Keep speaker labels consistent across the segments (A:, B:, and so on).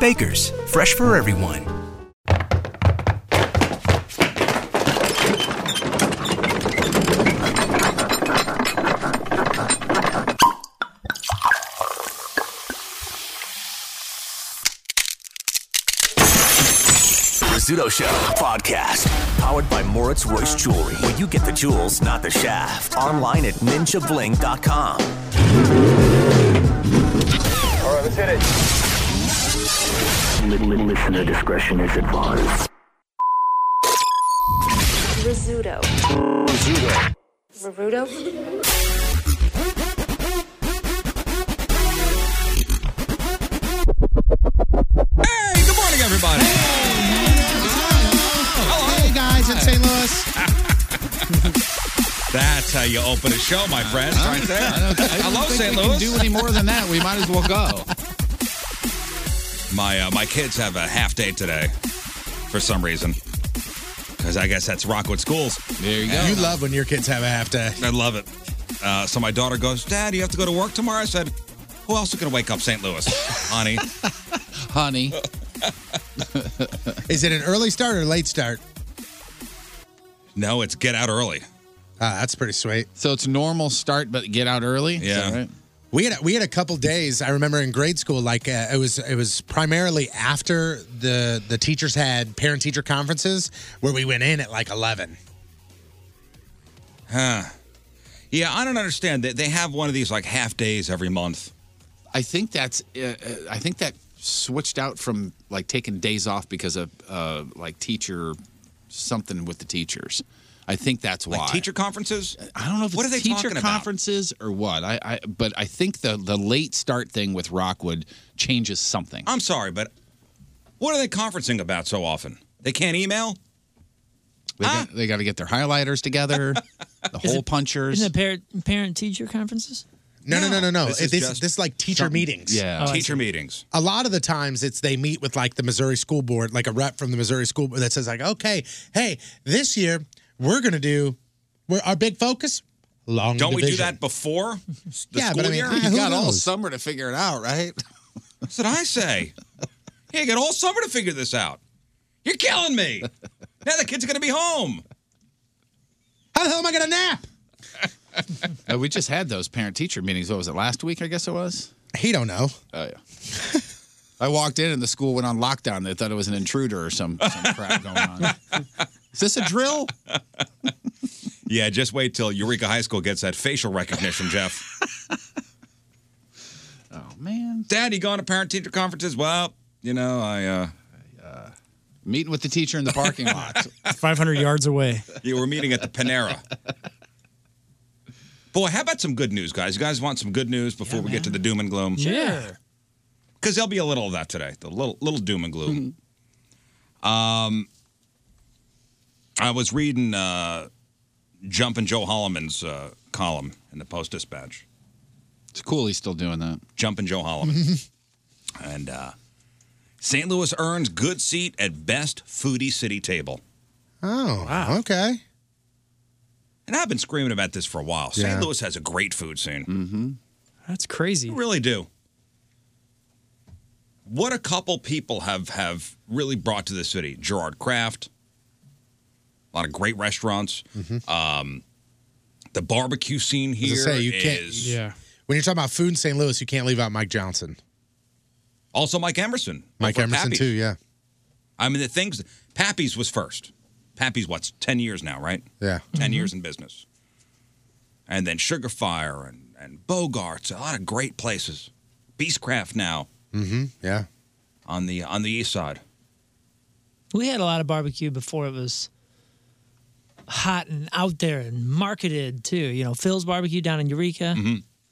A: Baker's, fresh for everyone.
B: Rizzuto Show podcast, powered by Moritz Royce Jewelry, where you get the jewels, not the shaft. Online at ninjabling.com.
C: All right, let's hit it.
D: Listener discretion is advised.
E: Rizzuto. Rizzuto.
F: Hey, good morning, everybody. Hey, guys in St. Louis. That's how you open a show, my friends, right there. Hello,
G: think
F: St.
G: we can
F: Louis.
G: do any more than that. We might as well go.
F: My uh, my kids have a half day today, for some reason, because I guess that's Rockwood Schools. There you
H: You love when your kids have a half day.
F: I love it. Uh, so my daughter goes, Dad, you have to go to work tomorrow. I said, Who else is going to wake up St. Louis? Honey.
G: Honey.
H: Is it an early start or late start?
F: No, it's get out early.
H: Ah, that's pretty sweet.
G: So it's normal start, but get out early. Is that right?
H: We had we had a couple days. I remember in grade school, like uh, it was it was primarily after the the teachers had parent teacher conferences where we went in at like eleven.
F: Huh. Yeah, I don't understand. They, they have one of these like half days every month.
G: I think that's. Uh, uh, I think that switched out from like taking days off because of uh, like teacher something with the teachers. I think that's why.
F: Like teacher conferences?
G: I don't know if
F: What
G: it's
F: are they
G: teacher
F: talking about?
G: conferences or what. I, I but I think the the late start thing with Rockwood changes something.
F: I'm sorry, but what are they conferencing about so often? They can't email?
G: They, got, they got to get their highlighters together, the
I: Is
G: hole
I: it-
G: punchers.
I: Isn't it parent parent teacher conferences?
H: No, no, no, no, no.
G: This
H: This
G: is
H: this is,
G: just
H: like teacher
G: something-
H: meetings.
G: yeah. Oh, I Teacher see.
F: meetings.
H: A lot of the times, it's they meet with like the Missouri school board, like a rep from the Missouri school board that says like, okay, hey, this year we're gonna do, we're, our big focus, long.
F: Don't we do
H: division."
F: that before s- the
H: Yeah,
F: school
H: but I mean,
F: year?
H: eh, You who got all knows?
G: summer to figure it out, right?
F: That's what I say. hey, you got all summer to figure this out. You're killing me. now the kids are going to be home.
H: How the hell am I going to nap?
G: Uh, we just had those parent teacher meetings. What was it last week? I guess it was.
H: He don't know.
G: Oh yeah. I walked in and the school went on lockdown. They thought it was an intruder or some, some crap going on. Is this a drill?
F: Yeah, just wait till Eureka High School gets that facial recognition, Jeff. oh
G: man, Oh,
F: Dad, you going to parent teacher conferences? Well, you know, I uh,
G: Meeting with the teacher in the parking lot.
I: 500 yards away.
F: You were meeting at the Panera. Boy, how about some good news, guys? You guys want some good news before we get to the doom and gloom? because there'll be a little of that today. The little little doom and gloom. um, I was reading uh, Jump and Joe Holliman's uh, column in the Post Dispatch.
G: It's cool he's still doing that.
F: Jump and Joe Holliman and uh, St. Louis earns good seat at best foodie city table.
H: Oh, wow. okay.
F: And I've been screaming about this for a while.
H: Yeah.
F: St. Louis has a great food scene. Mm-hmm.
I: That's crazy.
F: really do. What a couple people have have really brought to the city. Gerard Kraft, a lot of great restaurants. Um, the barbecue scene
H: Mm-hmm. As I
F: here is
H: say, you can't- Yeah. When you're talking about food in St. Louis, you can't leave out Mike Johnson.
F: also Mike Emerson.
H: Mike
F: over at
H: Emerson,
F: Pappy's.
H: too, yeah.
F: I mean, the things Pappy's was first. Pappy's what's ten years now, right?
H: Yeah.
F: 10 years in business. And then Sugar Fire and, and Bogart's, a lot of great places. Beastcraft now
H: Mm-hmm. Yeah.
F: on the on the east side.
I: We had a lot of barbecue before it was hot and out there and marketed too. You know, Phil's barbecue down in Eureka.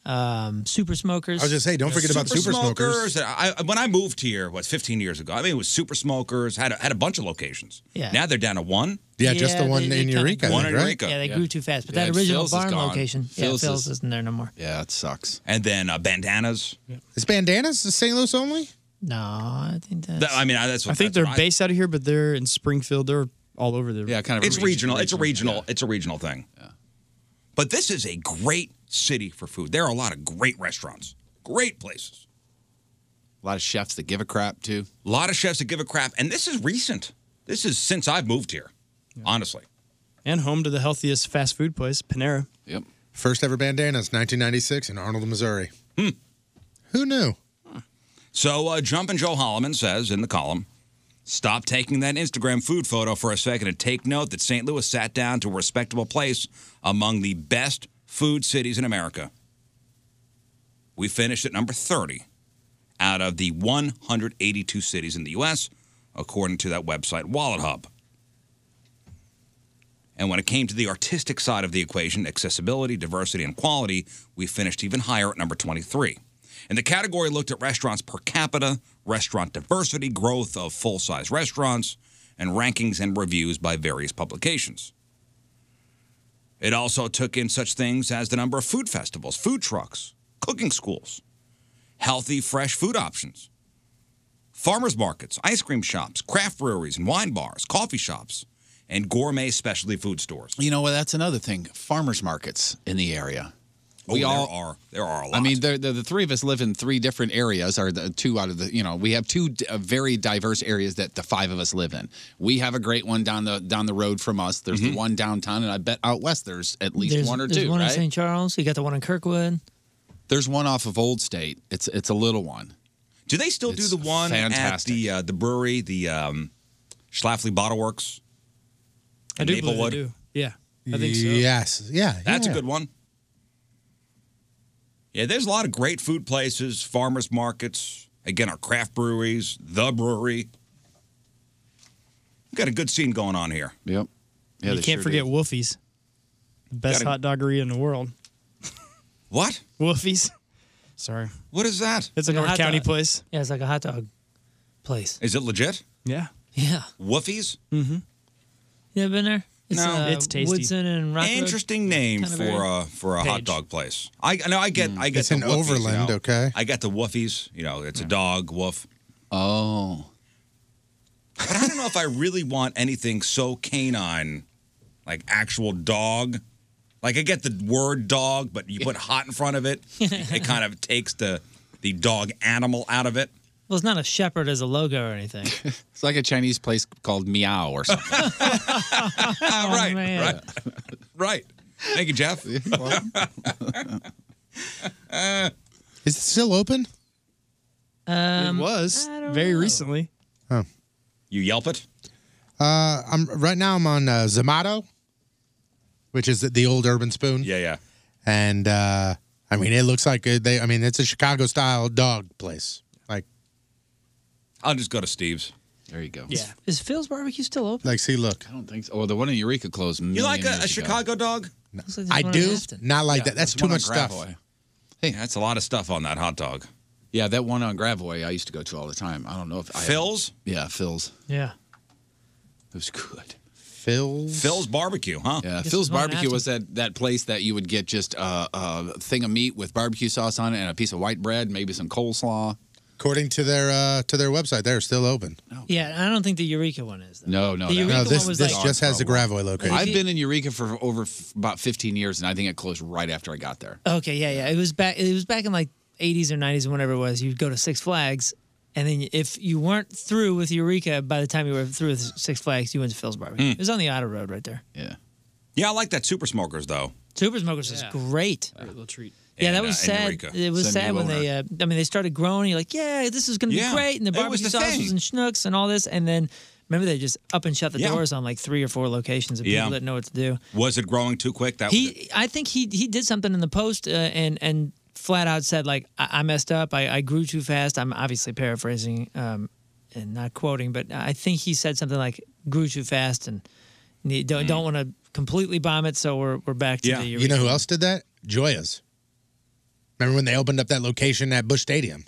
I: Um, super smokers.
F: I, I- when I moved here, what, 15 years ago, I mean, it was Super Smokers, had a, had a bunch of locations.
I: Yeah.
F: Now they're down to one.
I: they- they kinda grew-
F: One in Eureka.
I: Yeah, they grew too fast. But that original barn location, yeah, Phil's isn't there no more.
G: Yeah, it sucks.
F: And then uh, Bandanas.
H: Is Bandanas St. Louis only?
I: No, I think that's.
F: That- I mean, I- that's what
J: I think
F: that's
J: they're
F: what I-
J: based out of here, but they're in Springfield. They're all over the.
G: Yeah, kind
F: it's regional. It's a regional. It's a regional thing. But this is a great city for food. There are a lot of great restaurants, great places.
G: A lot of chefs that give a crap too.
F: A lot of chefs that give a crap, and this is recent. This is since I've moved here, honestly.
J: And home to the healthiest fast food place, Panera.
G: Yep.
H: First ever Bandanas, 1996 in Arnold, Missouri.
F: Hmm.
H: Who knew?
F: So, uh, Jumpin' Joe Holloman says in the column, stop taking that Instagram food photo for a second and take note that St. Louis sat down to a respectable place among the best food cities in America. We finished at number 30 out of the 182 cities in the U.S., according to that website, Wallet Hub. And when it came to the artistic side of the equation, accessibility, diversity, and quality, we finished even higher at number 23. And the category looked at restaurants per capita, restaurant diversity, growth of full size restaurants, and rankings and reviews by various publications. It also took in such things as the number of food festivals, food trucks, cooking schools, healthy, fresh food options, farmers markets, ice cream shops, craft breweries and wine bars, coffee shops, and gourmet specialty food stores.
G: You know what? That's another thing. Farmers markets in the area.
F: Oh,
G: we
F: there
G: all
F: are there are a lot.
G: I mean, the, the, the three of us live in three different areas, or the two out of the, you know, we have two d- uh, very diverse areas that the five of us live in. We have a great one down the down the road from us. There's
F: Mm-hmm.
G: the one downtown, and I bet out west there's at least
I: there's,
G: one or
I: there's
G: two.
I: one
G: right?
I: in St. Charles. You got the one in Kirkwood.
G: there's one off of Old State. It's it's a little one.
F: Do they still do the one
G: fantastic.
F: at the uh, the brewery, the um, Schlafly Bottle Works?
J: I
F: in
J: do believe they
F: Maplewood?
J: do. Yeah, I think so.
H: Yes. Yeah.
F: That's
H: yeah.
F: a good one. Yeah, there's a lot of great food places, farmers markets, again, our craft breweries, the brewery. We've got a good scene going on here.
G: Yep.
J: you can't forget Wolfies, the best
F: Gotta-
J: hot doggeria in the world.
F: What?
J: Wolfies. Sorry.
F: What is that?
J: It's a North
I: hot
J: County
I: dog.
J: place.
I: Yeah, it's like a hot dog place.
F: Is it legit?
J: Yeah.
I: Yeah.
F: Woofies?
J: Mm-hmm.
I: You ever been there?
F: No.
I: uh,
F: It's tasty.
I: Woodson and Rock Road.
F: Interesting name
I: Kind of
F: for
I: area. Hmm.
F: a for a hot
I: Page.
F: dog place. I no, I get I get
H: It's
F: the
H: in
F: woofies, you
H: Overland,
F: know.
H: okay.
F: I got the woofies. You know, it's a dog woof.
G: Oh,
F: but I don't know if I really want anything so canine, like actual dog. Like I get the word dog, but you put hot in front of it, it kind of takes the the dog animal out of it.
I: Well, it's not a shepherd as a logo or anything.
G: It's like a Chinese place called Meow or something.
F: right,
G: Oh,
F: right, right. Thank you, Jeff. Uh,
H: Is it still open?
J: it was very recently.
F: you Yelp it.
H: Uh, I'm right now. I'm on uh, Zamato, which is the old Urban Spoon.
F: Yeah, yeah.
H: And uh, I mean, it looks like uh, they. I mean, it's a Chicago style dog place. Like
F: I'll just go to Steve's.
G: There you go.
I: Yeah. Is Phil's barbecue still open?
G: Like, see, look. I don't think so. Oh, the one in Eureka closed.
F: You like
G: million
F: a, a
G: years ago.
F: Chicago dog?
I: Looks like there's
H: I
I: one in
H: do
I: Afton.
H: not like that. That's
G: there's
H: too
G: one on
H: much stuff.
G: Gravois.
F: Hey, that's a lot of stuff on that hot dog.
G: Yeah, that one on Gravoy I used to go to all the time. I don't know if I
F: Phil's.
G: Yeah, Phil's.
I: Yeah.
G: It was good.
H: Phil's.
F: Phil's barbecue, huh?
G: Yeah,
F: This
G: Phil's
F: is one in
G: barbecue was that that place that you would get just uh, a thing of meat with barbecue sauce on it and a piece of white bread, maybe some coleslaw.
H: According to their uh, to their website, they're still open.
I: Yeah, I don't think the Eureka one is.
G: No, no,
I: The
G: that-
I: Eureka
H: No, this- one was this like- just has the Gravois location.
G: I've been in Eureka for over f- about 15 years, and I think it closed right after I got there.
I: Okay, yeah, yeah. It was back. It was back in like '80s or '90s, or whenever it was. You'd go to Six Flags, and then if you weren't through with Eureka by the time you were through with Six Flags, you went to Phil's Barbecue.
F: Mm.
I: It was on the Otter Road right there.
G: Yeah.
F: Yeah, I like that Super Smokers though.
I: Super Smokers is great.
K: little treat.
I: Yeah, that
F: And,
I: was
F: uh, and
I: sad.
F: Eureka.
I: It was
F: It's a
I: sad
F: new
I: when
F: owner.
I: they. Uh, I mean, they started growing. You're like, yeah, this is going to
F: Yeah,
I: be great, and the
F: it was
I: barbecue
F: the
I: sauces
F: thing.
I: and schnooks and all this, and then remember they just up and shut the
F: Yeah.
I: doors on like three or four locations, and
F: Yeah.
I: people didn't know what to do.
F: Was it growing too quick? That was it.
I: he, I think he he did something in the post uh, and and flat out said like I, I messed up. I, I grew too fast. I'm obviously paraphrasing um, and not quoting, but I think he said something like grew too fast and ne- don't
F: Mm.
I: don't want to completely bomb it. So we're we're back to the
H: You know who else did that? Joya's. Remember when they opened up that location at Bush Stadium?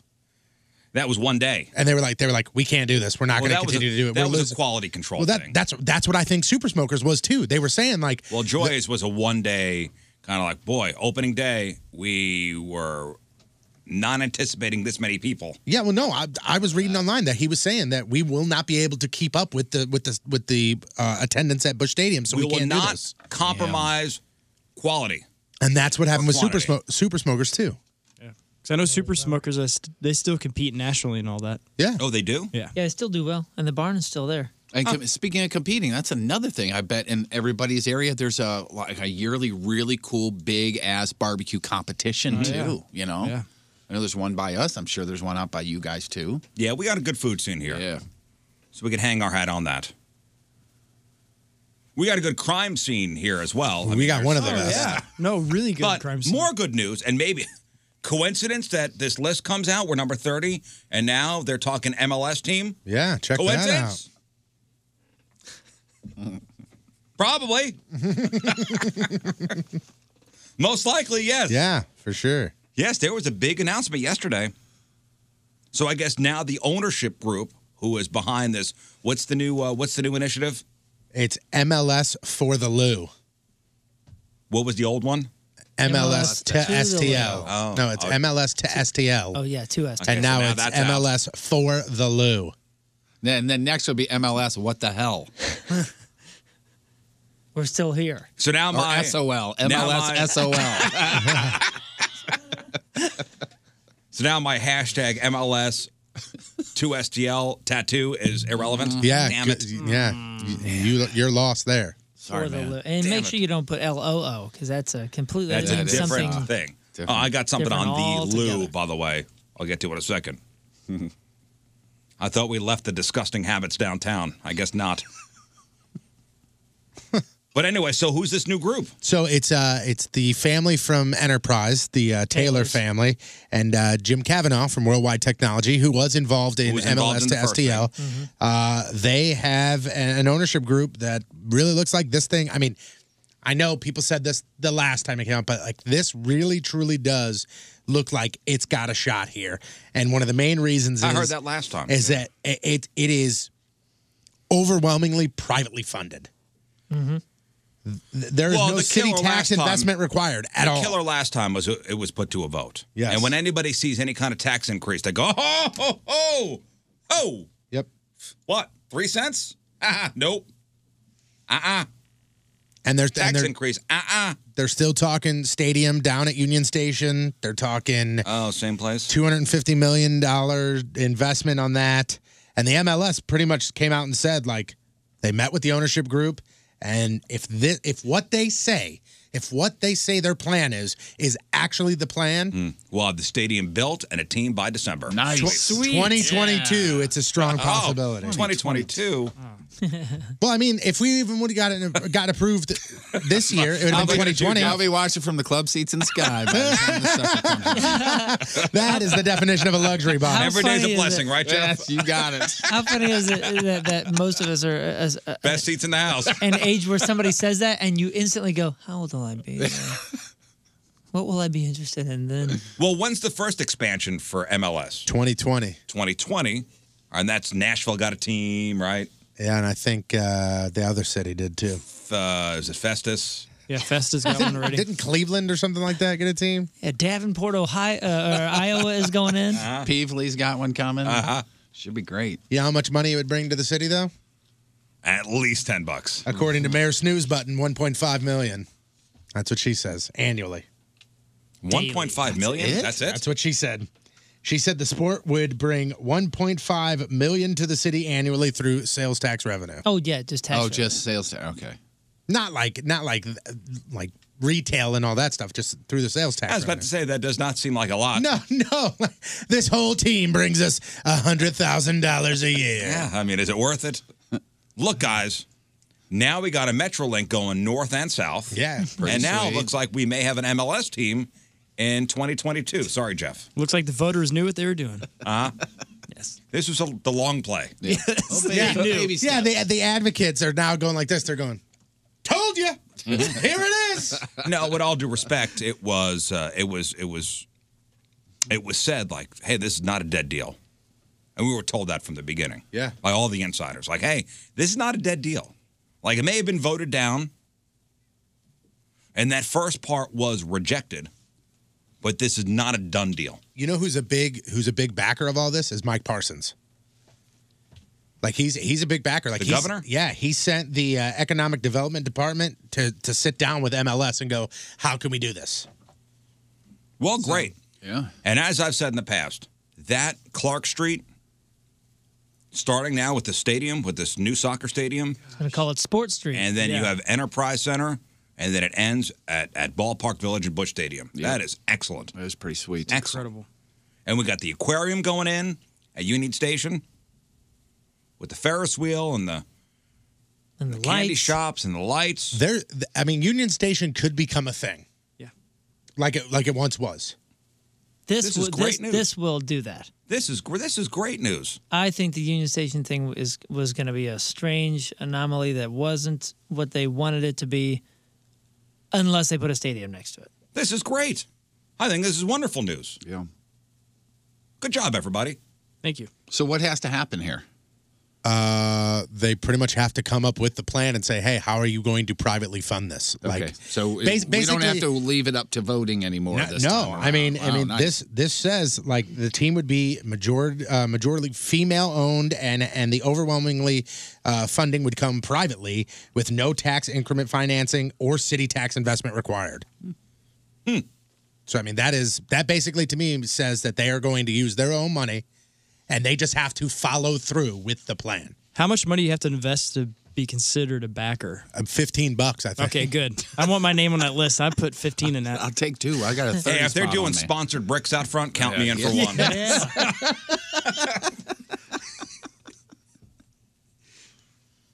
F: that was one day.
H: And they were like, they were like, we can't do this. We're not
F: Well,
H: going
F: that
H: to
F: was a-
H: continue to do it.
F: That
H: we're
F: was
H: losing.
F: a quality control
H: well, that,
F: thing.
H: that's that's what I think Super Smokers was too. They were saying like,
F: Well, Joy's was a one day kind of like, boy, opening day, we were not anticipating this many people.
H: yeah, well, no, I, I was reading online that he was saying that we will not be able to keep up with the with the with the uh, attendance at Bush Stadium, so we,
F: we will
H: can't do
F: not
H: this.
F: compromise quality.
H: And that's what happened with Super
J: quantity.
H: Smo- Super Smokers too.
J: Because I know Super Smokers, are st- they still compete nationally and all that.
H: Yeah.
F: Oh, they do?
J: Yeah.
I: yeah, I still do well, and the barn is still there.
G: And com- speaking of competing, that's another thing. I bet in everybody's area, there's a like a yearly really cool big ass barbecue competition
F: Oh,
H: Mm-hmm.
G: too.
F: yeah.
G: You know,
F: Yeah.
G: I know there's one by us. I'm sure there's one out by you guys too.
F: Yeah, we got a good food scene here.
G: Yeah.
F: So we could hang our hat on that. We got a good crime scene here as well. we
H: got one of the best.
F: oh, Yeah.
J: No, really good
F: But
J: crime scene.
F: more good news, and maybe coincidence that this list comes out. We're number 30, and now they're talking MLS team.
H: Yeah, check that out.
F: Coincidence? Probably. Most likely, yes.
H: Yeah, for sure.
F: Yes, there was a big announcement yesterday. So I guess now the ownership group who is behind this, what's the new uh, what's the new initiative?
H: It's MLS for the Lou.
F: What was the old one?
H: MLS, to,
I: to the
H: STL.
I: Lou.
F: Oh,
H: no, it's
F: oh.
H: MLS to STL.
I: Oh yeah, two S.
H: and now, it's MLS for the Lou.
G: Then then next would be MLS. What the hell?
I: We're still here.
F: So now
G: Or
F: my
G: SOL, MLS,
F: now my-
G: SOL.
F: So now my hashtag MLS two STL tattoo is irrelevant.
H: Mm-hmm. Yeah,
F: Mm, damn
H: g-
F: it. Mm.
H: yeah. Y- You you're lost there.
I: for the lo- and
F: Damn
I: make
F: it.
I: sure you don't put L O O because that's a completely
F: That's a
I: that means
F: different
I: something-
F: thing. Oh, I got something
I: different
F: on the loo,
I: altogether.
F: by the way. I'll get to it in a second. I thought we left the disgusting habits downtown. I guess not. but anyway, so who's this new group?
H: So it's uh it's the family from Enterprise, the uh, Taylor family, and uh, Jim Kavanaugh from Worldwide Technology, who was involved in
F: was
H: MLS
F: involved in
H: to
F: the first
H: STL. Uh, they have a- an ownership group that really looks like this thing. I mean, I know people said this the last time it came out, but like this really truly does look like it's got a shot here. And one of the main reasons
F: I
H: is,
F: heard that last time.
H: is that it, it it is overwhelmingly privately funded.
I: Mm-hmm.
H: Th- There is
F: Well,
H: no
F: the
H: city
F: killer
H: tax
F: last time-
H: investment required at
F: the
H: all.
F: killer last time was it was put to a vote.
H: Yes.
F: And when anybody sees any kind of tax increase, they go, oh, oh, oh, oh.
H: Yep.
F: What? Three cents? Ah, nope. Uh-uh.
H: And there's
F: Tax
H: and they're,
F: increase. Uh-uh.
H: they're still talking stadium down at Union Station. They're talking
F: Oh, same place.
H: two hundred and fifty million dollar investment on that. And the MLS pretty much came out and said like they met with the ownership group, and if this if what they say if what they say their plan is is actually the plan,
F: Mm. We'll have the stadium built and a team by December.
H: tw- 2022, it's a strong
F: Oh,
H: possibility.
F: 2022. Mm-hmm.
H: Well, I mean, if we even would have gotten got approved this year, it would have been 2020.
G: I'll be watching from the club seats in the sky. by the time this stuff
H: that is the definition of a luxury box.
G: How Every day's a funny is blessing, it?
F: right, Jeff?
G: Yes, you got it.
I: How funny is it that, that most of us are uh, uh,
F: Best seats in the house.
I: an age where somebody says that and you instantly go, "How old will I be? what will I be interested in then?"
F: Well, when's the first expansion for MLS?
H: 2020.
F: 2020, and that's Nashville got a team, right?
H: Yeah, and I think uh, the other city did too.
F: F- Uh, is it Festus?
I: Yeah, Festus
H: Didn't Cleveland or something like that get a team?
I: Yeah, Davenport, Ohio, uh, or Iowa is going in.
G: Peevely's got one coming. Uh-huh. Should be great.
H: You know how much money it would bring to the city though?
F: At least ten bucks.
H: According to Mayor Snooze Button, 1.5 million. That's what she says annually.
F: 1.5 million? That's it?
H: That's what she said. She said the sport would bring 1.5 million to the city annually through sales tax revenue.
I: Oh yeah, just tax.
G: Oh, just sales tax. Okay.
H: Not like not like uh, like retail and all that stuff. Just through the sales tax.
F: I was about to say that does not seem like a lot.
H: No, no. This whole team brings us hundred thousand dollars a year.
F: Yeah, I mean, is it worth it? Look, guys, now we got a MetroLink going north and south.
H: Yeah,
F: and
J: pretty
F: now it
J: sweet.
F: looks like we may have an MLS team in 2022. Sorry, Jeff.
J: Looks like the voters knew what they were doing.
F: Uh huh. yes. This was a, the long play.
H: yeah, yeah. The the advocates are now going like this. They're going, told you. Here it is.
F: Mm-hmm. no, with all due respect, it was uh, it was it was it was said like, hey, this is not a dead deal, and we were told that from the beginning.
H: Yeah.
F: by all the insiders, like, hey, this is not a dead deal. Like it may have been voted down, and that first part was rejected, but this is not a done deal.
H: You know who's a big who's a big backer of all this is Mike Parsons. Like he's he's a big backer. Like
F: The
H: he's-
F: governor?
H: Yeah, he sent the uh, economic development department to to sit down with MLS and go, how can we do this?
F: Well, great.
G: Yeah.
F: And as I've said in the past, that Clark Street, starting now with the stadium, with this new soccer stadium,
I: I'm gonna call it Sports Street.
F: and then you
I: Yeah.
F: have Enterprise Center, and then it ends at, at Ballpark Village and Bush Stadium. That is excellent. That
G: is pretty sweet.
F: Incredible. And we got the aquarium going in at Union Station with the Ferris wheel and the,
I: and
F: the candy shops and the lights.
H: There, th- I mean, Union Station could become a thing.
I: Yeah.
H: like it like it once was.
I: This,
F: This
I: will,
F: is great
I: this,
F: news.
I: this will do that.
F: This is gr- this is great news.
I: I think the Union Station thing is was going to be a strange anomaly that wasn't what they wanted it to be, unless they put a stadium next to it.
F: This is great. I think this is wonderful news.
G: Yeah.
F: Good job, everybody.
I: Thank you.
G: So what has to happen here?
H: Uh, they pretty much have to come up with the plan and say, hey, how are you going to privately fund this?
G: Okay. so it-
H: bas-
G: we don't have
H: basically-
G: to leave it up to voting anymore.
H: No,
G: this
H: no,
G: time
H: I mean,
G: around.
H: I
G: Wow,
H: mean,
G: nice.
H: this this says like the team would be majority uh, majority female owned, and and the overwhelmingly uh, funding would come privately with no tax increment financing or city tax investment required.
J: Hmm.
H: So I mean, that is that basically to me says that they are going to use their own money, and they just have to follow through with the plan.
J: How much money do you have to invest to be considered a backer?
H: I'm fifteen bucks, I think.
J: Okay, good. I want my name on that list. I put 15 in that. I'll
G: take two. I got
F: Hey, if they're doing sponsored bricks out front, count me in for one.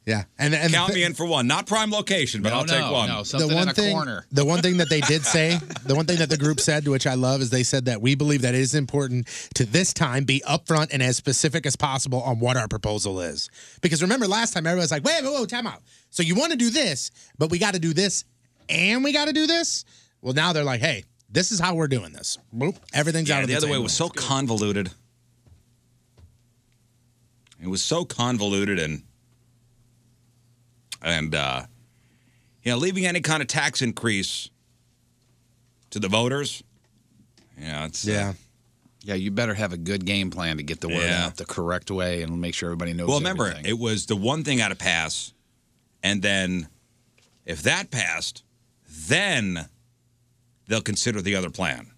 H: Yeah, and, and
F: count me in for one. Not prime location, but
G: No,
F: I'll take
G: no,
F: one.
G: no,
H: thing, The one thing that they did say, the one thing that the group said, which I love, is they said that we believe that it is important to this time be upfront and as specific as possible on what our proposal is. Because remember last time everyone was like, wait, whoa, whoa, time out. So you want to do this, but we got to do this and we got to do this. Well, now they're like, hey, this is how we're doing this. Boop, everything's
F: Yeah,
H: out
F: the,
H: of the,
F: other way
H: table.
F: was so convoluted. It was so convoluted and and uh you know, leaving any kind of tax increase to the voters. Yeah, it's uh,
H: yeah.
G: yeah, you better have a good game plan to get the word
F: Yeah.
G: out the correct way and make sure everybody knows.
F: well, remember
G: everything.
F: it was the one thing out of pass, and then if that passed, then they'll consider the other plan.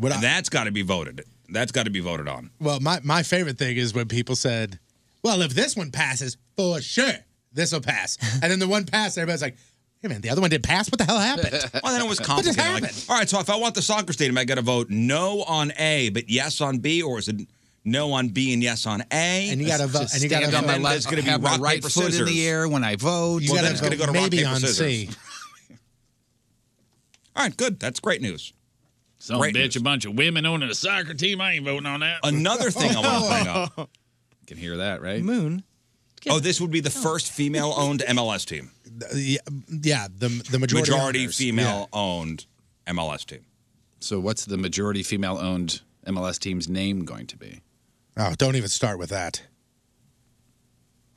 F: and that's got to be voted. That's got to be voted on.
H: Well, my, my favorite thing is when people said, well, if this one passes, for sure, this will pass. and then the one passed, everybody's like, Hey man, the other one did pass. What the hell happened?
F: Well, then it was
H: What just
F: complicated. Like,
H: happened?
F: all right, so if I want the soccer stadium, I got to vote no on A, but yes on B, or is it no on B and yes on A?
H: And you gotta vote- and you gotta
F: Stand
H: vote-
F: on my left. It's going to be
G: have my
F: rock,
G: right
F: paper,
G: foot in
F: scissors.
G: the air when I vote.
F: You
G: Well,
F: gotta
G: then it's
F: vote
G: gonna go to rock,
F: maybe
G: paper,
F: on
G: scissors.
F: C. All right, good. That's great news.
K: Some
F: Great
K: bitch, a bunch of women owning a soccer team. I ain't voting on that.
F: Another thing I want to bring up. You
G: can hear that, right?
I: Moon.
F: Oh, this would be the first female-owned MLS team.
H: Yeah, yeah, the the majority,
F: Majority,
H: owners. Yeah.
F: female-owned MLS team.
G: So what's the majority female-owned MLS team's name going to be?
H: Oh, don't even start with that.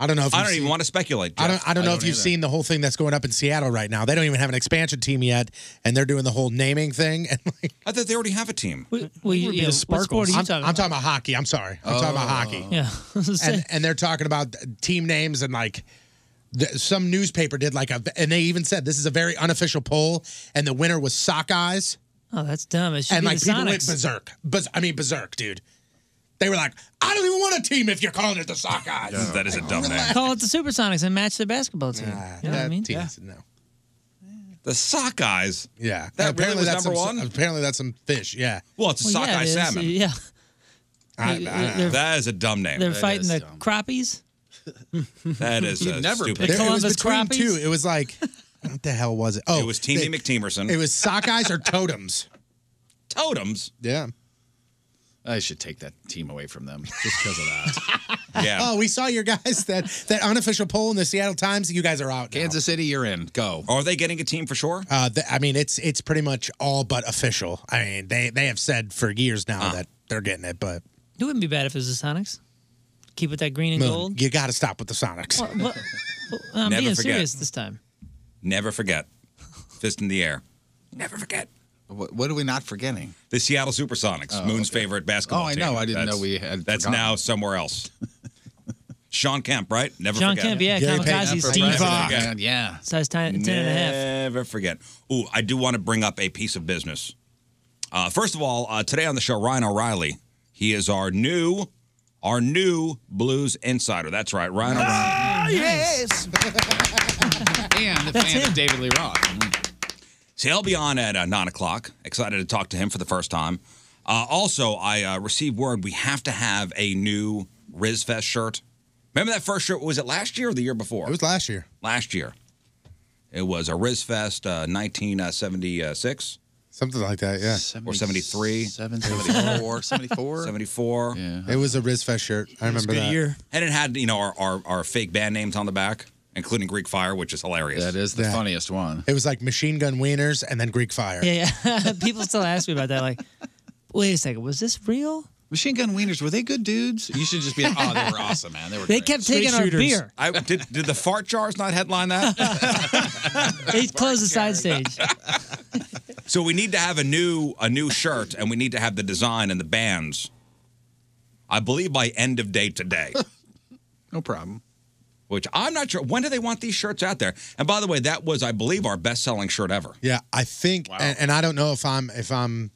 H: I don't know if
F: I
H: you've
F: don't even
H: seen-
F: want to speculate.
H: I
F: Jeff.
H: don't. I don't know if you've seen the whole thing that's going up in Seattle right now. They don't even have an expansion team yet, and they're doing the whole naming thing. And like,
F: I thought they already have a team.
I: well, you- yeah, what sport are you
H: I'm,
I: talking Oh.
H: I'm talking about hockey. I'm sorry. I'm talking about hockey.
I: Yeah.
H: and, and they're talking about team names and like th- some newspaper did like a and they even said this is a very unofficial poll and the winner was Sockeyes
I: Oh, that's dumb. It should
H: and
I: be
H: like
I: the
H: people went
I: Sonics.
H: berserk. Buz- I mean berserk, dude. They were like, I don't even want a team if you're calling it the Sockeyes.
F: That is a dumb name.
I: Call it the Supersonics and match the basketball team. you know what I mean?
H: Yeah.
F: The Sockeyes.
H: Yeah.
F: That really
H: apparently
F: was
H: that's
F: number
H: some,
F: one?
H: Apparently that's some fish. Yeah.
F: Well, it's a
I: Well, yeah,
F: sockeye
I: it is.
F: salmon.
I: Yeah.
F: I-
I: They-
F: I-
I: they're-
F: that is a dumb name.
I: They're fighting the crappies.
F: That is
I: You'd
F: a
I: never
F: stupid.
I: pick The
H: It was
I: Columbus
H: between two.
I: Crappies?
H: It was like, what the hell was it? Oh,
F: it was Teamy
H: they-
F: McTeamerson.
H: It was Sockeyes or Totems.
F: Totems.
H: Yeah.
G: I should take that team away from them just because of that.
F: yeah.
H: Oh, we saw your guys that that unofficial poll in the Seattle Times. You guys are out. now.
G: Kansas City, you're in. Go.
F: Are they getting a team for sure?
H: Uh, th- I mean, it's it's pretty much all but official. I mean, they they have said for years now that they're getting it, but
I: It wouldn't be bad if it was the Sonics. Keep with that green and
H: Moon,
I: gold.
H: you got to stop with the Sonics.
I: Well, well, well, I'm
F: Never
I: being
F: forget.
I: serious this time.
F: Never forget. Fist in the air. Never forget.
G: What, what are we not forgetting?
F: The Seattle Supersonics,
G: Oh,
F: Moon's
G: okay.
F: favorite basketball
G: Oh, I
F: team.
G: know. I didn't
F: That's-
G: know we had
F: That's
G: forgotten.
F: now somewhere else. Sean Kemp, right? Never
I: John
F: forget.
I: Kemp, yeah,
F: Never
I: Kamikaze Steve.
F: forget.
G: yeah.
I: Size 10, 10 and a half.
F: Never forget. Ooh, I do want to bring up a piece of business. Uh, first of all, uh, today on the show, Ryan O'Reilly. He is our new, our new Blues insider. That's right, Ryan O'Reilly.
G: Ah, yes. and the fan of David Lee Roth.
F: So he'll be on at uh, nine o'clock. Excited to talk to him for the first time. Uh, also, I uh, received word we have to have a new RizFest shirt. Remember that first shirt? Was it last year or the year before? It was
H: last year.
F: Last year. It was a RizFest uh, 1976
H: Something like that, yeah.
F: or 73.
G: 74, 74.
F: 74. Yeah.
H: It was a RizFest shirt. I remember that.
F: And it had, you know, our, our, our fake band names on the back, including Greek Fire, which is hilarious. That
G: is
H: the Yeah.
G: funniest one.
H: It was like Machine Gun Wieners and then Greek Fire.
I: Yeah, yeah. People still ask me about that. Like, wait a second, was this real?
G: Machine Gun Wieners, were they good dudes? You should just be like, oh, they were awesome, man. They were
I: They
G: great.
I: kept taking Straight our shooters. beer.
F: I, did, did the fart jars not headline that?
I: They closed the side stage.
F: So we need to have a new a new shirt, and we need to have the design and the bands. I believe by end of day today.
G: no problem.
F: Which I'm not sure. When do they want these shirts out there? And by the way, that was, I believe, our best selling shirt ever.
H: Yeah, I think, and, and I don't know if I'm if I'm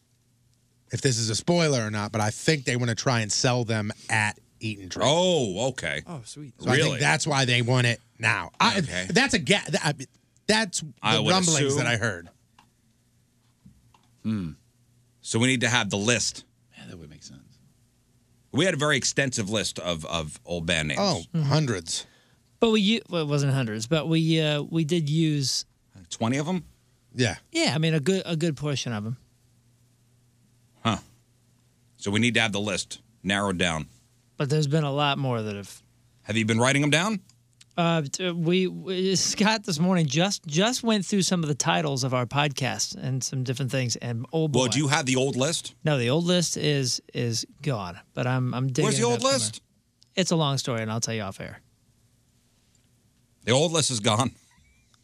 H: if this is a spoiler or not, but I think they want to try and sell them at Eat and Drink.
F: Oh, okay. Oh, sweet.
H: So I
F: really?
H: think that's why they want it now. I, That's a ga- that, I mean, that's the
F: I would
H: rumblings
F: assume-
H: that I heard.
F: Hmm. So we need to have the list.
G: Yeah, that would make sense.
F: We had a very extensive list of of old band names.
H: Oh, hundreds.
I: Mm-hmm. But we, u- well, it wasn't hundreds, but we uh, we did use.
F: Twenty of them.
H: Yeah.
I: Yeah, I mean a good a good portion of them.
F: Huh. So we need to have the list narrowed down.
I: But there's been a lot more that have.
F: Have you been writing them down?
I: Uh, t- we, we Scott this morning just just went through some of the titles of our podcasts and some different things and oh boy.
F: Well, do you have the old list?
I: No, the old list is is gone, but I'm I'm digging.
F: Where's the
I: it
F: old
I: up somewhere.
F: list?
I: It's a long story, and I'll tell you off air.
F: The old list is gone.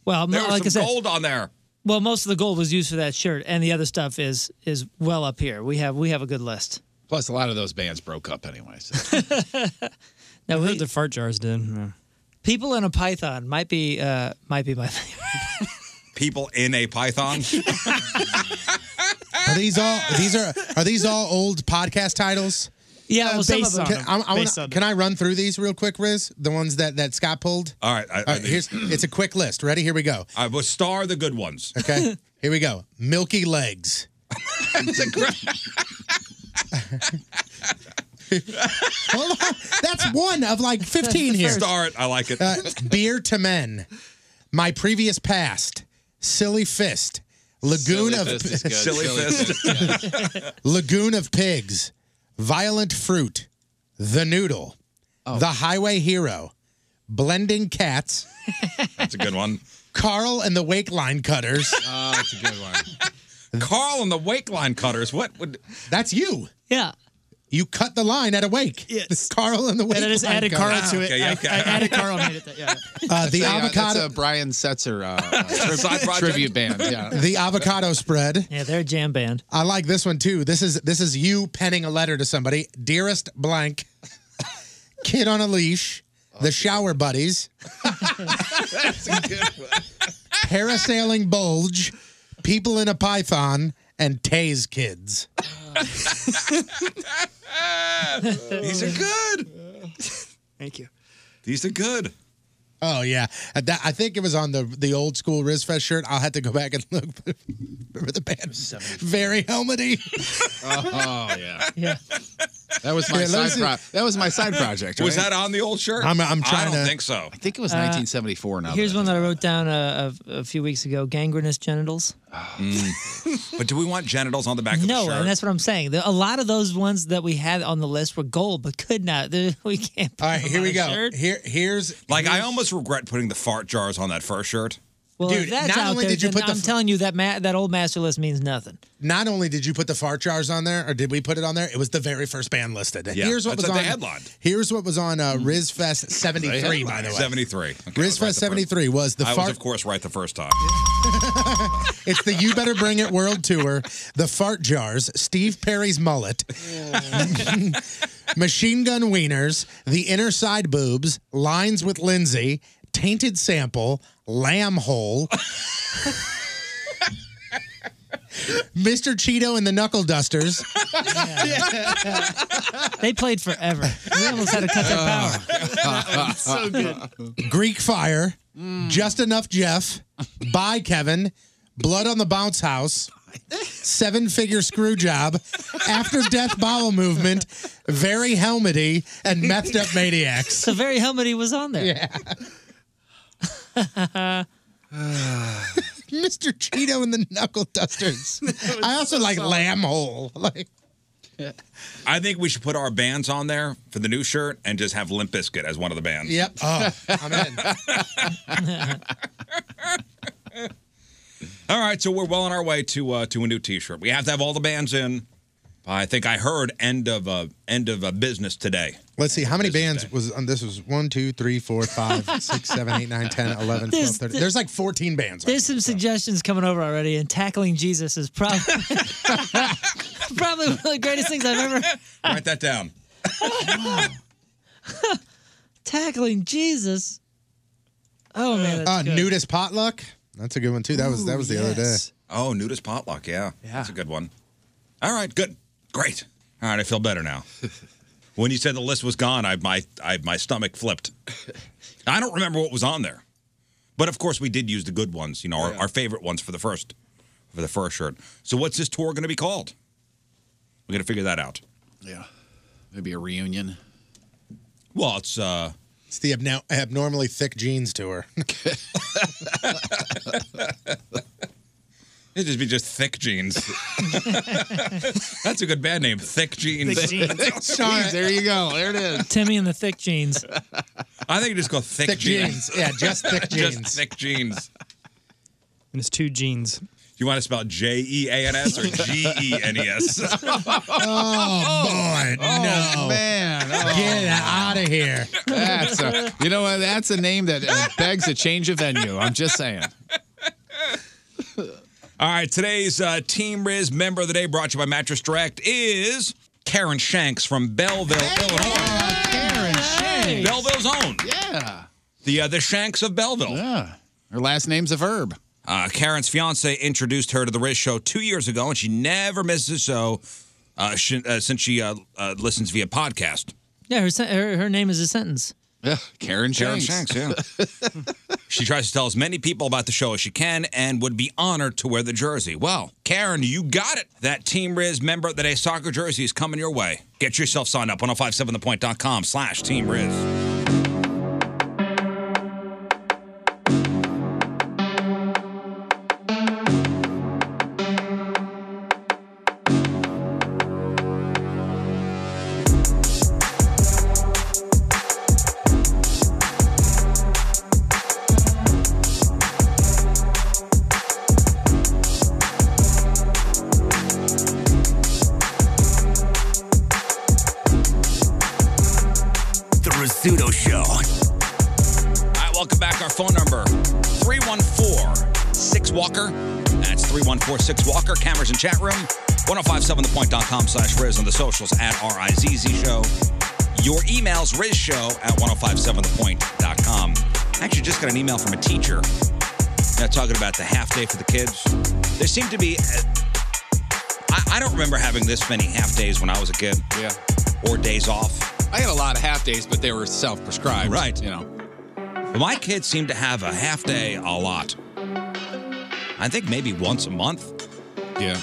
I: Well,
F: There
I: mo-
F: was
I: like I
F: some
I: said,
F: gold on there.
I: well, most of the gold was used for that shirt, and the other stuff is is well up here. We have we have a good list.
G: Plus, a lot of those bands broke up anyway. So.
I: Now, we,
J: The fart jars did.
I: people in a python might be uh, might be my favorite.
F: People in a python.
H: Are these all these are are these all old podcast titles? Uh,
I: Yeah, well, some of them.
H: Can, I, I
I: Based
H: wanna-
I: on
H: can I run through these real quick, Riz? The ones that, that Scott pulled?
F: All right. I,
H: All right, here's, it's a quick list. Ready? Here we go.
F: I will star the good ones.
H: Okay. Here we go. Milky legs.
F: That's a great.
H: Hold on. That's one of like 15 here.
F: Star it. I like it.
H: Uh, beer to men. My previous past. Silly fist. Lagoon of
F: silly fist.
H: Lagoon of pigs. Violent fruit. The noodle. The highway hero. Blending cats.
F: That's a good one.
H: Carl and the wake line cutters.
F: Oh, that's a good one. Carl and the wake line cutters. What would?
H: That's you.
I: Yeah.
H: You cut the line at a wake. Yes. Carl and the wake.
I: And I just
H: line
I: added Carl
H: cutters.
I: to it. I- I, added Carl and made it that. Yeah.
H: Uh,
G: That's
H: the
G: a, uh,
H: avocado.
G: that's a Brian Setzer uh, tri-
H: Side project?
G: tribute band. Yeah.
H: the avocado spread.
I: Yeah, they're a jam band.
H: I like this one too. This is this is you penning a letter to somebody. Dearest blank, kid on a leash, the shower buddies,
G: That's a good one.
H: parasailing bulge, people in a python, and Tay's kids.
F: These are good.
I: Thank you.
F: These are good.
H: Oh yeah, Uh, that- I think it was on the the old school Rizfest shirt. I'll have to go back and look. Remember the band? Very helmety.
G: Oh, yeah.
I: Yeah.
G: That was my
H: Yeah, let me
G: side
H: see.
G: pro- That was my side project.
F: Was
G: right?
F: that on the old shirt?
G: I'm- I'm
F: I
G: trying
F: don't
G: to-
F: think so.
G: I think it was
I: Uh,
G: 1974 now.
I: Here's one that I wrote down a, a, a few weeks ago: gangrenous genitals.
F: Mm. but do we want genitals on the back of the
I: No,
F: shirt?
I: Oh, and that's what I'm saying. The- a lot of those ones that we had on the list were gold, but could not. There- We can't. Put All right,
H: here we go. Here, here's
F: like I almost regret putting the fart jars on that fur shirt.
I: Well, if that's out there, then I'm telling you that ma- that old master list means nothing.
H: Not only did you put the fart jars on there, or did we put it on there? It was the very first band listed.
F: Yeah,
H: here's what
F: that's
H: was
F: what
H: on
F: they headlined. Hmm.
H: Here's what was on uh, Rizfest '73, by the way.
F: Seventy-three. Okay, I was
H: Rizfest
F: right the first-
H: '73 was the
F: I
H: fart.
F: was, of course, right the first time.
H: it's the You Better Bring It World Tour, the fart jars, Steve Perry's mullet, machine gun wieners, the inner side boobs, lines with Lindsay, tainted sample, lamb hole. Mr. Cheeto and the Knuckle Dusters.
I: They played forever. We almost had to cut their power. so good.
H: Greek Fire, Just Enough Jeff, Bye Kevin, Blood on the Bounce House, Seven Figure Screw Job, After Death Bowel Movement, Very Helmety, and Methed Up Maniacs. So
I: Very Helmety was on there. Yeah.
H: Mr. Cheeto and the Knuckle Dusters. I also like Lamb Hole. Like,
F: I think we should put our bands on there for the new shirt and just have Limp Bizkit as one of the bands.
H: yep. Oh, I'm in.
F: All right, so we're well on our way to uh, to a new T-shirt. We have to have all the bands in. I think I heard end of uh, end of uh, business today.
H: Let's see how many bands was on this was 1 two, three, four, five, six, seven, eight, nine, 10 11 12
I: There's-
H: 13. There's like 14 bands.
I: There's some suggestions coming over already, and tackling Jesus is probably probably one of the greatest things I've ever.
F: Write that down.
I: tackling Jesus. Oh man, that's
F: Ah,
H: Uh,
I: good.
H: nudist potluck. That's a good one too. That was that was the other day.
F: Oh, nudist potluck. Yeah, yeah, that's a good one. All right, good, great. All right, I feel better now. when you said the list was gone, I my I, my stomach flipped. I don't remember what was on there, but of course we did use the good ones. You know, our, our favorite ones for the first for the first shirt. So what's this tour going to be called? We're going to figure that out.
G: Yeah. Maybe a reunion.
F: Well, it's uh
H: It's the abno- abnormally thick jeans tour.
F: It'd just be just thick jeans. That's a good band name, thick jeans.
I: Thick Jeans.
G: Jeez, there you go. There it is.
I: Timmy and the thick jeans.
F: I think you just go thick,
I: Thick
F: jeans.
I: jeans. Yeah, just thick
F: Just
I: jeans.
F: thick jeans.
J: And it's two jeans.
F: You want to spell J E A N S or G E N E S?
H: oh, boy.
G: Oh, no. man.
D: Oh,
H: Get out of here.
G: That's a, you know what? That's a name that uh, begs a change of venue. I'm just saying.
F: All right, today's uh, Team Riz member of the day, brought to you by Mattress Direct, is Karen Shanks from Belleville, Illinois.
G: Karen Shanks.
F: Belleville's own.
G: Yeah.
F: The uh, the Shanks of Belleville.
G: Yeah. Her last name's a verb.
F: Uh, Karen's fiance introduced her to the Riz Show two years ago, and she never misses a show. uh, sh- uh, since she uh, uh, listens via podcast.
I: Yeah, her, sen- her her name is a sentence.
G: Yeah, Karen
F: Karen
I: Shanks.
F: Shanks, yeah. she tries to tell as many people about the show as she can and would be honored to wear the jersey. Well, Karen, you got it. That Team Riz member of the day soccer jersey is coming your way. Get yourself signed up, 1057thepoint.com slash Team Riz.
L: The Rizzuto Show.
F: All right, welcome back. Our phone number 314 6 Walker. That's 314 6 Walker. Cameras in chat room. 1057thepoint.com slash Riz on the socials at R I Z Z Show. Your emails, Riz Show at 1057thepoint.com. I actually just got an email from a teacher uh, talking about the half day for the kids. There seemed to be, uh, I, I don't remember having this many half days when I was a kid. Yeah. Or days off.
G: I had a lot of half days, but they were self prescribed.
F: Right.
G: You know.
F: But my kids seem to have a half day a lot. I think maybe once a month.
G: Yeah.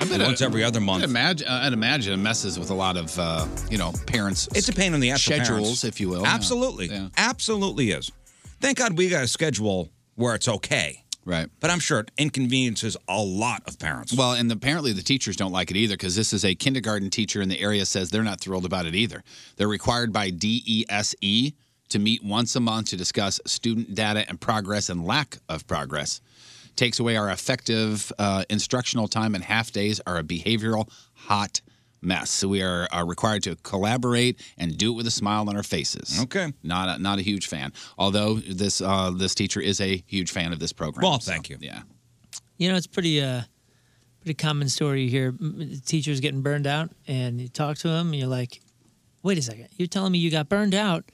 G: I bet
F: once
G: it-
F: every other month.
G: I'd imagine, I'd imagine it messes with a lot of uh, you know parents.
F: It's a pain in the ass. for
G: schedules,
F: parents.
G: if you will. Yeah.
F: Absolutely, absolutely is. Thank God we got a schedule where it's okay.
G: Right.
F: But I'm sure it inconveniences a lot of parents.
G: Well, and apparently the teachers don't like it either because this is a kindergarten teacher in the area says they're not thrilled about it either. They're required by DESE E to meet once a month to discuss student data and progress and lack of progress. Takes away our effective uh, instructional time, and half days are a behavioral hot mess. So we are, are required to collaborate and do it with a smile on our faces.
F: Okay,
G: not a, not a huge fan. Although this uh, this teacher is a huge fan of this program.
F: Well, thank you.
G: Yeah.
I: You know, it's pretty uh, pretty common story you hear m- teachers getting burned out, and you talk to them, and you're like, "Wait a second, you're telling me you got burned out,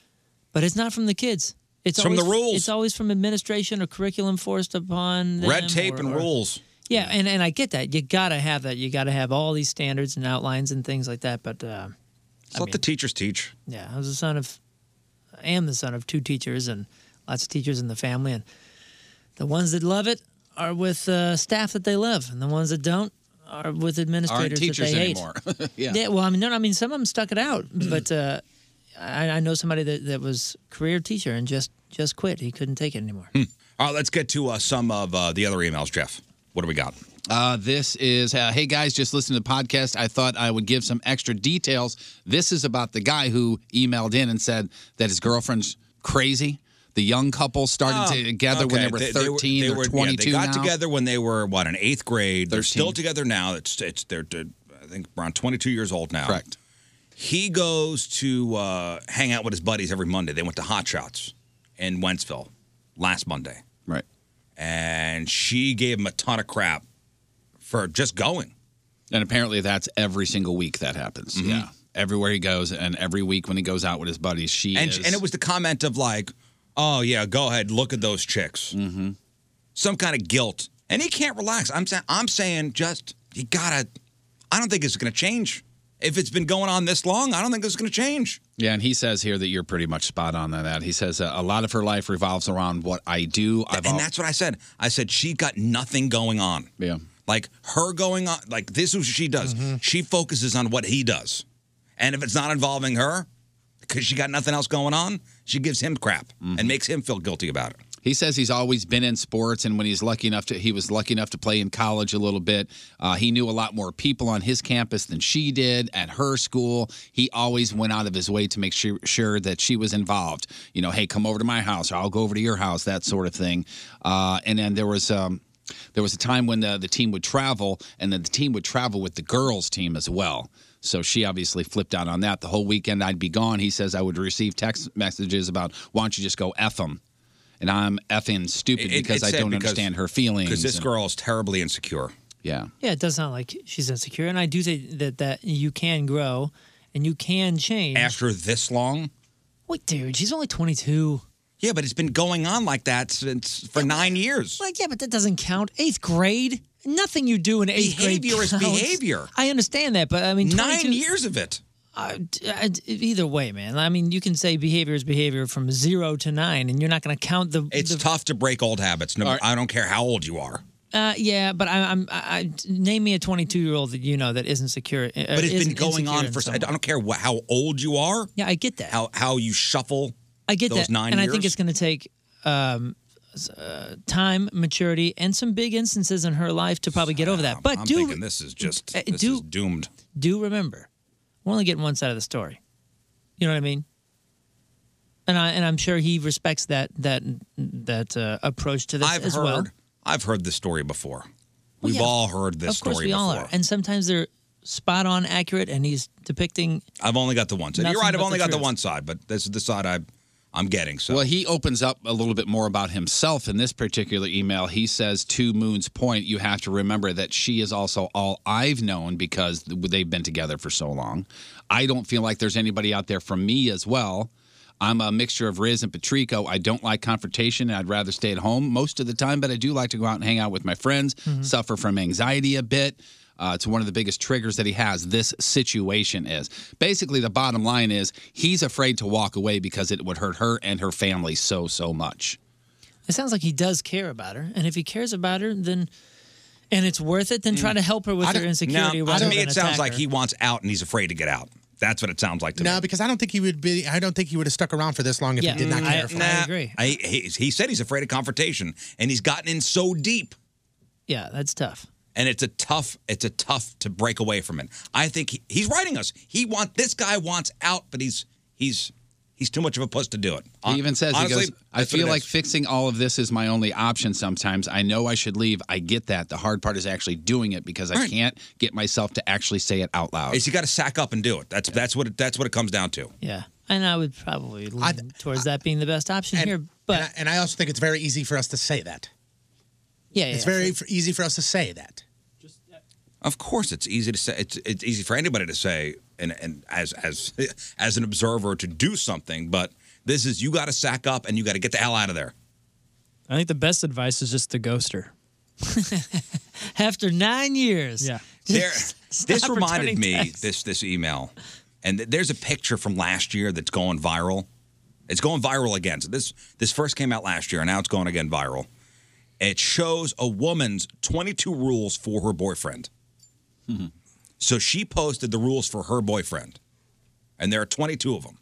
I: but it's not from the kids. It's,
F: It's from the
I: always-
F: rules.
I: It's always from administration or curriculum forced upon them
F: Red tape
I: or-
F: and
I: or-
F: rules.
I: Yeah, and, and I get that. You gotta have that. You gotta have all these standards and outlines and things like that. But uh,
F: Just let the teachers teach.
I: yeah, I was the son of, I am the son of two teachers and lots of teachers in the family. And the ones that love it are with uh, staff that they love, and the ones that don't are with administrators
G: teachers
I: that they
G: anymore.
I: hate.
G: Yeah.
I: Well, I mean, no, no, I mean, some of them stuck it out, but uh, I, I know somebody that, that was career teacher and just just quit. He couldn't take it anymore.
F: Hmm. All right, let's get to uh, some of uh, the other emails, Jeff. What do we got?
G: Uh, this is uh, hey guys, just listen to the podcast. I thought I would give some extra details. This is about the guy who emailed in and said that his girlfriend's crazy. The young couple started
F: Oh,
G: together when they
F: okay.
G: were thirteen
F: they
G: or
F: were- yeah,
G: twenty-two.
F: they got
G: now.
F: together when they were what in eighth grade. They're still together now. It's it's they're, they're, I think around twenty-two years old now. Correct. He goes to uh, hang out with his buddies every Monday. They went to Hot Shots in Wentzville last Monday.
G: Right.
F: And she gave him a ton of crap for just going.
G: And apparently, that's every single week that happens.
F: Mhm.
G: Yeah, everywhere he goes, and every week when he goes out with his buddies, she
F: and
G: is.
F: and it was the comment of like, oh yeah, go ahead, look at those chicks. Mm-hmm. Some kind of guilt, and he can't relax. I'm saying, I'm saying, just you gotta. I don't think it's gonna change. If it's been going on this long, I don't think it's gonna change.
G: Yeah, and he says here that you're pretty much spot on on that. He says uh, a lot of her life revolves around what I do. I've
F: and
G: al-
F: that's what I said. I said she got nothing going on.
G: Yeah.
F: Like her going on, like this is what she does. She focuses on what he does, and if it's not involving her, because she got nothing else going on, she gives him crap
G: Mm-hmm.
F: and makes him feel guilty about it.
G: He says he's always been in sports, and when he's lucky enough to, he was lucky enough to play in college a little bit. Uh, he knew a lot more people on his campus than she did at her school. He always went out of his way to make sure, sure that she was involved. You know, hey, come over to my house, or I'll go over to your house, that sort of thing. Uh, and then there was. Um, there was a time when the, the team would travel, and then the team would travel with the girls' team as well. So she obviously flipped out on that. The whole weekend I'd be gone. He says I would receive text messages about, why don't you just go F them? And I'm effing stupid
F: It- it-
G: because
F: it
G: I
F: said
G: don't
F: because-
G: understand her feelings.
F: Because this
G: and-
F: girl is terribly insecure.
G: Yeah.
I: Yeah, it does sound like she's insecure, and I do think that that you can grow and you can change.
F: After this long?
I: Wait, dude, she's only 22.
F: Yeah, but it's been going on like that since for nine years.
I: Like, yeah, but that doesn't count. Eighth grade. nothing you do in eighth
F: Behavior
I: grade
F: is
I: counts.
F: behavior.
I: I understand that, but I mean,
F: Nine
I: 22
F: years of it.
I: Uh, d- uh, d- either way, man. I mean, you can say behavior is behavior from zero to nine, and you're not going to count the.
F: It's
I: the,
F: tough to break old habits. No, I don't care how old you are.
I: Uh, yeah, but I, I'm. I, I- name me a 22 year old that you know that isn't secure. But
F: But it's been going on for. I don't care wh- how old you are.
I: Yeah, I get that.
F: How how you shuffle.
I: I get
F: those
I: that,
F: nine
I: and
F: years.
I: I think it's going to take um, s- uh, time, maturity, and some big instances in her life to probably get over that. But
F: I'm
I: do
F: thinking this is just
I: Uh,
F: this
I: do-
F: is doomed.
I: do remember, we're only getting one side of the story. You know what I mean? And I and I'm sure he respects that that that uh, approach to this
F: I've
I: as
F: heard
I: well.
F: I've heard this story before.
I: Well,
F: We've
I: yeah.
F: all heard this
I: of course,
F: story
I: we all
F: before.
I: are. And sometimes they're spot on, accurate, and he's depicting.
F: I've only got the one side. You're
I: Nothing
F: right. I've
I: but
F: only
I: the
F: got the
I: truth.
F: one side, but this is the side I I'm getting. So
G: Well, he opens up a little bit more about himself in this particular email. He says, to Moon's point, you have to remember that she is also all I've known because they've been together for so long. I don't feel like there's anybody out there for me as well. I'm a mixture of Riz and Patrico. I don't like confrontation and I'd rather stay at home most of the time, but I do like to go out and hang out with my friends,
M: Mhm.
G: suffer from anxiety a bit. Uh, it's one of the biggest triggers that he has. This situation is basically the bottom line is he's afraid to walk away because it would hurt her and her family so so much.
I: It sounds like he does care about her, and if he cares about her, then and it's worth it. Then
H: Mm.
I: try to help her with her insecurity.
F: Now,
I: rather
F: to me,
I: than
F: it sounds
I: attack
F: like
I: her.
F: he wants out and he's afraid to get out. That's what it sounds like to
H: No,
F: me.
H: because I don't think he would be. I don't think he would have stuck around for this long if he did not
I: Mm,
F: Mm,
H: care for her.
F: agree. he, he said he's afraid of confrontation, and he's gotten in so deep.
I: Yeah, that's tough.
F: And it's a tough, it's a tough to break away from it. I think he, he's writing us. He want this guy wants out, but he's he's he's too much of a puss to do it.
G: He even says,
F: Honestly,
G: he goes, I
F: that's what
G: feel
F: it
G: like
F: is.
G: fixing all of this is my only option sometimes. I know I should leave. I get that. The hard part is actually doing it because I
F: Right.
G: can't get myself to actually say it out loud.
F: Is you got to sack up and do it. That's that's what it, that's what it comes down to.
I: Yeah, and I would probably lean towards that being the best option here. But
H: and I, and I also think it's very easy for us to say that.
I: yeah, yeah,
H: it's very f easy for us to say that.
F: Of course, it's easy to say. It's it's easy for anybody to say, and and as as as an observer to do something. But this is you got to sack up and you got to get the hell out of there.
J: I think the best advice is just to ghost her.
I: after nine years,
J: Yeah.
F: There,
I: Stop
F: this reminded
I: returning
F: me
I: texts.
F: this this email, and th- there's a picture from last year that's going viral. It's going viral again. So this this first came out last year, and now it's going again viral. It shows a woman's 22 rules for her boyfriend.
I: Mm-hmm.
F: So she posted the rules for her boyfriend, and there are 22 of them.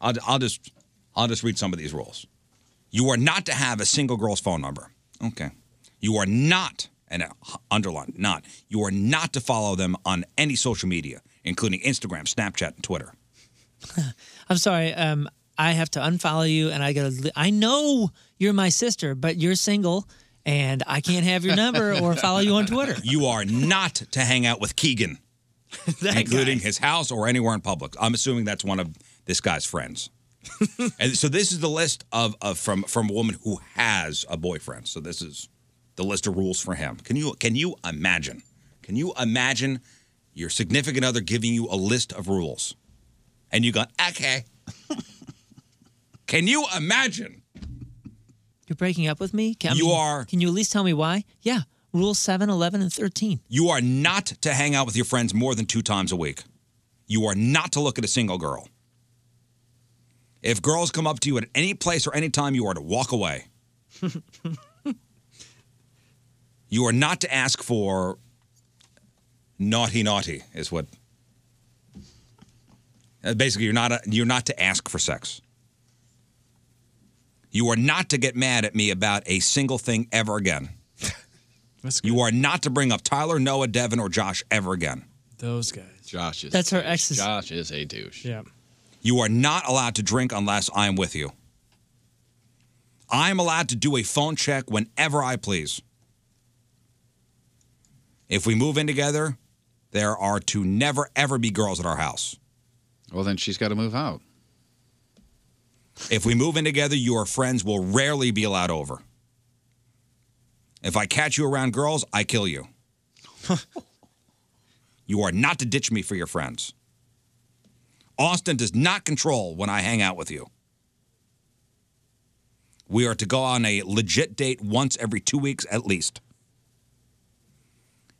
F: I'll, I'll just I'll just read some of these rules. You are not to have a single girl's phone number. Okay. You are not, and uh, underline not. You are not to follow them on any social media, including Instagram, Snapchat, and Twitter.
I: I'm sorry. Um, I have to unfollow you, and I gotta. I know you're my sister, but you're single, and I can't have your number or follow you on Twitter.
F: You are not to hang out with Keegan, including his house or anywhere in public. I'm assuming that's one of this guy's friends. and so this is the list of, of from from a woman who has a boyfriend. So this is the list of rules for him. Can you can you imagine? Can you imagine your significant other giving you a list of rules, and you go, okay. can you imagine?
I: You're breaking up with me. Can, I
F: You
I: mean,
F: are-
I: Can you at least tell me why? Yeah. Rule 7, 11, and 13.
F: You are not to hang out with your friends more than two times a week. You are not to look at a single girl. If girls come up to you at any place or any time, you are to walk away. You are not to ask for naughty naughty is what Uh, basically you're not a, you're not to ask for sex. You are not to get mad at me about a single thing ever again. You are not to bring up Tyler, Noah, Devin, or Josh ever again.
J: Those guys.
G: Josh is.
J: That's her
G: ex's. Josh is a douche.
J: Yeah.
F: You are not allowed to drink unless I am with you. I am allowed to do a phone check whenever I please. If we move in together, there are to never ever be girls at our house.
G: Well, then she's got to move out.
F: If we move in together, your friends will rarely be allowed over. If I catch you around girls, I kill you. you are not to ditch me for your friends. Austin does not control when I hang out with you. We are to go on a legit date once every two weeks at least.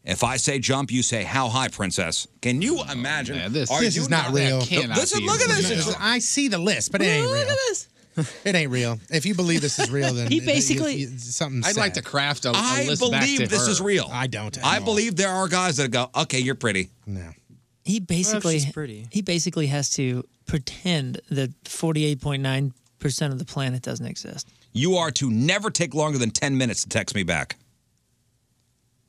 F: If I say jump, you say how high, princess. Can you imagine?
G: this
F: Are
H: this
F: you
H: is not real.
F: No, Listen, look at this. It's-
H: I see the list, but it ain't real. Look at
I: this.
H: It ain't real. If you believe this is real, then
F: He
H: it- it-
F: basically-
H: it's something.
F: I'd like
H: sad.
F: to craft a- a I list back believe to this her. is real.
H: I don't.
F: I believe there are guys that go, okay, you're pretty.
H: No.
I: He basically
F: she's pretty.
I: he basically has to pretend that 48.9% of the planet doesn't exist.
F: You are to never take longer than 10 minutes to text me back.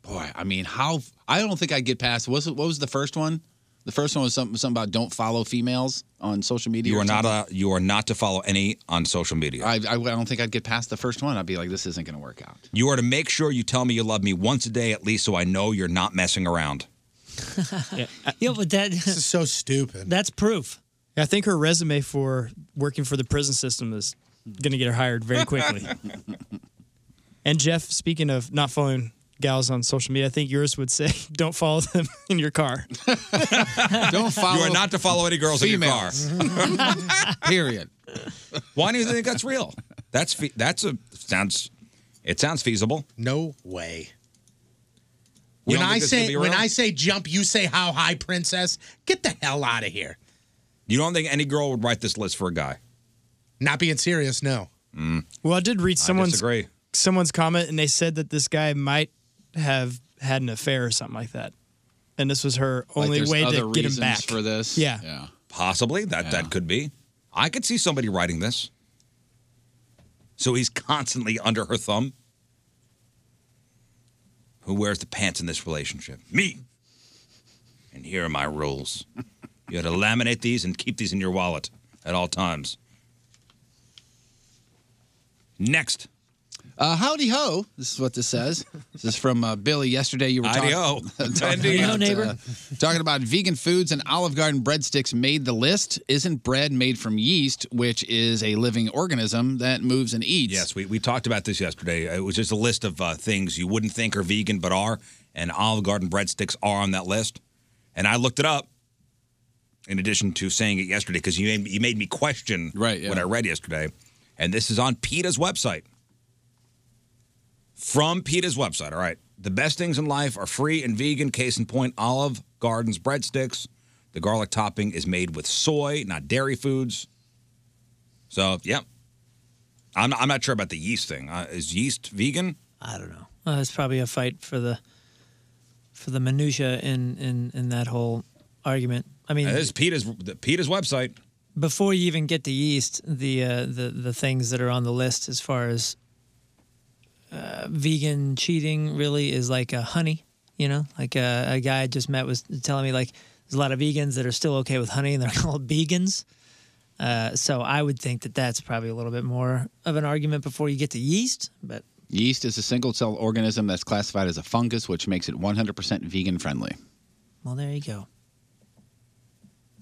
G: Boy, I mean, how? I don't think I'd get past. What's, what was the first one? The first one was something, something about don't follow females on social media.
F: You
G: or
F: are not
G: something.
F: a, Uh, you are not to follow any on social media.
G: I, I don't think I'd get past the first one. I'd be like, this isn't going to work out.
F: You are to make sure you tell me you love me once a day at least so I know you're not messing around.
I: yeah. but that this
H: is so stupid.
I: That's proof.
J: I think her resume for working for the prison system is going to get her hired very quickly. and Jeff, speaking of not following gals on social media, I think yours would say, "Don't follow them in your car."
G: Don't follow.
F: You are not to follow any girls
G: females.
F: in your car.
H: Mm-hmm.
G: Period.
F: Why do you think that's real? That's fe- that's a sounds. It sounds feasible.
H: No way.
F: You
H: When
F: don't
H: I
F: think this could
H: say
F: be
H: when
F: real?
H: I say jump, you say how high, princess. Get the hell out of here.
F: you don't think any girl would write this list for a guy?
H: Not being serious, no.
J: Mm. Well, I did read someone's
F: disagree.
J: someone's comment, and they said that this guy might have had an affair or something like that, and this was her
F: Like,
J: only
F: there's
J: way
F: other
J: to get him
F: reasons
J: back
F: for
G: this.
J: Yeah.
G: yeah,
F: possibly that that could be. I could see somebody writing this. So he's constantly under her thumb. Who wears the pants in this relationship? Me. And here are my rules. You had to laminate these and keep these in your wallet at all times. Next.
G: Uh, howdy ho. This is what this says. This is from uh, Billy. Yesterday you were
F: Howdy
G: talking,
F: ho.
G: talking,
F: Indeed.
G: about,
F: Hello, neighbor.
G: uh, talking about vegan foods and Olive Garden breadsticks made the list. Isn't bread made from yeast, which is a living organism that moves and eats?
F: Yes, we, we talked about this yesterday. It was just a list of uh, things you wouldn't think are vegan but are, and Olive Garden breadsticks are on that list. And I looked it up. In addition to saying it yesterday, because you made, you made me question what I read yesterday, and this is on PETA's website. From PETA's website, all right. The best things in life are free and vegan. Case in point, Olive Garden's breadsticks. The garlic topping is made with soy, not dairy foods. So, yeah, I'm not, I'm not sure about the yeast thing. Uh, is yeast vegan?
I: I don't know. Well, it's probably a fight for the for the minutia in in in that whole argument. I mean,
F: this is Peter's the- Peter's website.
I: before you even get to yeast, the uh, the the things that are on the list as far as uh, vegan cheating really is like a honey. You know, like uh, a guy I just met was telling me like there's a lot of vegans that are still okay with honey and they're called vegans. Uh, so I would think that that's probably a little bit more of an argument before you get to yeast, but
G: Yeast is a single cell organism that's classified as a fungus, which makes it 100% vegan friendly.
I: well, there you go.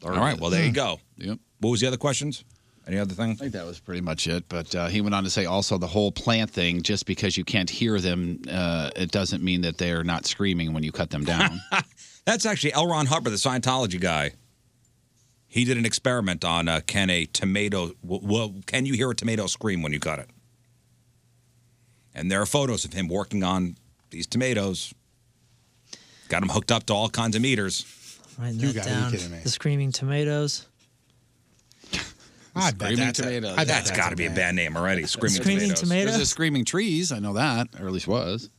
F: All right, well there you
G: Hmm.
F: go.
G: Yep.
F: What was the other questions? Any other thing? I
G: think that was pretty much it. But uh, he went on to say also the whole plant thing. Just because you can't hear them, uh, it doesn't mean that they are not screaming when you cut them down.
F: That's actually L. Ron Hubbard, the Scientology guy. He did an experiment on uh, can a tomato w- w- can you hear a tomato scream when you cut it? And there are photos of him working on these tomatoes. Got him hooked up to all kinds of meters.
I: Writing
F: You
I: that
F: gotta be
I: down.
F: kidding me.
I: The screaming tomatoes.
H: I
G: Screaming tomatoes. I bet
F: that's
G: that's
F: got
G: a
F: to be a
G: bad-
F: bad name already. Screaming, tomatoes.
G: There's a screaming trees. I know that, or at least was.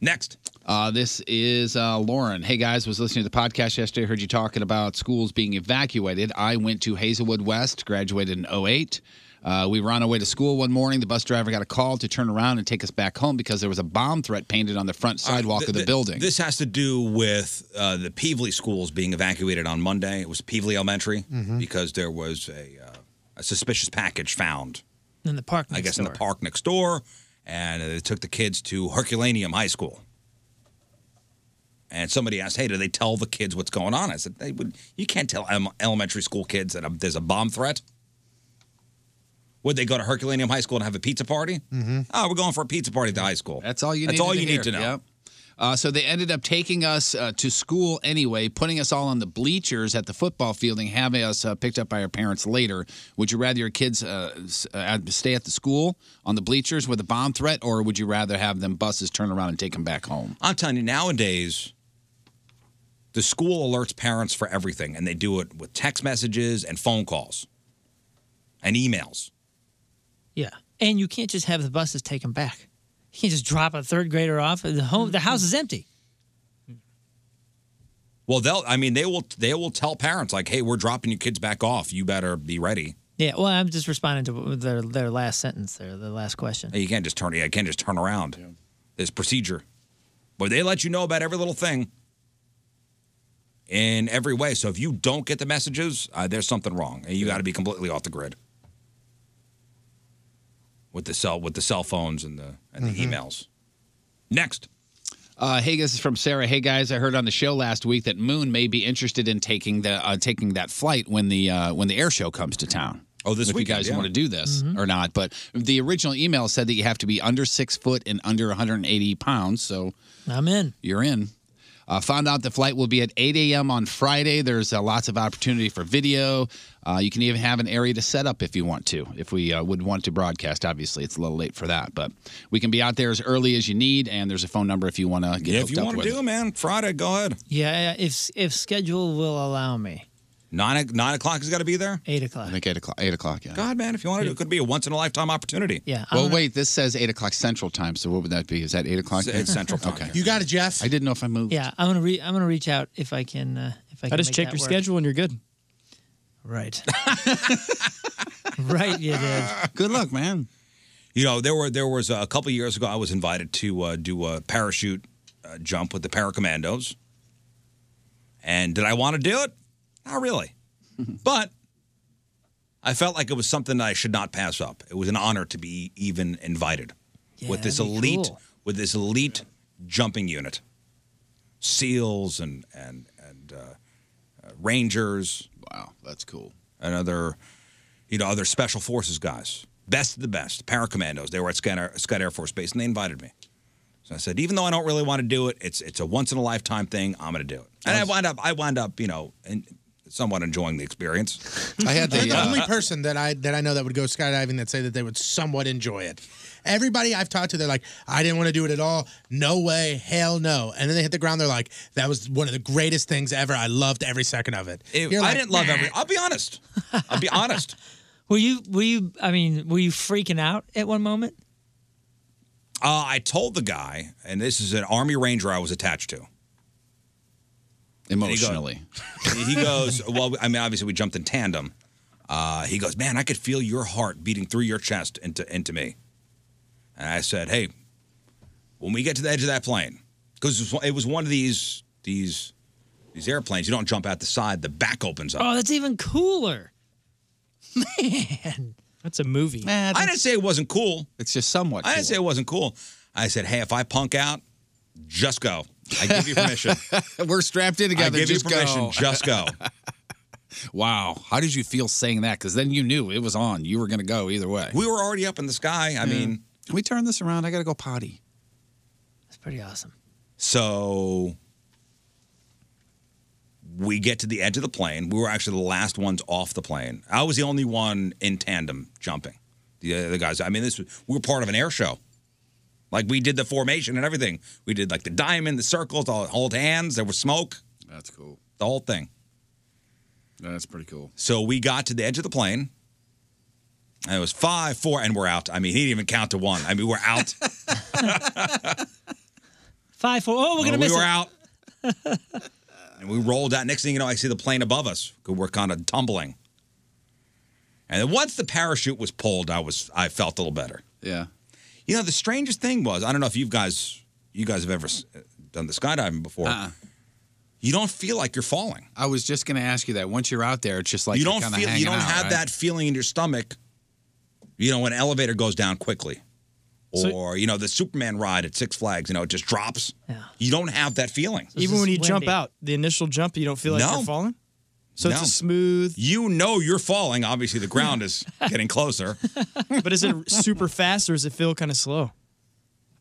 F: Next.
G: Uh, this is uh, Lauren. Hey guys, was listening to the podcast yesterday. Heard you talking about schools being evacuated. I went to Hazelwood West, graduated in 08. Uh, we were on our way to school one morning. The bus driver got a call to turn around and take us back home because there was a bomb threat painted on the front sidewalk
F: Th-
G: of the
F: th-
G: building.
F: This has to do with uh, the Peevely schools being evacuated on Monday. It was Peevely Elementary
G: Mm-hmm.
I: Mhm.
F: because there was a, uh, a suspicious package found,
I: In the park.
F: I
I: next
F: guess, in
I: door.
F: the park next door, and they took the kids to Herculaneum High School. And somebody asked, "Hey, do they tell the kids what's going on?" I said, "They would. You can't tell em- elementary school kids that a, there's a bomb threat." Would they go to Herculaneum High School and have a pizza party?
G: Mm-hmm.
F: Oh, we're going for a pizza party at the high school.
G: That's all you.
F: That's
G: needed
F: all
G: to
F: you
G: hear.
F: need to know.
G: Yep. Uh, so they ended up taking us uh, to school anyway, putting us all on the bleachers at the football field, and having us uh, picked up by our parents later. Would you rather your kids uh, s- uh, stay at the school on the bleachers with a bomb threat, or would you rather have them buses turn around and take them back home?
F: I'm telling you, nowadays The school alerts parents for everything, and they do it with text messages and phone calls and emails.
I: Yeah, and you can't just have the buses take them back. You can't just drop a third grader off. The home, the house is empty.
F: Well, they'll. I mean, they will. They will tell parents like, "Hey, we're dropping your kids back off. You better be ready."
I: Yeah, well, I'm just responding to their their last sentence there, the last question.
F: You can't just turn. You can't just turn around. There's procedure, but they let you know about every little thing in every way. So if you don't get the messages, uh, there's something wrong, and you got to be completely off the grid with the cell with the cell phones and the and the
G: Mm-hmm.
F: emails. Next.
G: Uh, hey, this is from Sarah. Hey, guys, I heard on the show last week that Moon may be interested in taking the uh, taking that flight when the uh, when the air show comes to town.
F: Oh, this
G: if
F: weekend,
G: you guys
F: yeah.
G: want to do this or not? But the original email said that you have to be under six foot and under 180 pounds. So
I: I'm in.
G: You're in. Uh, found out the flight will be at 8 a.m. on Friday. There's uh, lots of opportunity for video. Uh, you can even have an area to set up if you want to, if we uh, would want to broadcast. Obviously, it's a little late for that, but we can be out there as early as you need. And there's a phone number if you want to get
F: Yeah, if
G: hooked
F: you
G: up
F: want
G: with
F: to do it, man, Friday, go ahead.
I: Yeah, if if schedule will allow me,
F: Nine o- nine o'clock has got to be there.
I: eight o'clock.
G: I think eight o'clock. Eight o'clock. Yeah.
F: God, man, if you want to, do it, it could be a once in a lifetime opportunity.
I: Yeah.
G: Well, wait. This says eight o'clock Central Time. So what would that be? Is that eight o'clock?
F: It's- it's Central Time,
G: Okay.
F: You
G: got it, Jeff. I didn't know if I moved.
I: Yeah, I'm gonna re- I'm gonna reach out if I can uh, if I
J: I,
I: can.
J: just
I: make
J: checked
I: that
J: your
I: work.
J: schedule and you're good.
I: Right. right, you did.
G: Good luck, man.
F: You know, there were there was a couple years ago I was invited to uh, do a parachute uh, jump with the Paracommandos. And did I want to do it? Not really. but I felt like it was something I should not pass up. It was an honor to be even invited with
M: Yeah,
F: this
M: that'd be
F: elite
M: cool.
F: with this elite jumping unit. SEALs and and and uh, uh, Rangers.
G: Wow, that's cool.
F: And other, you know, other special forces guys, best of the best, paracommandos. They were at Scott Air, Scott Air Force Base, and they invited me. So I said, even though I don't really want to do it, it's it's a once in a lifetime thing. I'm going to do it. And I wound up, I wound up, you know, in, somewhat enjoying the experience.
H: I had
F: the,
H: You're the
F: uh,
H: only person that I that I know that would go skydiving that say that they would somewhat enjoy it. Everybody I've talked to, they're like, I didn't want to do it at all. No way, hell no. And then they hit the ground. They're like, that was one of the greatest things ever. I loved every second of it.
F: It-
H: You're
F: I
H: like,
F: didn't love
H: "Nah."
F: every. I'll be honest. I'll be honest.
I: Were you were you I mean, were you freaking out at one moment?
F: Uh, I told the guy, and this is an Army Ranger I was attached to. And he go-
G: Emotionally.
F: he goes, well, I mean, obviously we jumped in tandem. Uh, he goes, man, I could feel your heart beating through your chest into into me. And I said, hey, when we get to the edge of that plane, because it was one of these these these airplanes, you don't jump out the side; the back opens up.
I: Oh, that's even cooler. Man.
J: That's a movie.
F: I didn't say it wasn't cool.
G: Eh, It's just somewhat.
F: I didn't say it wasn't cool. I said, hey, if I punk out, just go. I give you permission.
G: We're strapped in together.
F: I give
G: Just
F: you permission.
G: go.
F: Just go.
G: Wow. How did you feel saying that? Because then you knew it was on. You were going to go either way.
F: We were already up in the sky. I mean,
G: can we turn this around? I got to go potty.
I: That's pretty awesome.
F: So we get to the edge of the plane. We were actually the last ones off the plane. I was the only one in tandem jumping. The other guys, I mean, this was, we were part of an air show. Like we did the formation and everything. We did like the diamond, the circles, all hold hands. There was smoke.
G: That's cool.
F: The whole thing.
G: That's pretty cool.
F: So we got to the edge of the plane. And it was five, four, and we're out. I mean, he didn't even count to one. I mean, we're out.
I: Five four oh we're gonna
F: we
I: miss
F: were
I: it.
F: out. and we rolled out. Next thing you know, I see the plane above us. We're kind of tumbling. And then once the parachute was pulled, I was I felt a little better.
G: Yeah.
F: You know, the strangest thing was I don't know if you guys you guys have ever s- done the skydiving before.
G: Uh-uh.
F: You don't feel like you're falling.
G: I was just going to ask you that. Once you're out there, it's just like
F: you
G: you're
F: don't
G: kinda
F: feel you
G: hanging
F: don't
G: out,
F: have
G: right?
F: that feeling in your stomach. You know, when an elevator goes down quickly, or
J: So-
F: you know the Superman ride at Six Flags. You know, it just drops. You don't have that feeling.
J: Even when you jump out, the initial jump, you don't feel like
F: No.
J: you're falling. So it's
F: No.
J: a smooth.
F: You know you're falling. Obviously, the ground is getting closer.
J: but is it super fast or does it feel kind of slow?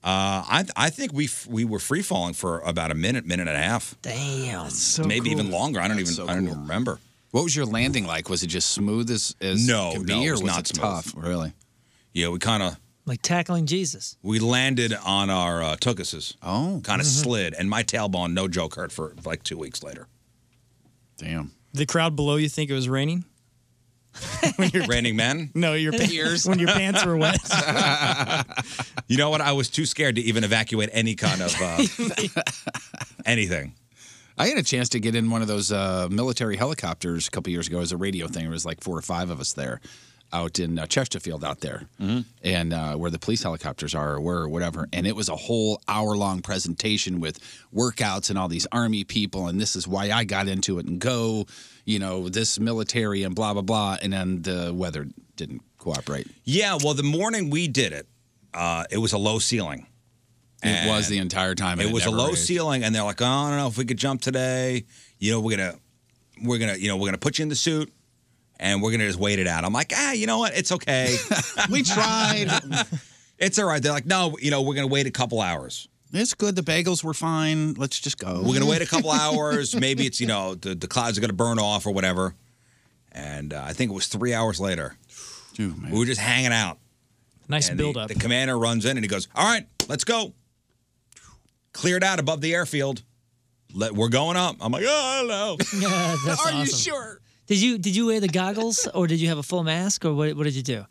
F: Uh, I I think we f- we were free falling for about a minute, minute and a half,
I: Damn.
F: maybe even longer. I don't even I don't even remember.
G: What was your landing like? Was it just smooth as, as
F: no,
G: can be,
F: no,
G: or
F: it was,
G: was
F: not
G: it
F: smooth.
G: tough? Really?
F: Yeah, we kind of
I: like tackling Jesus.
F: We landed on our uh, tuchuses. Oh. Kind of slid, and my tailbone, no joke, hurt for like two weeks later. Damn.
J: The crowd below you think it was raining?
F: Raining men?
J: No, your pants.
F: Tears.
J: When your pants were wet.
F: you know what? I was too scared to even evacuate any kind of uh, anything.
G: I had a chance to get in one of those uh, military helicopters a couple years ago as a radio thing. There was like four or five of us there out in uh, Chesterfield out there and uh, where the police helicopters are or where or whatever. And it was a whole hour long presentation with workouts and all these army people. And this is why I got into it and go, you know, this military and blah, blah, blah. And then the weather didn't cooperate.
F: Yeah, well, the morning we did it, uh, it was a low ceiling.
G: It was the entire time. and
F: It,
G: it
F: was a
G: never
F: low
G: raised.
F: ceiling, and they're like, "Oh, I don't know if we could jump today. You know, we're gonna, we're gonna, you know, we're gonna put you in the suit, and we're gonna just wait it out." I'm like, "Ah, you know what? It's okay. we tried. it's all right." They're like, "No, you know, we're gonna wait a couple hours.
G: It's good. The bagels were fine. Let's just go.
F: We're gonna wait a couple hours. Maybe it's you know the, the clouds are gonna burn off or whatever." And uh, I think it was three hours later. We were just hanging out.
J: Nice
F: And the-
J: build up.
F: The commander runs in and he goes, "All right, let's go." Cleared out above the airfield. Let, we're going up. I'm like, oh no.
I: Are you sure? Did you did you wear the goggles or did you have a full mask or what, what did you do?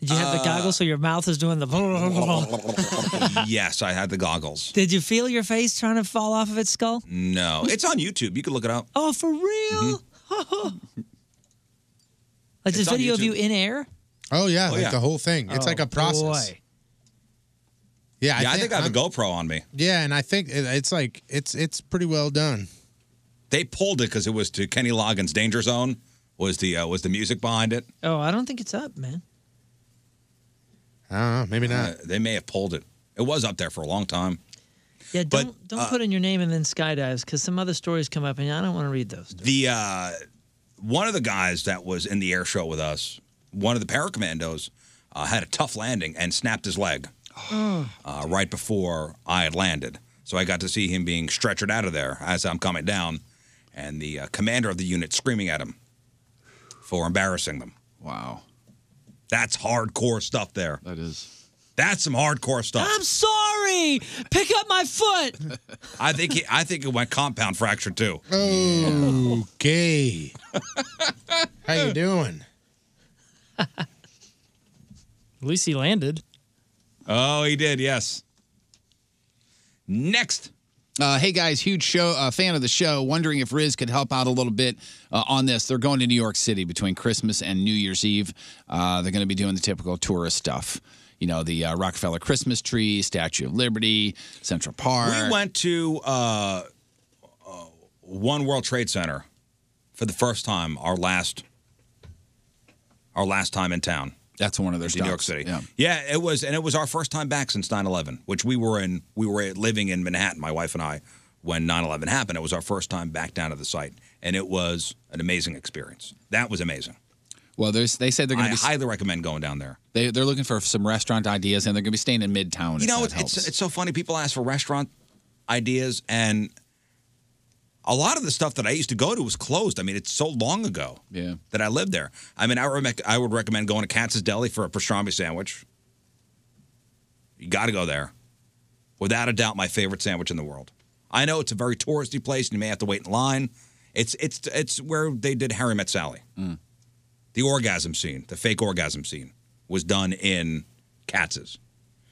I: Did you have the
F: Uh,
I: goggles so your mouth is doing the?
F: yes, I had the goggles.
I: did you feel your face trying to fall off of its skull?
F: No, it's on YouTube. You can look it up.
I: Oh, for real? like
F: Mm-hmm. It's
I: this
F: on
I: video of
F: YouTube.
I: you in air?
H: Oh yeah,
F: Oh,
H: like
F: yeah.
H: the whole thing. It's
F: Oh,
H: like a process.
F: boy.
H: Yeah,
F: I, yeah, I think I have a GoPro on me.
H: Yeah, and I think it, it's like it's it's pretty well done.
F: They pulled it because it was to Kenny Loggins' Danger Zone. Was the uh, was the music behind it?
I: Oh, I don't think it's up, man.
H: I don't know. Maybe
F: not. Uh, they may have pulled it. It was up there for a long time.
I: Yeah,
F: But,
I: don't don't
F: uh,
I: put in your name and then skydives because some other stories come up and I don't want to read those.
F: The uh, one of the guys that was in the air show with us, one of the paracommandos, uh, had a tough landing and snapped his leg
G: Oh.
F: uh, right before I had landed. So I got to see him being stretchered out of there as I'm coming down, and the uh, commander of the unit screaming at him for embarrassing them. Wow, that's hardcore stuff. There, that is. Ah! That's some hardcore stuff.
I: I'm sorry. Pick up my foot.
F: I think he, I think it went compound fracture too.
H: Okay. How you doing?
J: At least he landed.
F: Oh, he did. Yes. Next.
G: Uh, hey guys, huge show uh, fan of the show. Wondering if Riz could help out a little bit uh, on this. They're going to New York City between Christmas and New Year's Eve. Uh, they're going to be doing the typical tourist stuff. You know, the uh, Rockefeller Christmas tree, Statue of Liberty, Central Park.
F: We went to uh, uh, One World Trade Center for the first time. Our last, our last time in town.
G: That's one of their
F: in New York
G: stops,
F: City.
G: yeah.
F: it was, and it was our first time back since 9/11, which we were in. We were living in Manhattan, my wife and I, when 9/11 happened. It was our first time back down to the site, and it was an amazing experience. That was amazing.
G: Well, there's, they said they're going
F: I
G: to be.
F: highly recommend going down there.
G: they, they're looking for some restaurant ideas, and they're going to be staying in Midtown.
F: You
G: if
F: know,
G: that
F: it's,
G: helps.
F: it's it's so funny. People ask for restaurant ideas, and a lot of the stuff that I used to go to was closed. I mean, it's so long ago
G: yeah.
F: that I lived there. I mean, I would rec- I would recommend going to Katz's Deli for a pastrami sandwich. You got to go there, without a doubt, my favorite sandwich in the world. I know it's a very touristy place, and you may have to wait in line. It's it's it's where they did Harry Met Sally.
G: Mm.
F: The orgasm scene, the fake orgasm scene, was done in Katz's.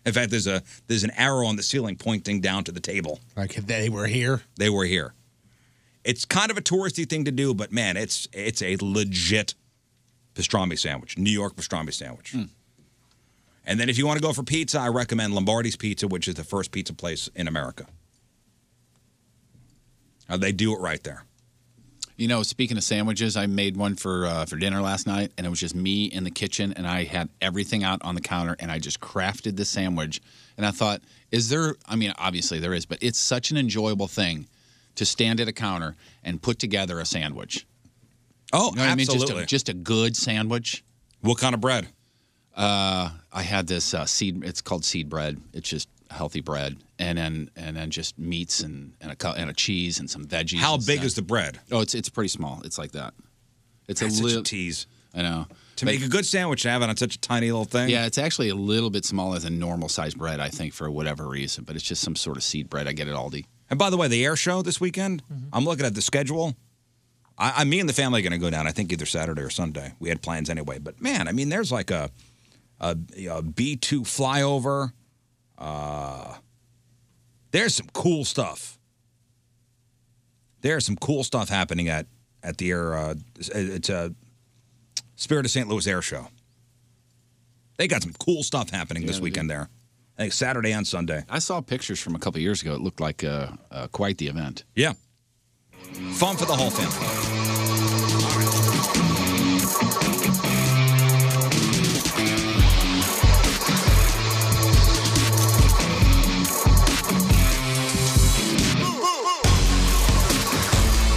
F: In fact, there's a there's an arrow on the ceiling pointing down to the table.
H: Like if they were here.
F: They were here. It's kind of a touristy thing to do, but man, it's it's a legit pastrami sandwich, New York pastrami sandwich.
H: Hmm.
F: And then if you want to go for pizza, I recommend Lombardi's Pizza, which is the first pizza place in America. Uh, they do it right there.
G: You know, speaking of sandwiches, I made one for uh, for dinner last night, and it was just me in the kitchen, and I had everything out on the counter, and I just crafted the sandwich. And I thought, is there? I mean, obviously there is, but it's such an enjoyable thing to stand at a counter and put together a sandwich.
F: Oh,
G: I mean?
F: absolutely.
G: Just a, just a good sandwich.
F: What kind of bread?
G: Uh, I had this uh, seed. It's called seed bread. It's just healthy bread, and then and then just meats and and a cou- and a cheese and some veggies.
F: How
G: and
F: big
G: stuff.
F: is the bread?
G: Oh, it's it's pretty small. It's like that. It's
F: That's
G: a
F: such a
G: little
F: tease.
G: I know.
F: To make a good sandwich, have it on such a tiny little thing.
G: Yeah, it's actually a little bit smaller than normal size bread, I think, for whatever reason. But it's just some sort of seed bread I get at Aldi.
F: And by the way, the air show this weekend,
G: Mm-hmm.
F: I'm looking at the schedule. I, I me and the family are going to go down. I think either Saturday or Sunday. We had plans anyway, but man, I mean, there's like a a, B two flyover. Uh, there's some cool stuff. There's some cool stuff happening at at the air. Uh, it's a Spirit of St. Louis Air Show. They got some cool stuff happening this weekend there. I think Saturday and Sunday.
G: I saw pictures from a couple years ago. It looked like uh, uh, quite the event.
F: Yeah. Fun for the whole family.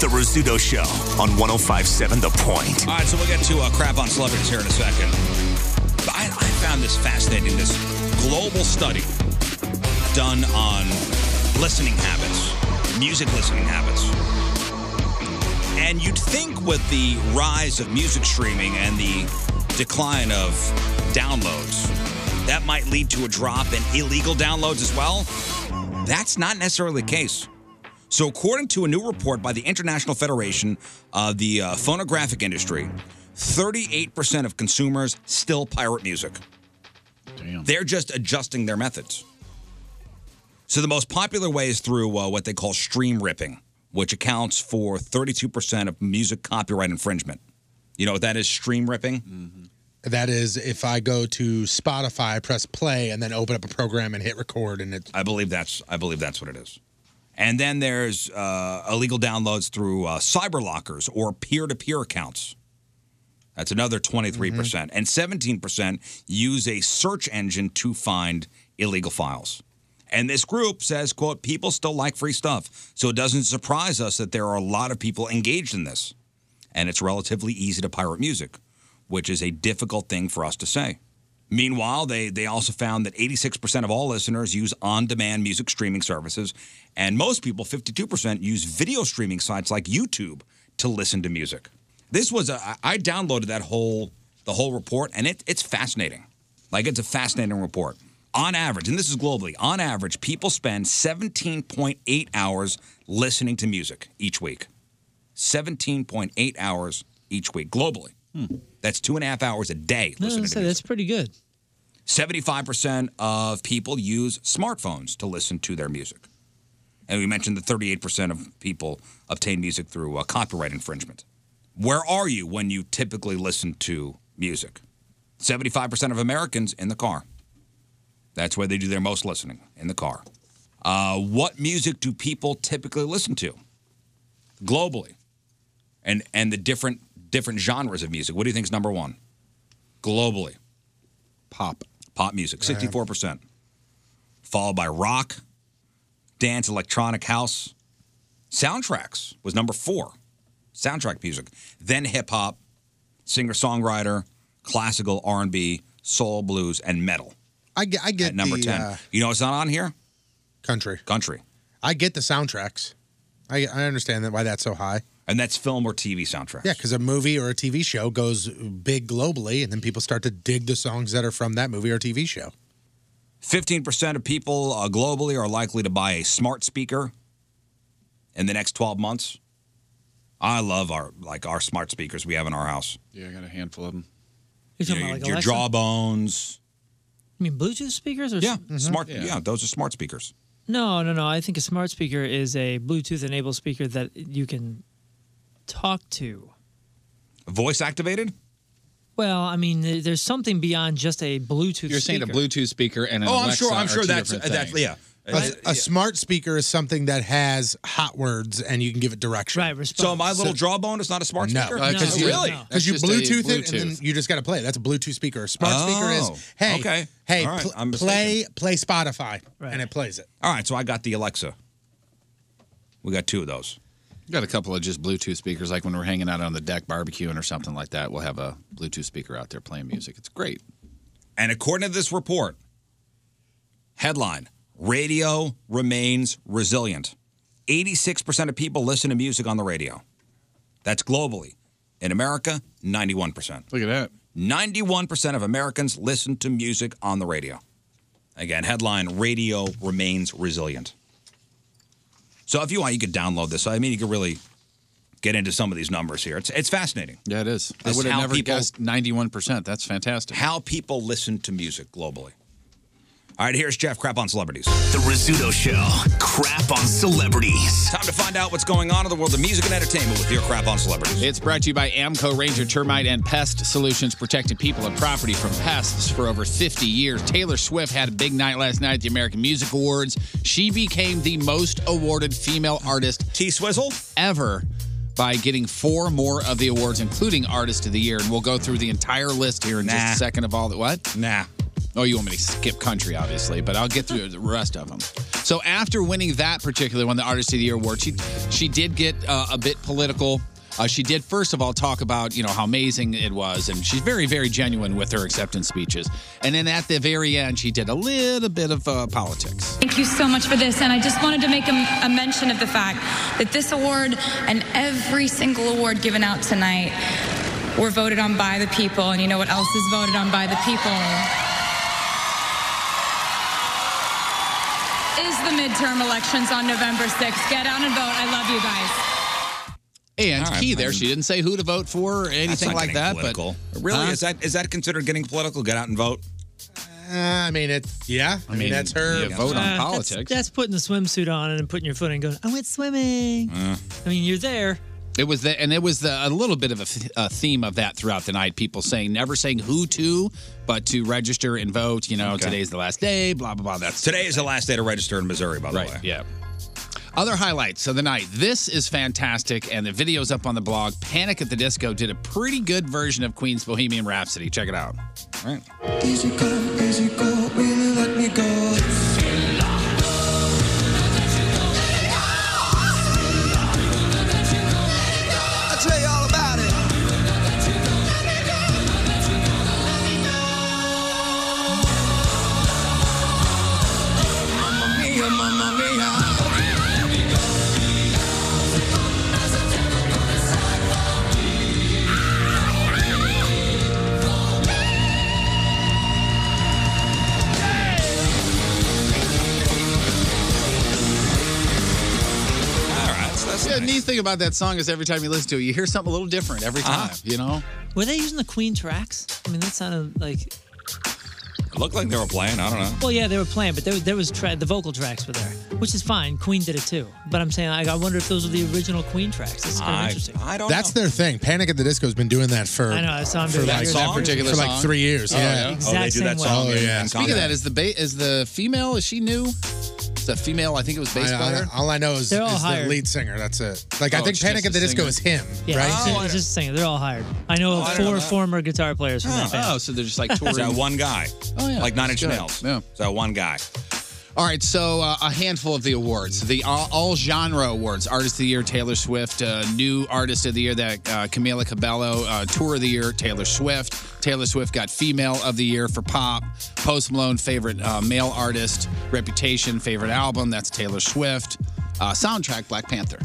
L: The Rizzuto Show on 105.7 The Point.
F: All right, so we'll get to uh, crap on celebrities here in a second. But I, I found this fascinating. This global study done on listening habits, music listening habits. And you'd think with the rise of music streaming and the decline of downloads, that might lead to a drop in illegal downloads as well. That's not necessarily the case. So, according to a new report by the International Federation of the uh, Phonographic Industry, 38% of consumers still pirate music. They're just adjusting their methods. So, the most popular way is through uh, what they call stream ripping, which accounts for 32% of music copyright infringement. You know what that is stream ripping?
H: That is, if I go to Spotify, press play, and then open up a program and hit record, and it.
F: I believe that's I believe that's what it is. And then there's uh, illegal downloads through uh, cyber lockers or peer-to-peer accounts. That's another 23%. percent And 17% use a search engine to find illegal files. And this group says, quote, people still like free stuff. So it doesn't surprise us that there are a lot of people engaged in this. And it's relatively easy to pirate music, which is a difficult thing for us to say. Meanwhile, they, they also found that 86% of all listeners use on demand music streaming services, and most people, 52%, use video streaming sites like YouTube to listen to music. This was, a, I- I downloaded that whole, the whole report, and it, it's fascinating. Like, it's a fascinating report. On average, and this is globally, on average, people spend 17.8 hours listening to music each week. 17.8 hours each week, globally. That's two and a half hours a day
I: No,
F: listening to
I: so that's pretty good.
F: 75% of people use smartphones to listen to their music. And we mentioned that 38% of people obtain music through uh, copyright infringement. Where are you when you typically listen to music? 75% of Americans in the car. That's where they do their most listening, in the car. Uh, what music do people typically listen to globally? And, and the different, different genres of music. What do you think is number one globally?
G: Pop.
F: Pop music, 64%. Followed by rock, dance, electronic house. Soundtracks was number four. Soundtrack music. Then hip hop, singer songwriter, classical R and B, soul, blues, and metal.
H: I get, I get
F: At number
H: the,
F: ten.
H: uh,
F: you know it's not on here?
H: Country.
F: Country.
H: I get the soundtracks. I, I understand that why that's so high.
F: And that's film or TV soundtrack.
H: Yeah, because a movie or a TV show goes big globally, and then people start to dig the songs that are from that movie or TV show.
F: 15% of people uh, globally are likely to buy a smart speaker in the next 12 months. I love our like our smart speakers we have in our house.
G: Yeah, I got a handful of them.
I: You're talking
F: your,
I: about like
F: your
I: Alexa?
F: jawbones.
I: I mean, Bluetooth speakers or Mm-hmm.
F: yeah, Smart.
G: Mm-hmm.
F: Yeah. those are smart speakers.
I: No, no, no. I think a smart speaker is a Bluetooth enabled speaker that you can talk to.
F: Voice activated?
I: Well, I mean, there- there's something beyond just a Bluetooth.
G: You're saying a Bluetooth speaker and an
I: Oh,
G: Alexa
I: I'm sure- I'm
G: are
I: sure
G: two
F: uh,
I: that's-
G: different
I: that's-
G: things.
I: yeah.
H: A, a smart speaker is something that has hot words, and you can give it direction. Right.
F: So my little jawbone is not a smart speaker?
H: No, because
F: No.
H: you,
F: Really?
H: Because you
F: That's just a
H: Bluetooth, it, and then
F: Bluetooth.
H: you just got to play. it. That's a Bluetooth speaker. A smart
F: Oh,
H: speaker is hey,
F: okay.
H: hey,
F: All right,
H: pl-
F: I'm
H: play
F: mistaken.
H: play Spotify, and it plays it.
F: All right, so I got the Alexa. We got two of those.
G: Got a couple of just Bluetooth speakers, like when we're hanging out on the deck barbecuing or something like that. We'll have a Bluetooth speaker out there playing music. It's great.
F: And according to this report, headline Radio remains resilient. 86% of people listen to music on the radio. That's globally. In America, 91%.
G: Look at that.
F: 91% of Americans listen to music on the radio. Again, headline Radio Remains Resilient. So if you want, you could download this. I mean, you could really get into some of these numbers here. It's, it's fascinating.
G: Yeah, it is.
F: This
G: I
F: is
G: would have
F: how
G: never
F: people-
G: guessed 91%. That's fantastic.
F: How people listen to music globally. All right, here's Jeff Crap on Celebrities.
L: The Rizzuto Show. Crap on celebrities.
F: Time to find out what's going on in the world of music and entertainment with your crap on celebrities.
G: It's brought to you by Amco Ranger Termite and Pest Solutions, protecting people and property from pests for over 50 years. Taylor Swift had a big night last night at the American Music Awards. She became the most awarded female artist
F: T Swizzle
G: ever by getting four more of the awards, including Artist of the Year. And we'll go through the entire list here in
F: Nah.
G: just a second of all that. What?
F: Nah.
G: Oh, you want me to skip country, obviously, but I'll get through the rest of them. So after winning that particular one, the Artist of the Year award, she she did get uh, a bit political. Uh, she did first of all talk about you know how amazing it was, and she's very very genuine with her acceptance speeches. And then at the very end, she did a little bit of uh, politics.
M: Thank you so much for this. And I just wanted to make a, a mention of the fact that this award and every single award given out tonight were voted on by the people. And you know what else is voted on by the people? Is the midterm elections on November 6th. Get out and vote. I love you guys.
G: And
F: All right,
G: key there,
F: I mean-
G: she didn't say who to vote for or anything
F: not
G: like
F: getting
G: that.
F: political.
G: But
F: really,
G: Huh?
F: is that is that considered getting political? Get out and vote.
H: Uh, I mean, it's yeah. I, mean, that's her
I: Uh, that's- That's, putting the swimsuit on and putting your foot in and going, I went swimming. I mean, you're there.
G: It was the, and it was the, a little bit of a, th- a theme of that throughout the night. People saying, never saying who to, but to register and vote. You know, today's the last day. Blah blah blah. That's
F: today is the last day to register in Missouri. By the way,
G: yeah. Other highlights of the night. This is fantastic, and the video's up on the blog. Panic at the Disco did a pretty good version of Queen's Bohemian Rhapsody. Check it out. All right.
N: Easy go, easy go, will you let me go?
O: I'll tell you all about it.
N: Mamma mia, mamma mia.
G: The neat thing about that song is every time you listen to it, you hear something a little different every
H: Uh-huh.
G: time. You know.
I: Were they using the Queen tracks? I mean, that sounded like.
F: It looked like they were playing. I don't know.
I: Well, yeah, they were playing, but there, there was tra- the vocal tracks were there, which is fine. Queen did it too. But I'm saying, like, I wonder if those are the original Queen tracks. It's kind of interesting.
F: I
H: That's their thing. Panic at the Disco's been doing that for
I: I know, I saw 'em
H: for
I: do that
H: like
I: song? particular
H: for like
I: song?
H: three years.
I: Oh,
H: yeah,
I: yeah. Oh, they Exact do that same way. song
H: Oh
I: in-
H: yeah.
I: in
G: Speaking of that, is the ba- is the female? Is she new? Is the female? I think it was bass
H: I- I-
G: player.
H: all I know is,
G: They're all
H: is the
G: hired.
H: lead singer. That's it. Like I
G: Oh,
H: think
G: it's
H: Panic
G: just
H: at the
G: the
H: Disco
G: singer.
H: is him,
I: Yeah,
H: right?
F: Oh,
I: it's, it's just saying they're all hired. I know
G: Oh,
I: of
G: I don't
I: four
G: know that.
I: former guitar players from that band.
G: Oh, so they're just like touring.
F: Is that one guy?
G: Oh, yeah,
F: Like Nine
G: that's
F: Inch
G: good.
F: Nails. Yeah. So one guy.
G: All right, so uh, a handful of the awards. The all, all genre awards Artist of the Year, Taylor Swift. Uh, new Artist of the Year, that uh, Camila Cabello. Uh, Tour of the Year, Taylor Swift. Taylor Swift got Female of the Year for Pop. Post Malone, favorite uh, male artist. Reputation, favorite album, that's Taylor Swift. Uh, soundtrack, Black Panther.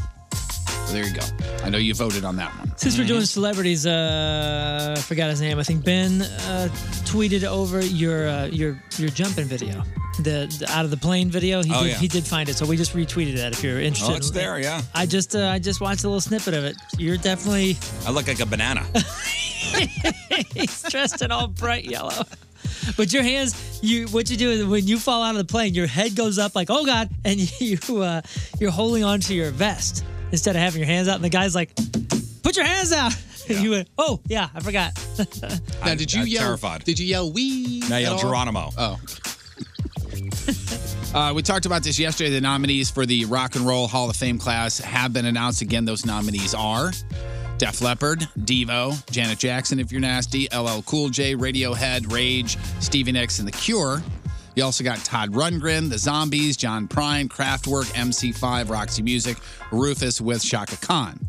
G: So there you go. I know you voted on that one.
I: Since we're doing celebrities, uh, I forgot his name. I think Ben uh, tweeted over your uh, your your jumping video, the, the out of the plane video. He
F: Oh,
I: did
F: yeah.
I: he did find it, so we just retweeted that. If you're interested,
F: Oh, it's there, yeah.
I: I just uh, I just watched a little snippet of it. You're definitely
F: I look like a banana.
I: he's dressed in all bright yellow. But your hands, you what you do is when you fall out of the plane, your head goes up like oh god, and you uh, you're holding onto your vest instead of having your hands out. And the guy's like, put your hands out. And you went oh yeah, I forgot.
G: Now, did you
F: I'm
G: yell?
F: terrified.
G: Did you yell wee?
F: Now
G: at
F: yell
G: all?
F: Geronimo.
G: Oh. Uh, we talked about this yesterday. The nominees for the Rock and Roll Hall of Fame class have been announced again. Those nominees are Def Leppard, Devo, Janet Jackson, if you're nasty, LL Cool J, Radiohead, Rage, Stevie Nicks, and The Cure. You also got Todd Rundgren, The Zombies, John Prine, Kraftwerk, MC5, Roxy Music, Rufus with Shaka Khan.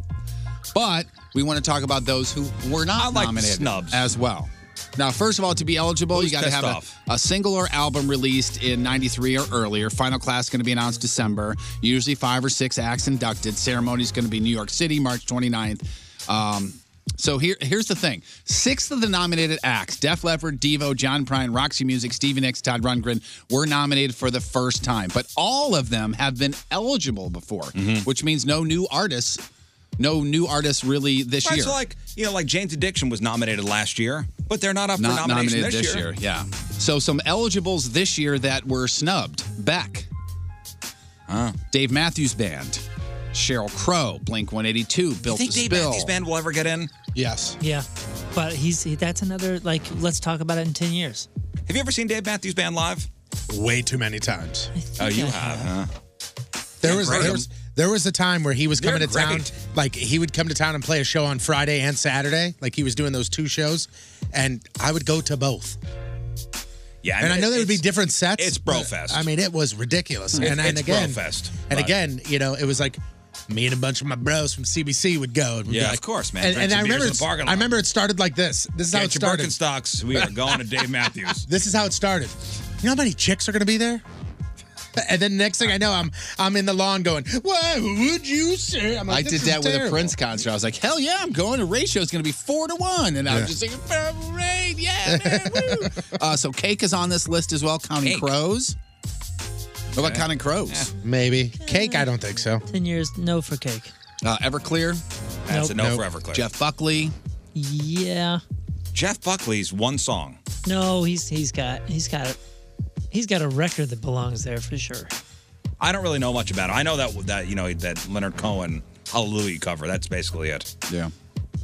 G: But we want to talk about those who were not
F: like
G: nominated
F: snubs.
G: as well. Now, first of all, to be eligible,
F: Who's
G: you got to
F: pissed
G: have a-
F: off?
G: a single or album released in 93 or earlier. Final class going to be announced December. Usually five or six acts inducted. Ceremony is going to be New York City, March 29th. Um, So here, here's the thing. Six of the nominated acts, Def Leppard, Devo, John Prine, Roxy Music, Stevie Nicks, Todd Rundgren, were nominated for the first time. But all of them have been eligible before,
F: Mm-hmm.
G: which means no new artists, no new artists really this
F: Right,
G: year.
F: so like you know, like Jane's Addiction was nominated last year, but they're not up for
G: Not
F: nomination
G: nominated
F: this,
G: this year, yeah. So some eligibles this year that were snubbed: Beck, Dave Matthews Band, Cheryl Crow, Blink 182, Bill
I: You think Dave Matthews Band
F: will ever get in?
H: Yes.
I: Yeah, but he's he- that's another like let's talk about it in ten years.
F: Have you ever seen Dave Matthews Band live?
H: Way too many times.
F: Oh, you
H: I
F: have, huh?
H: There
F: They're
H: was
F: great.
H: there was there was a time where he was
F: They're
H: coming to town.
F: great.
H: Like he would come to town and play a show on Friday and Saturday. Like he was doing those two shows, and I would go to both.
F: Yeah,
H: and I know there would be different sets.
F: it's
H: but,
F: Brofest.
H: I mean, it was ridiculous.
F: It's-
H: and, and
F: it's
H: again,
F: Brofest,
H: and
F: but-
H: again, you know, it was like me and a bunch of my bros from CBC would go. And we'd be
F: Yeah,
H: like-
F: of course, man.
H: And,
F: Drink
H: and
F: some
H: I remember,
F: beers in the
H: it's-
F: parking lot.
H: I remember it started like this. This is how it
F: Get your
H: started.
F: Birkenstocks. We are going to Dave Matthews.
H: This is how it started. You know how many chicks are going to be there? And then next thing I know, I'm I'm in the lawn going, "Why would you say?" I'm
G: I
H: like,
G: did
H: "This is
G: that with a
H: terrible."
G: Prince concert. I was like, hell yeah, I'm going. The ratio is going to be four to one. And I was
H: Yeah.
G: just thinking, parade, yeah. man, woo." uh, so Cake is on this list as well, Counting
H: Cake.
G: Crows. What about
H: Okay.
G: Counting Crows?
H: Maybe cake. I don't think so.
I: Ten years, no for cake.
G: Uh, Everclear.
F: That's a no
G: Nope.
F: for Everclear.
G: Jeff Buckley.
I: Yeah,
F: Jeff Buckley's one song.
I: no, he's he's got he's got a, he's got a record that belongs there for sure.
F: I don't really know much about it. I know that that you know that Leonard Cohen Hallelujah cover. That's basically it.
G: Yeah.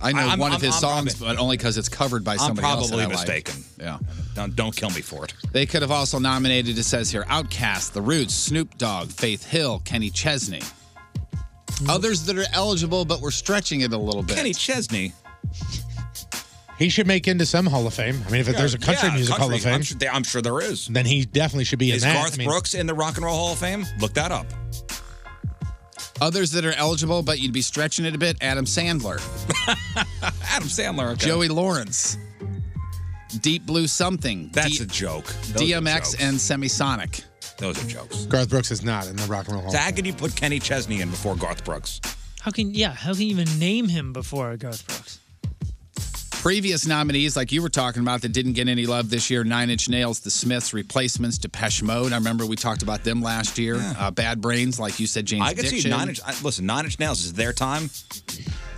G: I know
F: I'm-
G: one
F: I'm-
G: of his
F: I'm
G: songs,
F: probably-
G: but only because it's covered by
F: I'm
G: somebody else.
F: probably
G: that I like.
F: mistaken.
G: Yeah.
F: Don't, don't kill me for it.
G: They could have also nominated, it says here, Outkast, The Roots, Snoop Dogg, Faith Hill, Kenny Chesney. Others that are eligible, but we're stretching it a little bit.
F: Kenny Chesney.
H: He should make into some Hall of Fame. I mean, if there's a country
F: Yeah,
H: music Hall of
F: country.
H: Fame,
F: I'm sure, I'm sure there is.
H: then he definitely should be in
F: Is
H: that.
F: Garth
H: I mean,
F: Brooks in the Rock and Roll Hall of Fame? Look that up.
G: Others that are eligible, but you'd be stretching it a bit, Adam Sandler.
F: Adam Sandler. okay.
G: Joey Lawrence. Deep Blue Something. That's a
F: joke. Those are
G: DMX
F: jokes.
G: and Semisonic.
F: Those are jokes.
H: Garth Brooks is not in the Rock and Roll Hall.
F: So how could you put Kenny Chesney in before Garth Brooks?
I: How can yeah? How can you even name him before Garth Brooks?
G: Previous nominees, like you were talking about, that didn't get any love this year Nine Inch Nails, The Smiths, Replacements, Depeche Mode. I remember we talked about them last year. Uh, Bad Brains, like you said, James
F: I could see
G: Addiction.
F: Nine Inch. I, listen, Nine Inch Nails is their time.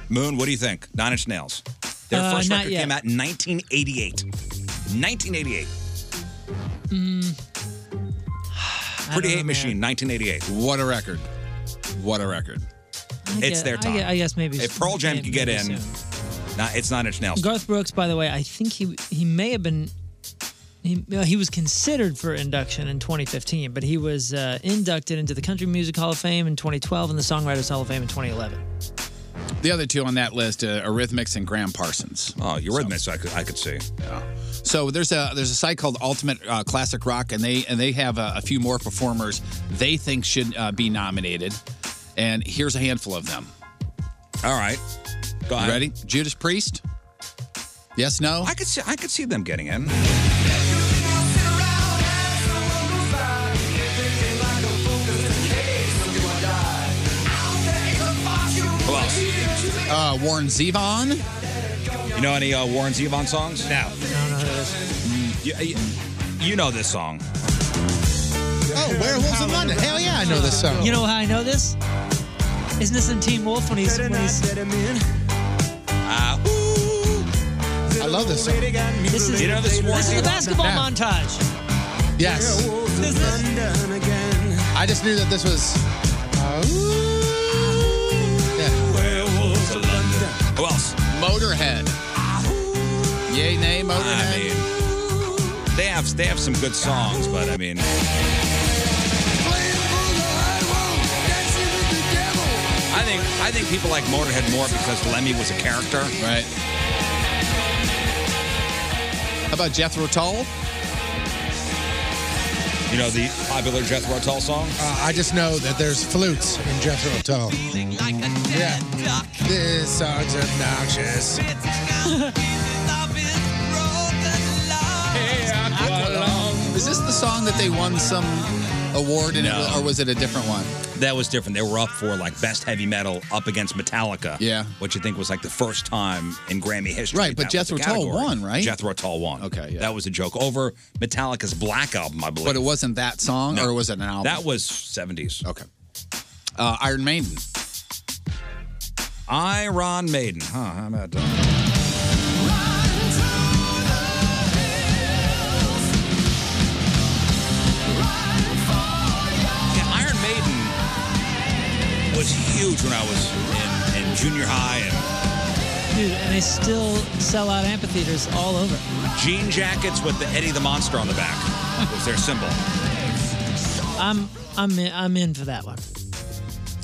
F: Moon, what do you think? Nine Inch Nails. Their
I: Uh,
F: first
I: not
F: record
I: yet.
F: came out in 1988. 1988.
I: Mm,
F: Pretty Hate Machine, 1988.
G: What a record. What a record.
I: I
F: It's
I: gue-
F: their
I: I
F: time.
I: gue- I guess maybe
F: If Pearl Jam
I: maybe-
F: could get
I: maybe
F: in,
I: soon.
F: not, it's Nine Inch Nails.
I: Garth Brooks, by the way, I think he he may have been he, uh, he was considered for induction in 2015, but he was uh, inducted into the Country Music Hall of Fame in 2012 and the Songwriters Hall of Fame in 2011.
G: The other two on that list uh, are Rhythmics and Graham Parsons.
F: Oh, Eurythmics, I could I could see.
G: Yeah. So there's a there's a site called Ultimate uh, Classic Rock, and they and they have a, a few more performers they think should uh, be nominated, and here's a handful of them.
F: All right, go ahead.
G: Ready? Judas Priest. Yes, no.
F: I could see I could see them getting in. Who else?
G: Uh, Warren Zevon.
F: You know any uh, Warren Zevon songs? No. You, you, you know this song.
H: Oh, Werewolves in London. Hell yeah, I know this song.
I: You know how I know this? Isn't this in Team Wolf when he's when he's
G: Uh,
H: I love this song.
I: this is, this is the basketball montage.
H: Yes. I just knew that this was.
F: Werewolves of London. Who else?
G: Motorhead. Yay, nay, Motorhead.
F: I mean, they have they have some good songs, but I mean, I think I think people like Motorhead more because Lemmy was a character.
G: Right. How about Jethro Tull?
H: Uh,
F: You know the popular Jethro Tull song.
H: Uh, I just know that there's flutes in Jethro Tull. Yeah. This song's obnoxious.
G: Is this the song that they won some award, and it was- or was it a different one?
F: That was different. They were up for like best heavy metal up against Metallica.
G: Yeah.
F: which you think was like the first time in Grammy history.
G: Right, but
F: that was the
G: Jethro Tull
F: category.
G: won, right?
F: Jethro Tull won. Okay, that was a joke over Metallica's Black album, I believe.
G: But it wasn't that song,
F: No.
G: or was it an album?
F: That was seventies.
G: Okay. Uh, Iron Maiden.
F: Iron Maiden. Huh? How about uh, that? Yeah, Iron Maiden was huge when I was in, in junior high, and
I: Dude, and they still sell out amphitheaters all over.
F: jean jackets with the Eddie the Monster on the back was their symbol.
I: I'm I'm in, I'm in for that one.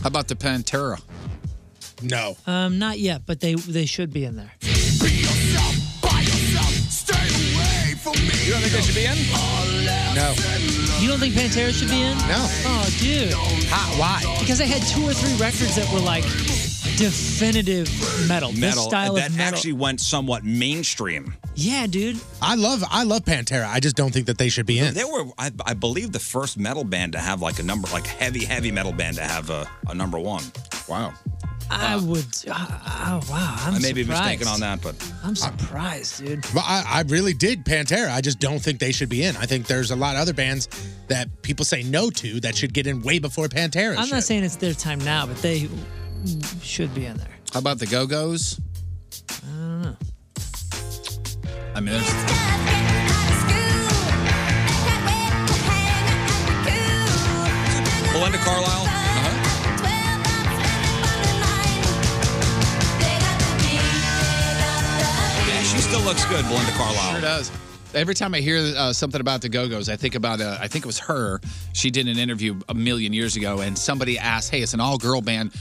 G: How about the Pantera?
H: No.
I: Um, not yet, but they they should be in there.
F: You don't think they should be in?
G: No.
I: You don't think Pantera should be in?
G: No.
I: Oh, dude.
G: Why?
I: Because they had two or three records that were like definitive
F: Metal
I: metal. This style
F: that
I: of metal.
F: actually went somewhat mainstream.
I: Yeah, dude.
H: I love I love Pantera. I just don't think that they should be in.
F: They were, I, I believe, the first metal band to have like a number, like heavy, heavy metal band to have a, a number one. Wow.
I: I would. Oh, wow. I'm
F: uh, I may be
I: surprised.
F: mistaken on that, but
I: I'm surprised, dude.
H: But I, I really dig Pantera. I just don't think they should be in. I think there's a lot of other bands that people say no to that should get in way before Pantera.
I: I'm
H: should.
I: not saying it's their time now, but they should be in there.
G: How about the Go Go's?
I: I don't know.
G: I mean, there's.
F: Belinda Carlisle. Uh-huh. Yeah, she still looks good, Belinda Carlisle.
G: Sure does. Every time I hear uh, something about the Go Go's, I think about, uh, I think it was her. She did an interview a million years ago, and somebody asked, Hey, it's an all girl band.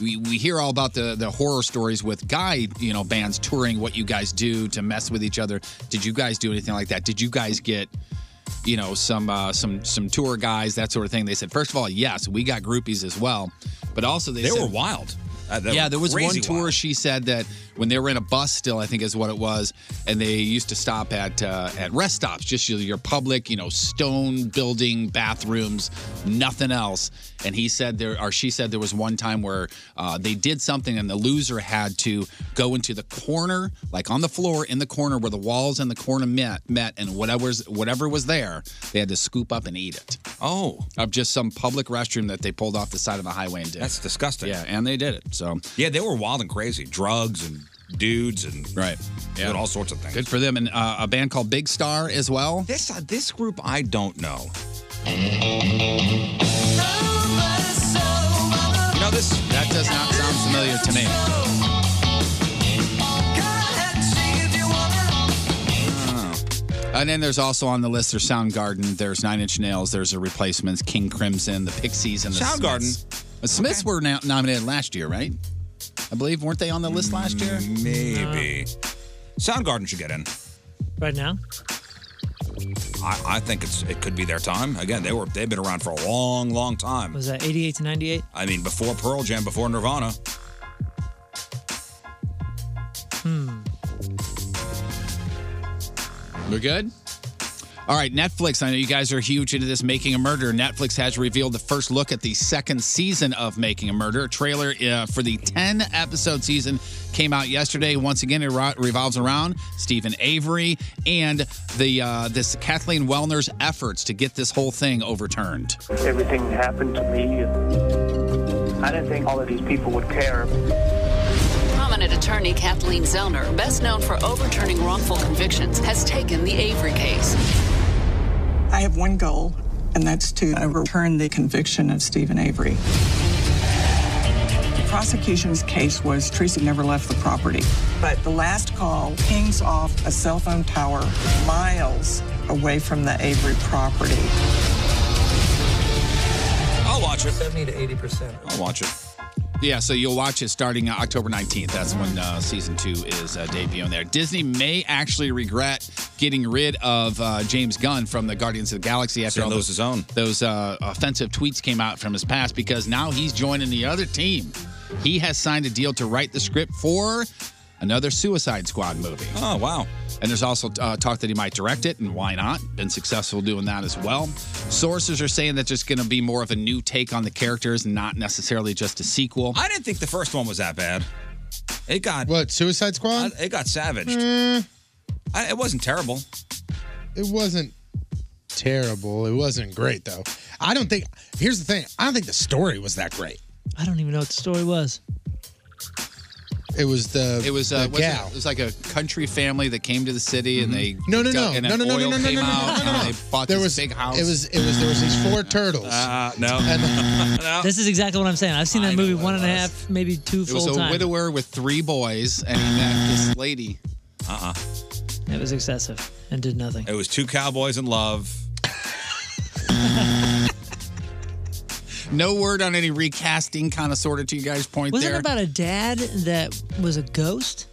G: We, we hear all about the, the horror stories with guy you know bands touring what you guys do to mess with each other. Did you guys do anything like that? Did you guys get you know some uh, some some tour guys that sort of thing? They said first of all yes we got groupies as well, but also they
F: They
G: said-
F: were wild. Uh, they
G: yeah,
F: were
G: there was one
F: crazy
G: tour she said that when they were in a bus still, I think is what it was, and they used to stop at uh, at rest stops, just your, your public, you know, stone building bathrooms, nothing else. And he said there, or she said there was one time where uh, they did something, and the loser had to go into the corner, like on the floor in the corner where the walls and the corner met, met, and whatever's whatever was there, they had to scoop up and eat it.
F: Oh,
G: of just some public restroom that they pulled off the side of the highway and did.
F: That's disgusting.
G: Yeah, and they did it. So
F: yeah, they were wild and crazy. Drugs and dudes and
G: right,
F: yeah, all sorts of things.
G: Good for them. And uh, a band called Big Star as well.
F: This uh, this group I don't know. You know this?
G: That does not sound familiar to me. Oh. And then there's also on the list there's Soundgarden, there's Nine Inch Nails, there's the Replacements, King Crimson, the Pixies, and the
F: Soundgarden?
G: Smiths. The Smiths were now nominated last year, right? I believe weren't they on the list last year?
F: Maybe. Soundgarden should get in.
I: Right now?
F: I, I think it's it could be their time. Again, they were they've been around for a long, long time.
I: Was that 88 to 98?
F: I mean, before Pearl Jam, before Nirvana.
I: Hmm.
G: We're good? All right, Netflix. I know you guys are huge into this Making a Murder. Netflix has revealed the first look at the second season of Making a Murder. A trailer uh, for the 10 episode season came out yesterday. Once again, it ro- revolves around Stephen Avery and the uh, this Kathleen Wellner's efforts to get this whole thing overturned.
P: Everything happened to me. I didn't think all of these people would care.
E: Prominent attorney Kathleen Zellner, best known for overturning wrongful convictions, has taken the Avery case.
Q: I have one goal, and that's to overturn the conviction of Stephen Avery. The prosecution's case was Tracy never left the property, but the last call pings off a cell phone tower miles away from the Avery property.
F: I'll watch it.
P: 70 to 80 percent.
F: I'll watch it.
G: Yeah, so you'll watch it starting uh, October 19th. That's when uh, season two is uh, debuting there. Disney may actually regret getting rid of uh, James Gunn from the Guardians of the Galaxy after
F: Saying
G: all
F: that was
G: those,
F: his own.
G: those uh, offensive tweets came out from his past because now he's joining the other team. He has signed a deal to write the script for another Suicide Squad movie.
F: Oh, wow.
G: And there's also uh, talk that he might direct it, and why not? Been successful doing that as well. Sources are saying that there's going to be more of a new take on the characters, not necessarily just a sequel.
F: I didn't think the first one was that bad. It got
H: what Suicide Squad? Mm.
F: it got savaged. I, it wasn't terrible.
H: It wasn't terrible. It wasn't great though. I don't think. Here's the thing. I don't think the story was that great.
I: I don't even know what the story was.
H: It was the.
G: It was uh,
H: the
G: was it,
H: gal. Mm-hmm.
G: it was like a country family that came to the city and they
H: No, no,
G: dug-
H: no.
G: and
H: No,
G: then
H: no, no, no,
G: oil
H: no, no,
G: came
H: no, no,
G: out
H: no, no,
G: and
H: no.
G: they bought
H: There
G: this
H: was-
G: big house.
H: It was. It was. There was these four turtles. uh,
F: Uh, no.
I: This is exactly what I'm saying. I've seen that movie one and a half, maybe two
G: It was
I: full
G: a
I: times.
G: widower with three boys and he met this lady.
I: Uh-huh.
F: Uh uh
I: It was excessive and did nothing.
F: It was two cowboys in love.
G: No word on any recasting, kind of sort of to you guys' point
I: Wasn't
G: there.
I: it about a dad that was a ghost?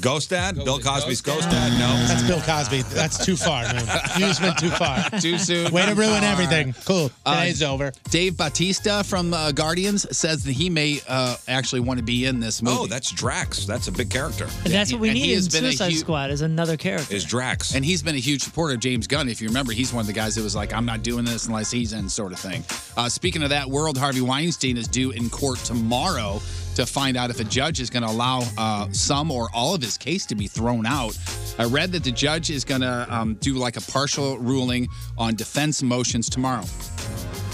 F: Ghost Dad? Bill Cosby's Ghost Dad? No.
H: That's Bill Cosby. That's too far, man. You just went too far.
G: Too soon.
H: Way to
G: too
H: ruin
G: far.
H: everything. Cool.
G: Uh,
H: Today's over.
G: Dave Bautista from uh, Guardians says that he may uh, actually want to be in this movie.
F: Oh, that's Drax. That's a big character.
I: And that's what we
G: And he
I: need in
G: has been a
I: Suicide
G: hu-
I: Squad is another character.
F: Is Drax.
G: And he's been a huge supporter of James Gunn. If you remember, he's one of the guys that was like, I'm not doing this unless he's in, sort of thing. Uh, speaking of that, World Harvey Weinstein is due in court tomorrow to find out if a judge is going to allow uh, some or all of his case to be thrown out. I read that the judge is going to um, do like a partial ruling on defense motions tomorrow.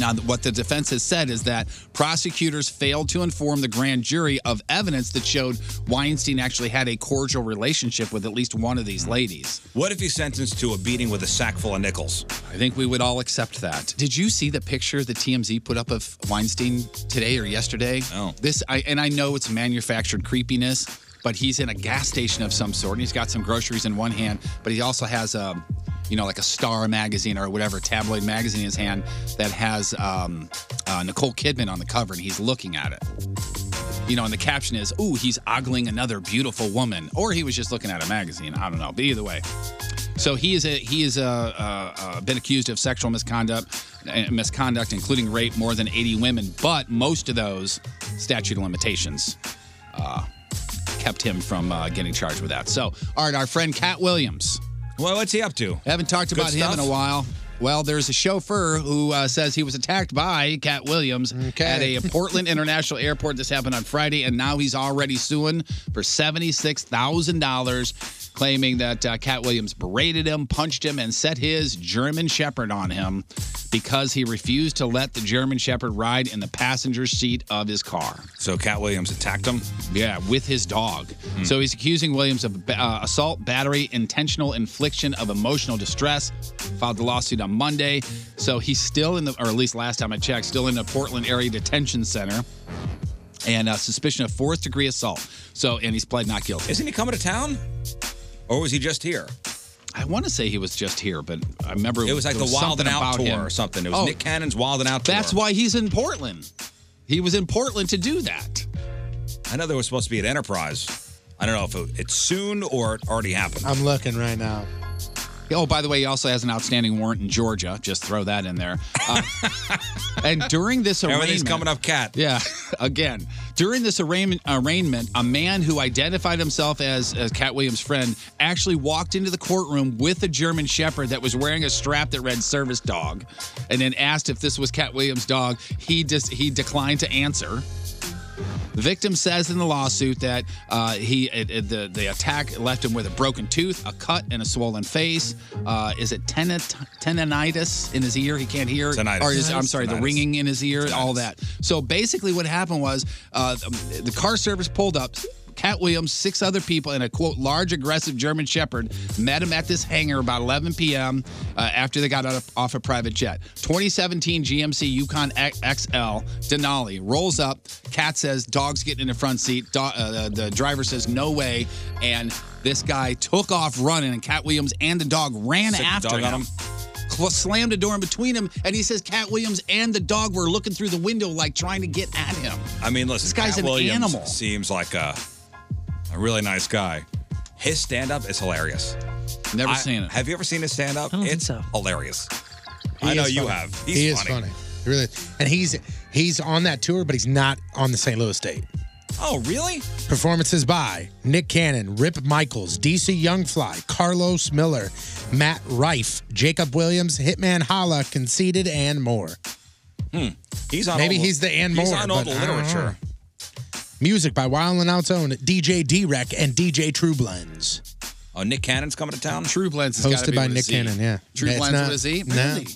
G: Now, th- what the defense has said is that prosecutors failed to inform the grand jury of evidence that showed Weinstein actually had a cordial relationship with at least one of these ladies.
F: What if he's sentenced to a beating with a sack full of nickels?
G: I think we would all accept that. Did you see the picture that TMZ put up of Weinstein today or yesterday? No. This, I, and I know it's manufactured creepiness, but he's in a gas station of some sort, and he's got some groceries in one hand, but he also has um, a, you know, like a Star magazine or whatever tabloid magazine in his hand that has um, uh, Nicole Kidman on the cover, and he's looking at it. You know, and the caption is, "Ooh, he's ogling another beautiful woman," or he was just looking at a magazine. I don't know, but either way, so he is a, he is a, uh, uh, been accused of sexual misconduct, uh, misconduct including rape, more than 80 women, but most of those statute of limitations uh, kept him from uh, getting charged with that. So, all right, our friend Cat Williams.
F: Well, what's he up to?
G: Haven't talked
F: Good
G: about
F: stuff?
G: him in a while. Well, there's a chauffeur who uh, says he was attacked by Cat Williams at a Portland International Airport. This happened on Friday, and now he's already suing for $76,000, claiming that uh, Cat Williams berated him, punched him, and set his German Shepherd on him because he refused to let the German Shepherd ride in the passenger seat of his car.
F: So Cat Williams attacked him? Hmm.
G: Yeah, with his dog. So he's accusing Williams of uh, assault, battery, intentional infliction of emotional distress. Filed the lawsuit on Monday. So he's still in the, or at least last time I checked, still in the Portland area detention center. And uh, suspicion of fourth degree assault. So, and he's pled not guilty.
F: Isn't he coming to town? Or was he just here?
G: I want to say he was just here, but I remember
F: It was like
G: there
F: the Wild
G: something
F: and Out
G: about
F: tour
G: him.
F: or something. It was
G: Oh,
F: Nick Cannon's Wild and Out tour.
G: That's why he's in Portland. He was in Portland to do that.
F: I know there was supposed to be an Enterprise. I don't know if it, it's soon or it already happened.
H: I'm looking right now.
G: Oh, by the way, he also has an outstanding warrant in Georgia. Just throw that in there. Uh, and during this arraignment,
F: Everything's coming up, Cat.
G: Yeah, again. During this arraignment, arraignment, a man who identified himself as, as Cat Williams' friend actually walked into the courtroom with a German Shepherd that was wearing a strap that read "service dog," and then asked if this was Cat Williams' dog. He just he declined to answer. The victim says in the lawsuit that uh, he it, it- the the attack left him with a broken tooth, a cut, and a swollen face. Uh, is it tenant, tenonitis in his ear? He can't hear.
F: Tinnitus.
G: Or is, I'm sorry, the
F: Tinnitus.
G: ringing in his ear, all that. So basically, what happened was uh, the the car service pulled up. Cat Williams, six other people, and a quote large aggressive German Shepherd met him at this hangar about 11 p.m. Uh, after they got out of, off a private jet. 2017 GMC Yukon X- XL Denali rolls up. Cat says, "Dog's getting in the front seat." Do- uh, the driver says, "No way!" And this guy took off running, and Cat Williams and the dog ran
F: Set the
G: after
F: dog on
G: him
F: him.
G: cl- slammed a door in between him, and he says Cat Williams and the dog were looking through the window, like trying to get at him.
F: I mean, listen,
G: This guy's
F: Cat
G: an
F: Williams
G: animal.
F: Seems like a, a really nice guy. His stand up is hilarious.
G: Never
F: I-
G: seen it.
F: Have you ever seen his stand up? It's hilarious.
H: He
F: I know
H: is
F: you
H: funny.
F: have. He's
H: he is funny. He really, is. and he's he's on that tour, but he's not on the St. Louis date.
F: Oh, really?
H: Performances by Nick Cannon, Rip Michaels, DC Youngfly, Carlos Miller, Matt Rife, Jacob Williams, Hitman Hala, Conceited, and more.
F: Hmm. He's on
H: Maybe
F: all the-
H: he's the and more.
F: He's on all
H: but
F: the
H: I don't know.
F: literature.
H: Music by Wild and Out's own DJ D-Rec and DJ True Blends.
F: Oh, Nick Cannon's coming to town.
G: True Blends has gotta
H: Hosted
G: be
H: by
G: with a
H: Nick
G: Z.
H: Cannon, yeah.
G: True
H: It's
G: Blends
H: not-
G: with a Z?
H: No.
G: Really?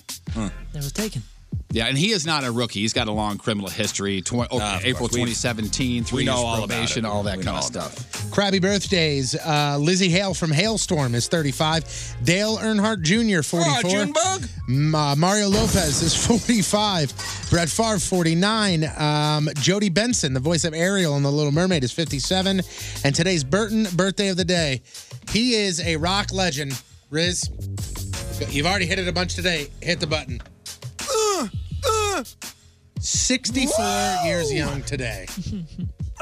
I: That was taken.
G: Yeah, and he is not a rookie. He's got a long criminal history. Tw- oh, April
F: course. We've-
G: 2017, three
F: we know
G: years
F: all about
G: probation,
F: it.
G: all that
F: We
G: kind
F: know
G: of
F: all about
G: stuff.
H: Crabby birthdays. Uh, Lizzie Hale from Hailstorm is 35. Dale Earnhardt Jr., 44. M- uh, Mario Lopez is 45. Brett Favre, 49. Um, Jodie Benson, the voice of Ariel in The Little Mermaid, is 57. And today's Burton birthday of the day. He is a rock legend. Riz, you've already hit it a bunch today. Hit the button. 64 years young today.
F: Oh,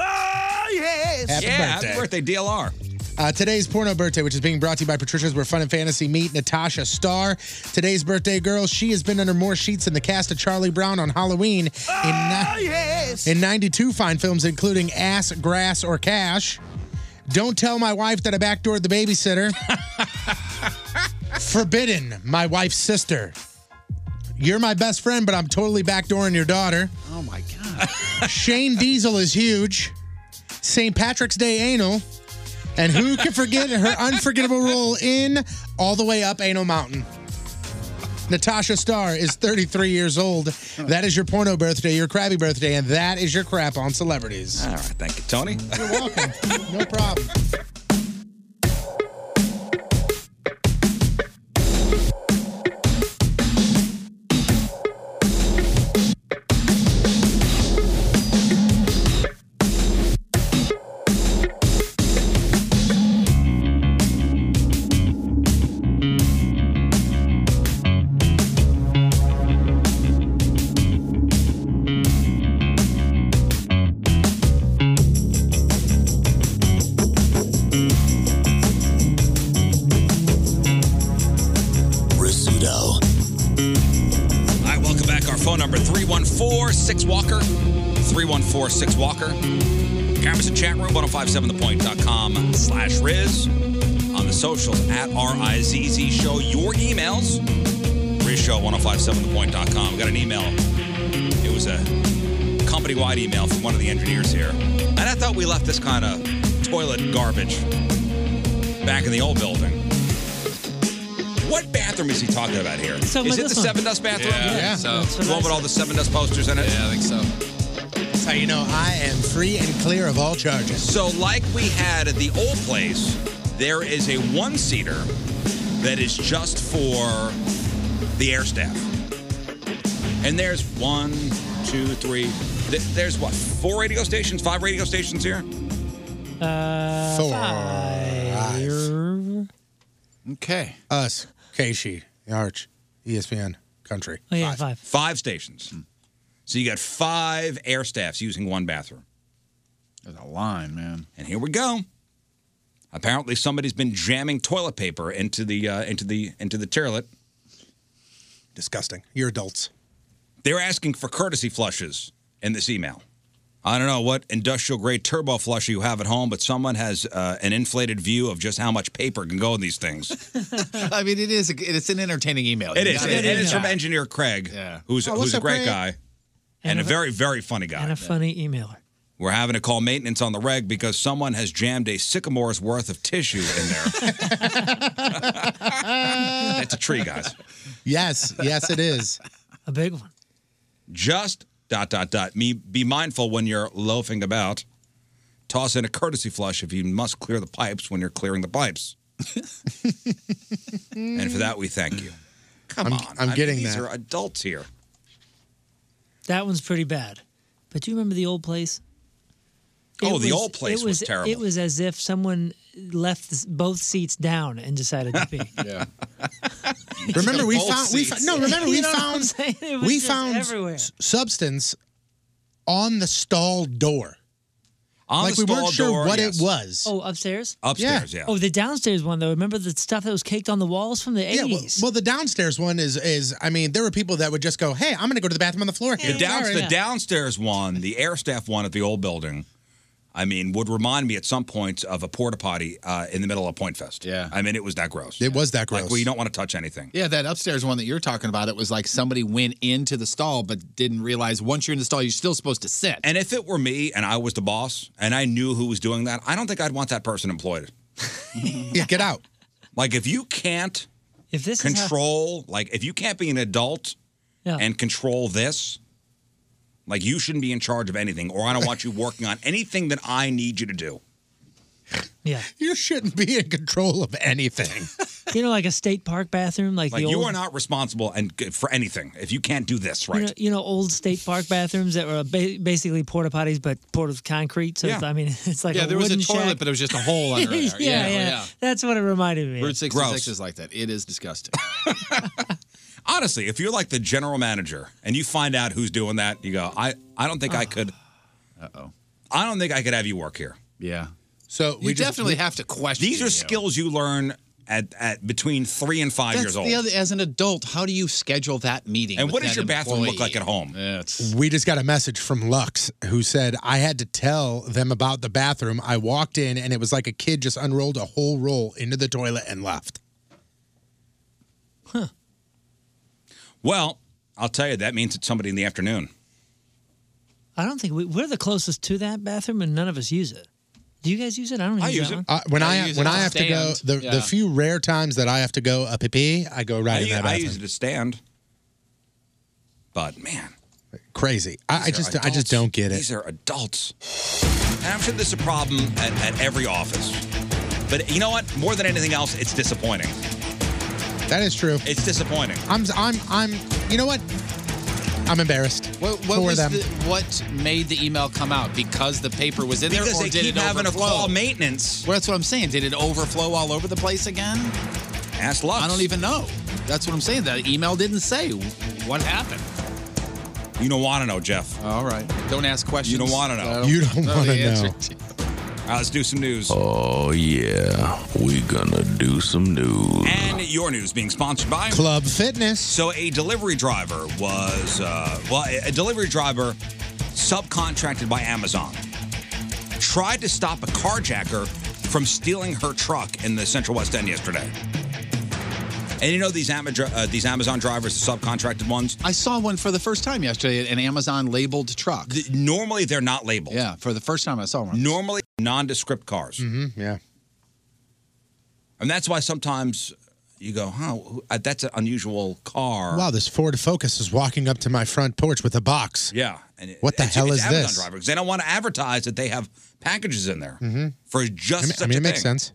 R: Ah,
F: yes.
H: Happy
F: yeah, happy
H: birthday.
F: birthday, DLR.
H: Uh, today's porno birthday, which is being brought to you by Patricia's Where Fun and Fantasy Meet Natasha Starr. Today's birthday girl, she has been under more sheets than the cast of Charlie Brown on Halloween in,
G: Ah,
H: ni- in 92 fine films, including Ass, Grass, or Cash. Don't tell my wife that I backdoored the babysitter. Forbidden, my wife's sister. You're my best friend, but I'm totally backdooring your daughter.
G: Oh my God.
H: Shane Diesel is huge. St. Patrick's Day anal. And who can forget her unforgettable role in All the Way Up Anal Mountain? Natasha Starr is 33 years old. That is your porno birthday, your crabby birthday, and that is your crap on celebrities.
F: All right, thank you, Tony.
H: You're welcome. no problem.
F: Rizzuto. All right, welcome back. Our phone number 314 6 Walker. 314 6 Walker. Cameras and chat room, 1057thepoint.com slash Riz. On the socials at R I Z Z Show. Your emails, Riz Show, 1057thepoint.com. We got an email. It was a company wide email from one of the engineers here. And I thought we left this kind of toilet garbage back in the old building. What bathroom is he talking about here? Is
G: He's talking
F: it
G: about
F: the
G: this one.
F: Seven Dust bathroom?
G: Yeah, I think Yeah. so. That's what
F: The one
G: I
F: with all the Seven Dust posters in it? Yeah,
G: I think so.
H: That's how you know I am free and clear of all charges.
F: So, like we had at the old place, there is a one seater that is just for the air staff. And there's one, two, three. th- There's what, four radio stations, five radio stations here?
I: Uh,
H: Four.
G: Okay.
H: Us, Keishi, Arch, E ESPN, Country.
I: Oh, yeah, five.
F: Five stations.
G: Hmm.
F: So you got five air staffs using one bathroom.
G: There's a line, man.
F: And here we go. Apparently somebody's been jamming toilet paper into the uh, into the into the toilet.
H: Disgusting. You're adults.
F: They're asking for courtesy flushes in this email. I don't know what industrial grade turbo flusher you have at home, but someone has uh, an inflated view of just how much paper can go in these things.
G: I mean, it is. It's an entertaining email.
F: It
G: You
F: is.
G: gotta-
F: And it's from engineer Craig, who's,
G: Oh,
F: who's
G: what's
F: a
G: up,
F: great
G: Craig?
F: guy and,
I: And
F: a
I: a-
F: very, very funny guy.
I: And a funny emailer.
F: We're having to call maintenance on the reg because someone has jammed a sycamore's worth of tissue in there. That's a tree, guys.
H: Yes, yes, it is.
I: A big one.
F: Just dot dot dot. Me be mindful when you're loafing about. Toss in a courtesy flush if you must clear the pipes when you're clearing the pipes.
G: Mm.
F: and for that we thank you. Mm. Come
H: I'm-
F: on.
H: I'm
F: I mean,
H: getting
F: these
H: that.
F: are adults here.
I: That one's pretty bad. But do you remember the old place?
F: Oh, the old place
I: it
F: was terrible.
I: It was as if someone left s- both seats down and decided to pee.
G: yeah.
H: Remember, we found we found, no. Remember, we
I: You know what I'm
H: found
I: saying? It was
H: we
I: just
H: found
I: everywhere.
H: s- substance on the stall door.
F: On
H: like
F: the
H: we
F: stall
H: weren't sure
F: door,
H: what
F: yes.
H: it was.
I: Oh, upstairs?
F: Upstairs, Yeah. yeah.
I: Oh, the downstairs one though. Remember the stuff that was caked on the walls from the
H: Yeah, well,
I: eighties?
H: well, the downstairs one is is I mean, there were people that would just go, "Hey, I'm going to go to the bathroom on the floor."
F: The,
H: here."
F: down,
H: Sorry.
F: the downstairs one, the air staff one at the old building, I mean, would remind me at some point of a porta potty uh, in the middle of Point Fest. Yeah. I mean, it was that gross.
H: It was that gross.
F: Like, well, you don't want to touch anything.
G: Yeah, that upstairs one that you're talking about, it was like somebody went into the stall but didn't realize once you're in the stall, you're still supposed to sit.
F: And if it were me and I was the boss and I knew who was doing that, I don't think I'd want that person employed.
H: yeah, get out.
F: Like, if you can't
I: if this is how-
F: control, like, if you can't be an adult
I: Yeah.
F: and control this, like, you shouldn't be in charge of anything, or I don't want you working on anything that I need you to do.
I: Yeah.
H: You shouldn't be in control of anything.
I: you know, like a state park bathroom, like,
F: Like,
I: the old,
F: you are not responsible and for anything if you can't do this,
I: you
F: right?
I: know- You know, old state park bathrooms that were ba- basically porta potties, but poured with concrete. So it's,
G: Yeah.
I: I mean, it's like
G: yeah,
I: a
G: there was a
I: wooden
G: toilet,
I: shack.
G: but it was just a hole under there. oh,
I: yeah, yeah, That's what it reminded me. of.
G: Route 66 is like that. It is disgusting.
F: Honestly, if you're like the general manager and you find out who's doing that, you go, I, I don't think
G: Uh-huh.
F: I could. Uh oh. I don't think I could have you work here.
G: Yeah.
H: So
G: You we just- definitely have to question.
F: These are skills you learn at, at between three and five
G: That's
F: years old.
G: the other, as an adult, how do you schedule that meeting?
F: and
G: with
F: what does
G: that
F: your bathroom
G: employee?
F: look like at home?
H: We just got a message from Lux who said I had to tell them about the bathroom. I walked in and it was like a kid just unrolled a whole roll into the toilet and left.
F: Well, I'll tell you, that means it's somebody in the afternoon.
I: I don't think we, we're the closest to that bathroom, and none of us use it. Do you guys use it? I don't use, that one.
H: Uh, when I when I have to go, the, the few rare times that I have to go a pee, I go right
F: I,
H: in
F: u-
H: that
F: I
H: bathroom.
F: use it to stand. But man,
H: Crazy. I, I
F: these are
H: just I just
F: adults.
H: don't get it.
F: These are adults. And I'm sure this is a problem at, at every office. But you know what? More than anything else, it's disappointing.
H: That is true.
F: It's disappointing.
H: I'm I'm I'm. You know what? I'm embarrassed
G: What, what,
H: for
G: was
H: them.
G: the, what made the email come out? Because the paper was in
F: Because
G: there, or
F: they
G: did
F: keep
G: it
F: having to
G: overflow?
F: call maintenance.
G: Well, that's what I'm saying. Did it overflow all over the place again?
F: Ask Lux.
G: I don't even know. That's what I'm saying. That email didn't say what happened.
F: You don't want to know, Jeff.
G: All right. Don't ask questions.
F: You don't want to
G: I
F: know.
G: don't You don't know wanna the answer know.
F: All right, let's do some news.
S: Oh, yeah. We gonna do some news.
F: And your news being sponsored by
H: Club Fitness.
F: So a delivery driver was, uh, well, a- a delivery driver subcontracted by Amazon tried to stop a carjacker from stealing her truck in the Central West End yesterday. And you know these, Ama- uh, these Amazon drivers, the subcontracted ones,
G: I saw one for the first time yesterday, an Amazon labeled truck.
F: normally they're not labeled.
G: Yeah, for the first time I saw one.
F: normally nondescript cars.
H: Mm-hmm, yeah.
F: And that's why sometimes you go, huh, who- uh, that's an unusual car.
H: Wow, this Ford Focus is walking up to my front porch with a box.
F: Yeah. And it-
H: What the
F: it's-
H: hell
F: it's
H: is
F: Amazon
H: this?
F: driver, 'cause they don't want to advertise that they have packages in there
H: Mm-hmm.
F: for just
H: I mean,
F: such
H: I mean
F: a
H: it makes
F: thing.
H: sense.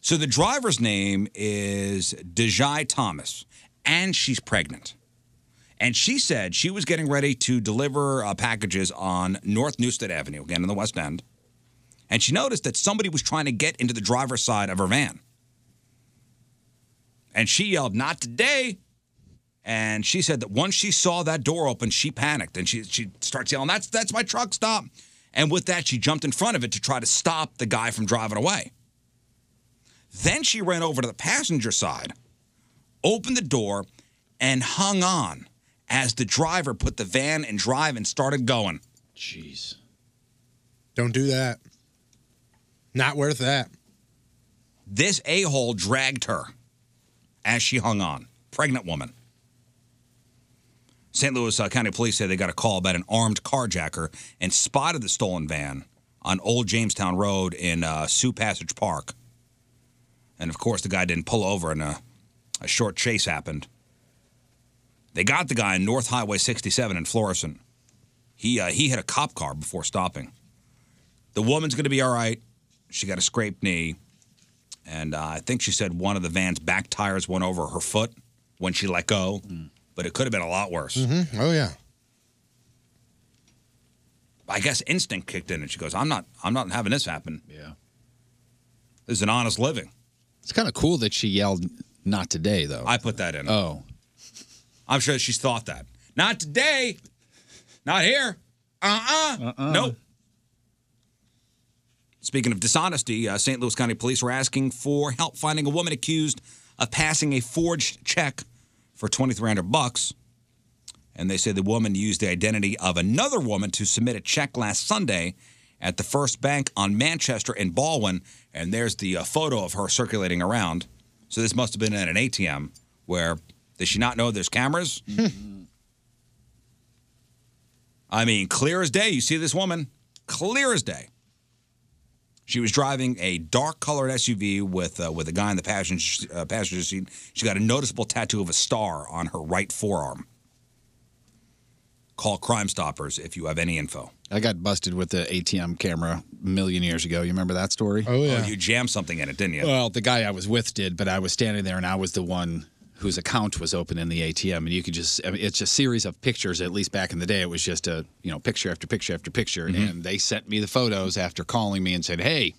F: So the driver's name is Dejai Thomas, and she's pregnant. And she said she was getting ready to deliver uh, packages on North Newstead Avenue, again in the West End. And she noticed that somebody was trying to get into the driver's side of her van. And she yelled, Not today. And she said that once she saw that door open, she panicked and she, she starts yelling, That's, that's my truck, stop. And with that, she jumped in front of it to try to stop the guy from driving away. Then she ran over to the passenger side, opened the door, and hung on as the driver put the van in drive and started going.
G: Jeez.
H: Don't do that. Not worth that.
F: This a hole dragged her as she hung on. Pregnant woman. St. Louis uh, County Police say they got a call about an armed carjacker and spotted the stolen van on Old Jamestown Road in uh, Sioux Passage Park. And of course, the guy didn't pull over, and a, a short chase happened. They got the guy on North Highway 67 in Florissant. He uh, he hit a cop car before stopping. The woman's going to be all right. She got a scraped knee, and uh, I think she said one of the van's back tires went over her foot when she let go. But it could have been a lot worse.
H: Mm-hmm. Oh yeah.
F: I guess instinct kicked in, and she goes, "I'm not, I'm not having this happen."
G: Yeah,
F: this is an honest living.
G: It's kind of cool that she yelled, not today, though.
F: I put that in.
G: Oh.
F: I'm sure she's thought that. Not today. Not here. Uh uh Nope. Speaking of dishonesty, uh, St. Louis County Police were asking for help finding a woman accused of passing a forged check for 2300 bucks. And they say the woman used the identity of another woman to submit a check last Sunday at the First Bank on Manchester in Baldwin. And there's the uh, photo of her circulating around. So this must have been at an ATM where does she not know there's cameras? I mean, clear as day. You see this woman, clear as day. She was driving a dark colored SUV with uh, with a guy in the passenger uh, passenger seat. She got a noticeable tattoo of a star on her right forearm. Call Crime Stoppers if you have any info.
G: I got busted with the ATM camera a million years ago. You remember that story?
F: Oh, you jammed something in it, didn't you?
G: Well, the guy I was with did, but I was standing there and I was the one whose account was open in the ATM, and you could just—it's I mean, it's a series of pictures. At least back in the day, it was just a you know picture after picture after picture,
F: Mm-hmm.
R: Mhm.
G: and they sent me the photos after calling me and said, "Hey,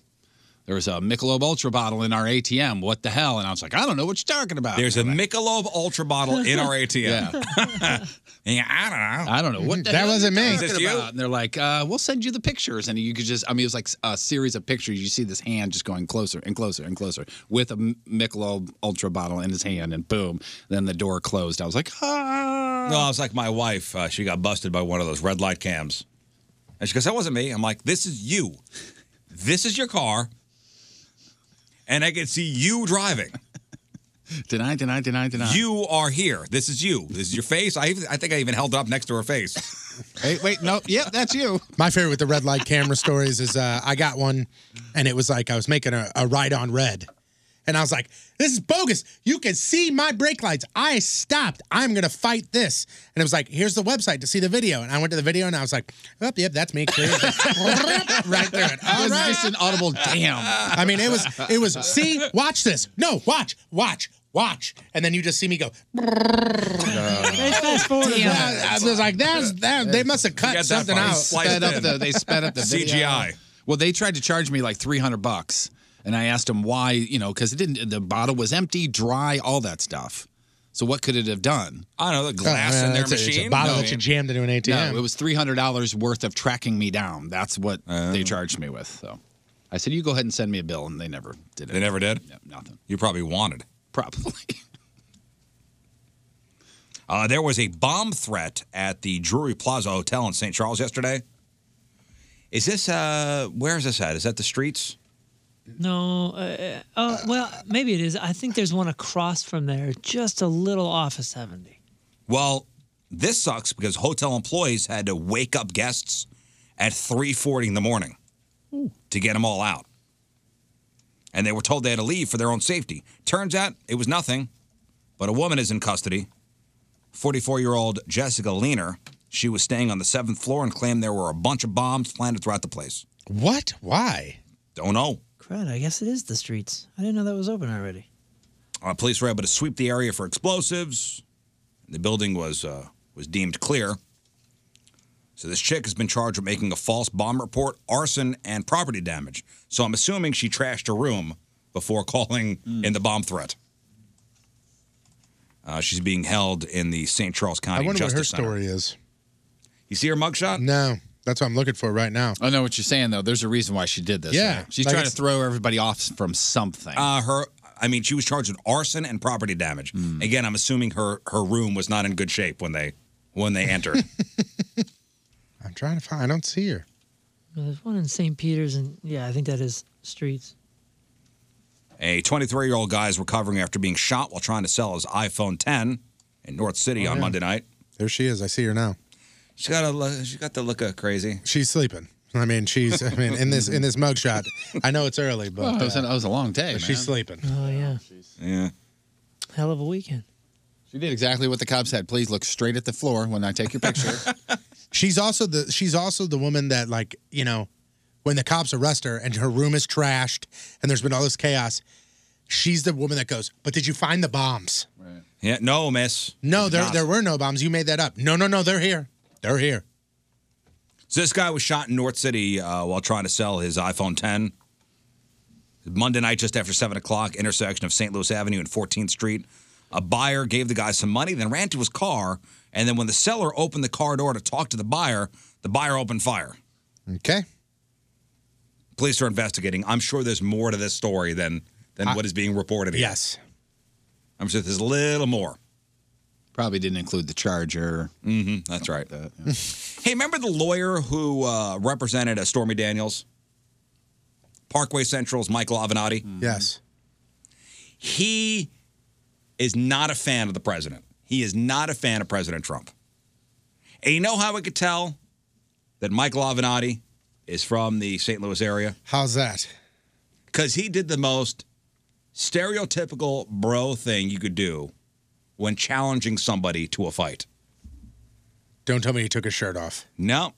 G: there was a Michelob Ultra bottle in our ATM. What the hell?" And I was like, "I don't know what you're talking about."
F: There's a Michelob Ultra bottle in our ATM. yeah, I don't know.
G: I don't know what the
F: That
G: hell
F: wasn't
G: you're
F: me.
G: talking
F: Is this you?
G: about. And they're like, uh, "We'll send you the pictures," and you could just—I mean, it was like a series of pictures. You see this hand just going closer and closer and closer with a M- Michelob Ultra bottle in his hand, and boom, then the door closed. I was like, "Ah!"
F: No, I was like my wife. Uh, she got busted by one of those red light cams, and she goes, "That wasn't me." I'm like, "This is you. This is your car, and I can see you driving.
G: deny, deny, deny, deny.
F: You are here. This is you. This is your face. I even, I think I even held it up next to her face.
G: Hey, wait, no, yep, that's you.
H: My favorite with the red light camera stories is uh, I got one, and it was like I was making a, a ride on red, and I was like, "This is bogus. You can see my brake lights. I stopped. I'm gonna fight this." And it was like, "Here's the website to see the video." And I went to the video, and I was like, "Yep, yep, that's me." Clear. right there. It
G: was just an audible damn.
H: I mean, it was it was. See, watch this. No, watch, watch, watch, and then you just see me go.
I: fast forward.
H: I was like, "That's that." They must have cut something out.
G: Sped up the, they sped up the video. Well, they tried to charge me like three hundred bucks, and I asked them why. You know, because it didn't. The bottle was empty, dry, all that stuff. So what could it have done?
F: I don't know the
H: glass in their it's Oh, a- it's a machine? bottle that you jammed into an ATM.
G: No, it was three hundred dollars worth of tracking me down. That's what
F: Uh.
G: they charged me with. So I said, "You go ahead and send me a bill," and they never did it.
F: They never did.
G: nothing.
F: You probably wanted.
G: Probably.
F: Uh, there was a bomb threat at the Drury Plaza Hotel in St. Charles yesterday. Is this uh, where is this at? Is that the streets?
I: No. Uh, oh, well, maybe it is. I think there's one across from there, just a little off of 70.
F: Well, this sucks because hotel employees had to wake up guests at 3:40 in the morning to get them all out. And they were told they had to leave for their own safety. Turns out it was nothing, but a woman is in custody. 44-year-old Jessica Leaner. She was staying on the 7th floor and claimed there were a bunch of bombs planted throughout the place.
H: What? Why?
F: Don't know.
I: Crud, I guess it is the streets. I didn't know that was open already.
F: Uh, police were able to sweep the area for explosives. The building was uh, was deemed clear. So this chick has been charged with making a false bomb report, arson, and property damage. So I'm assuming she trashed her room before calling in the bomb threat. Uh, she's being held in the St. Charles
H: I
F: County
H: wonder what
F: Justice
H: her
F: Center.
H: story is.
F: You see her mugshot? Uh,
H: No, that's what I'm looking for right now.
G: I know what you're saying though. There's a reason why she did this.
H: Yeah,
G: right? she's
H: like
G: trying to
H: it's-
G: throw everybody off from something.
F: Uh, her, I mean, she was charged with arson and property damage.
G: Hmm.
F: Again, I'm assuming her her room was not in good shape when they when they entered.
H: I'm trying to find. I don't see her.
I: Well, There's one in St. Peter's, and yeah, I think that is streets.
F: A 23 year old guy is recovering after being shot while trying to sell his iPhone 10 in North City
H: Oh,
F: on
H: yeah.
F: Monday night.
H: There she is. I see her now.
F: She got a she got the look of crazy.
H: She's sleeping. I mean, she's. I mean, in this in this mugshot. I know it's early, but
F: Oh,
G: Well, it was
H: uh,
G: an- it was a long day,
H: but
G: man.
H: She's sleeping.
I: Oh, yeah.
F: Yeah.
I: Hell of a weekend.
G: She did exactly what the cop said. Please look straight at the floor when I take your picture.
H: She's also the she's also the woman that like you know, when the cops arrest her and her room is trashed and there's been all this chaos, she's the woman that goes. But did you find the bombs?
F: Yeah, no, miss.
H: No, there
F: Not.
H: there were no bombs. You made that up. No, no, no. They're here. They're here.
F: So this guy was shot in North City uh, while trying to sell his iPhone 10. Monday night, just after seven o'clock, intersection of St. Louis Avenue and 14th Street. A buyer gave the guy some money, then ran to his car, and then when the seller opened the car door to talk to the buyer, the buyer opened fire.
H: Okay.
F: Police are investigating. I'm sure there's more to this story than than what is being reported. Here. Yes, I'm sure there's a little more.
G: Probably didn't include the charger.
F: Mm-hmm. That's right. hey, remember the lawyer who uh, represented uh, Stormy Daniels? Parkway Central's Michael Avenatti?
H: Mm-hmm. Yes.
F: He is not a fan of the president. He is not a fan of President Trump. And you know how we could tell that Michael Avenatti is from the St. Louis area?
H: How's that?
F: Because he did the most stereotypical bro thing you could do when challenging somebody to a fight.
H: Don't tell me he took his shirt off.
F: No.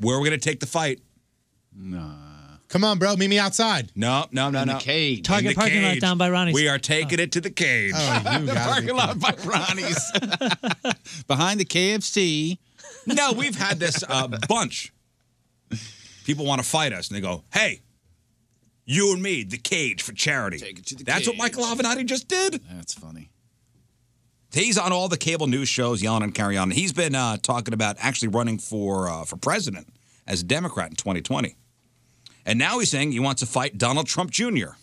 F: Where are we going to take the fight?
H: Come on, bro. Meet me outside.
F: No, no, no,
H: In the
F: no.
H: cage.
F: In
H: Target
F: the
H: parking lot
F: cage.
H: down by Ronnie's.
F: We are taking it to the cage.
H: Oh, you
F: the
H: gotta
F: parking lot by
G: Ronnie's. Behind the KFC.
F: No, we've had this a bunch. People want to fight us, and they go, "Hey, you and me, the cage for charity." Take it to the That's what Michael Avenatti just did.
G: That's funny.
F: He's on all the cable news shows, yelling and carry on. He's been uh, talking about actually running for uh, for president as a Democrat in 2020, and now he's saying he wants to fight Donald Trump Jr.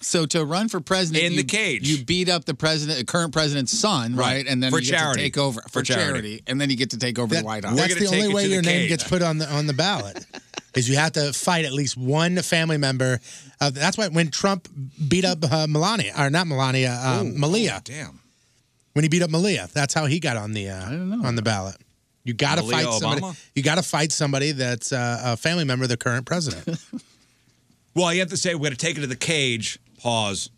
G: So to run for president
F: In the
G: you-
F: cage.
G: you beat up the president, the current president's son, right?
F: Right.
G: And then
F: For
G: you
F: charity.
G: get to take over
F: For
G: for,
F: charity.
G: charity. and then you get to take over the White House.
H: That's the only way your name gets put on the on the ballot. Is you have to fight at least one family member. Uh, that's why when Trump beat up uh, Melania, or not Melania, um, Malia.
F: oh, damn.
H: When he beat up Malia, that's how he got on the uh, on the ballot. You got to
F: Malia
H: fight somebody.
F: Obama?
H: You got to fight somebody that's uh, a family member of the current president.
F: Well, you have to say we're going to take it to the cage. Pause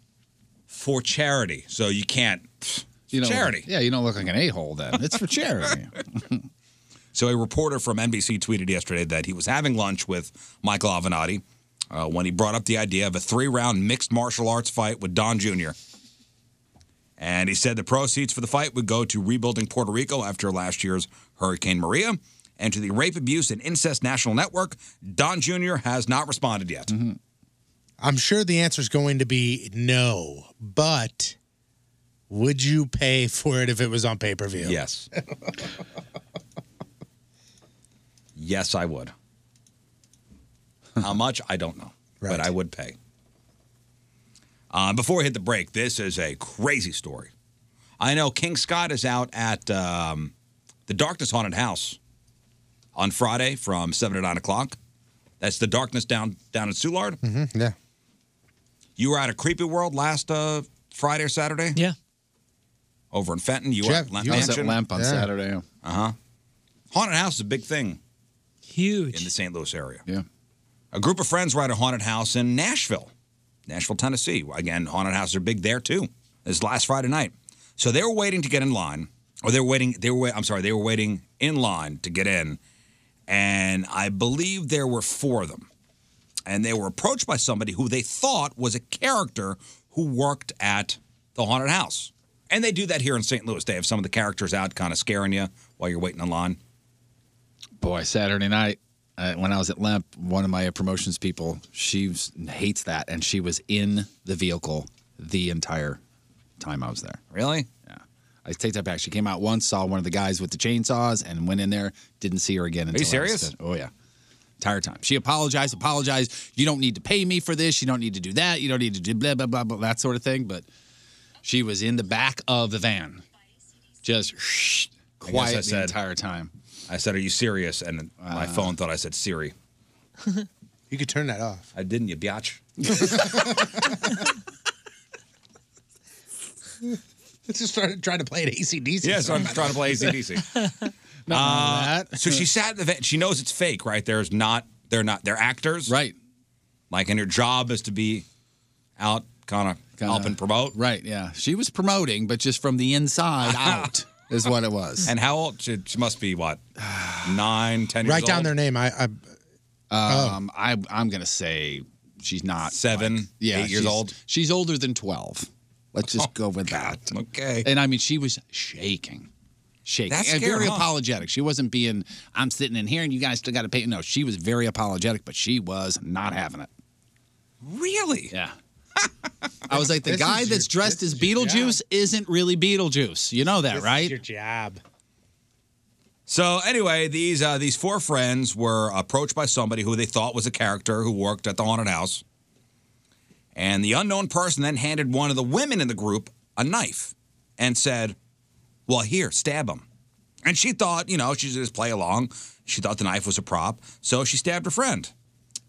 F: for charity. So you can't. pfft,
G: You know,
F: charity.
G: Yeah, you don't look like an a hole then. It's for charity.
F: So a reporter from NBC tweeted yesterday that he was having lunch with Michael Avenatti uh, when he brought up the idea of a three-round mixed martial arts fight with Don Jr. And he said the proceeds for the fight would go to rebuilding Puerto Rico after last year's Hurricane Maria and to the Rape Abuse and Incest National Network. Don Jr. has not responded yet.
H: I'm sure the answer is going to be no, but would you pay for it if it was on pay per view?
F: Yes. Yes, I would. How much? I don't know, but I would pay. Uh, before we hit the break, this is a crazy story. I know King Scott is out at um, the Darkness Haunted House on Friday from seven to nine o'clock. That's the Darkness down down in Soulard.
H: Mm-hmm. Yeah.
F: You were out at Creepy World last uh, Friday or Saturday.
I: Yeah.
F: Over in Fenton, you
G: Jeff,
F: were at
G: you was at
F: Mansion?
G: Lamp on Yeah. Saturday.
F: Uh huh. Haunted house is a big thing.
I: Huge
F: in the St. Louis area.
G: Yeah.
F: A group of friends were at a haunted house in Nashville, Nashville, Tennessee. Again, haunted houses are big there too. This is last Friday night, so they were waiting to get in line, or they were waiting. They were. wait- I'm sorry, they were waiting in line to get in, and I believe there were four of them and they were approached by somebody who they thought was a character who worked at the haunted house. And they do that here in St. Louis. They have some of the characters out, kind of scaring you while you're waiting in line.
G: Boy, Saturday night uh, when I was at Lamp, one of my promotions people, she was- hates that, and she was in the vehicle the entire time I was there.
F: Really?
G: Yeah. I take that back. She came out once, saw one of the guys with the chainsaws, and went in there. Didn't see her again.
F: Are you
G: until I was
F: serious?
G: done. oh yeah. Entire time. She apologized, apologized. You don't need to pay me for this. You don't need to do that. You don't need to do blah blah blah blah that sort of thing. But she was in the back of the van, just
F: I guess
G: quiet
F: I
G: the
F: said-
G: entire time.
F: I said, "Are you serious?" And my
G: Uh.
F: phone thought I said Siri.
H: You could turn that off.
F: I didn't, you biatch.
H: Just started trying to play it ACDC.
F: Yeah, so I'm trying to play AC/DC. Uh, so she sat in the van. She knows it's fake, right? There's not. They're not. They're actors,
G: right?
F: Like, and her job is to be out, kind of help and promote,
G: right? Yeah, she was promoting, but just from the inside out is what it was.
F: And how old? She, she must be what? Nine, ten years
H: Write down Oh.
F: old?
H: their name. I, I
G: Um, I I'm gonna say she's not
F: seven,
G: yeah,
F: eight years
G: she's-
F: old?
G: She's older than twelve. Let's
F: Oh,
G: just go with that.
F: Okay.
G: And I mean, she was shaking, shaking,
F: That's
G: and
F: scary,
G: very
F: huh?
G: apologetic. She wasn't being, "I'm sitting in here and you guys still got to pay." No, she was very apologetic, but she was not having it.
F: Really?
G: Yeah. I was like, the
H: This
G: guy
H: is
G: that's dressed as Beetlejuice isn't really Beetlejuice. You know that, right?
H: your job.
F: So anyway, these uh, these four friends were approached by somebody who they thought was a character who worked at the haunted house, and the unknown person then handed one of the women in the group a knife and said, Well, here, stab him. And she thought, you know, she'd just play along. She thought the knife was a prop, so she stabbed her friend.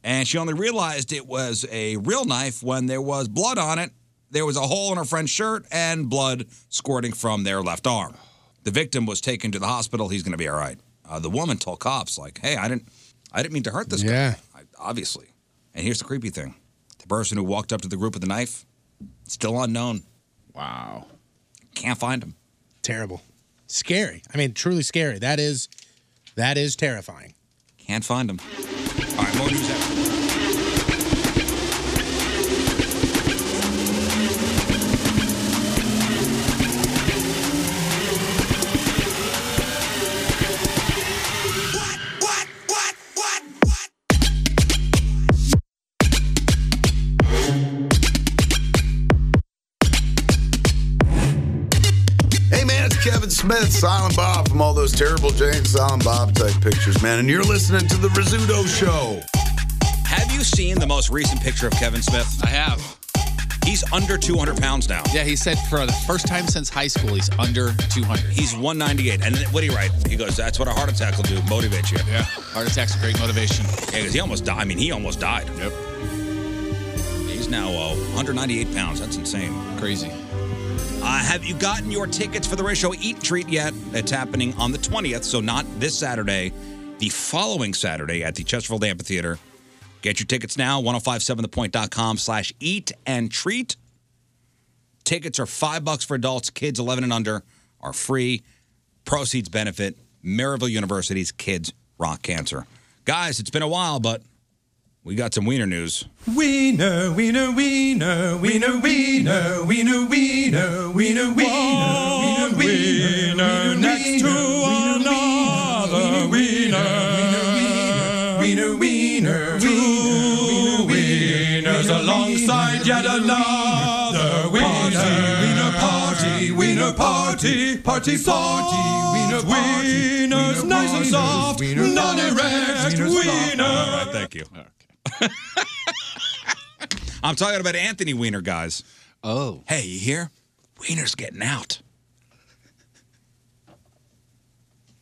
F: And she only realized it was a real knife when there was blood on it. There was a hole in her friend's shirt and blood squirting from their left arm. The victim was taken to the hospital. He's going to be all right. Uh, the woman told cops, like, "Hey, I didn't, I didn't mean to hurt this
H: Yeah.
F: guy. I, obviously." And here's the creepy thing: the person who walked up to the group with the knife, still unknown. Wow. Can't find him.
H: Terrible. Scary. I mean, truly scary. That is that is terrifying.
F: Can't find him. All right, more news after.
R: Hey man, it's Kevin Smith, Silent Bob from all those terrible Jane Silent Bob type pictures, man. And you're listening to the Rizzuto Show.
F: Have you seen the most recent picture of Kevin Smith? I have. He's under 200 pounds now.
G: Yeah, he said for the first time since high school, he's under 200.
F: He's 198. And then what do you write? He goes, "That's what a heart attack will do. Motivate you." Yeah,
G: heart attack's a great motivation.
F: Yeah, because he almost died. I mean, he almost died. Yep. He's now uh, 198 pounds. That's insane. Crazy. Uh, have you gotten your tickets for the Ray Show Eat and Treat yet? It's happening on the 20th, so not this Saturday, the following Saturday at the Chesterfield Amphitheater. Get your tickets now, 1057thepoint.com slash eat and treat. Tickets are five bucks for adults. Kids 11 and under are free. Proceeds benefit Maryville University's Kids Rock Cancer. Guys, it's been a while, but we got some wiener news.
D: Wiener, wiener, wiener, wiener, wiener, wiener, wiener, wiener, wiener, wiener, wiener, next to another wiener, wiener, wiener, two wieners alongside yet another wiener, party, wiener, party, party, party, wiener, wieners, nice and soft, non-erect, wiener.
F: All right, thank you. I'm talking about Anthony Weiner, guys. Oh. Hey, you hear? Weiner's getting out.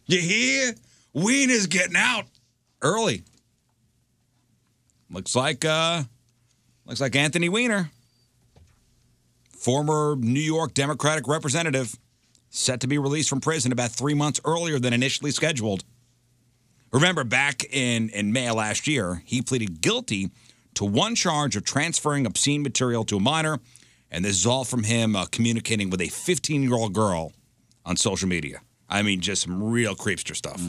F: You hear? Weiner's getting out early. Looks like uh looks like Anthony Weiner, former New York Democratic representative, set to be released from prison about 3 months earlier than initially scheduled. Remember, back in, in May of last year, he pleaded guilty to one charge of transferring obscene material to a minor. And this is all from him uh, communicating with a 15 year old girl on social media. I mean, just some real creepster stuff.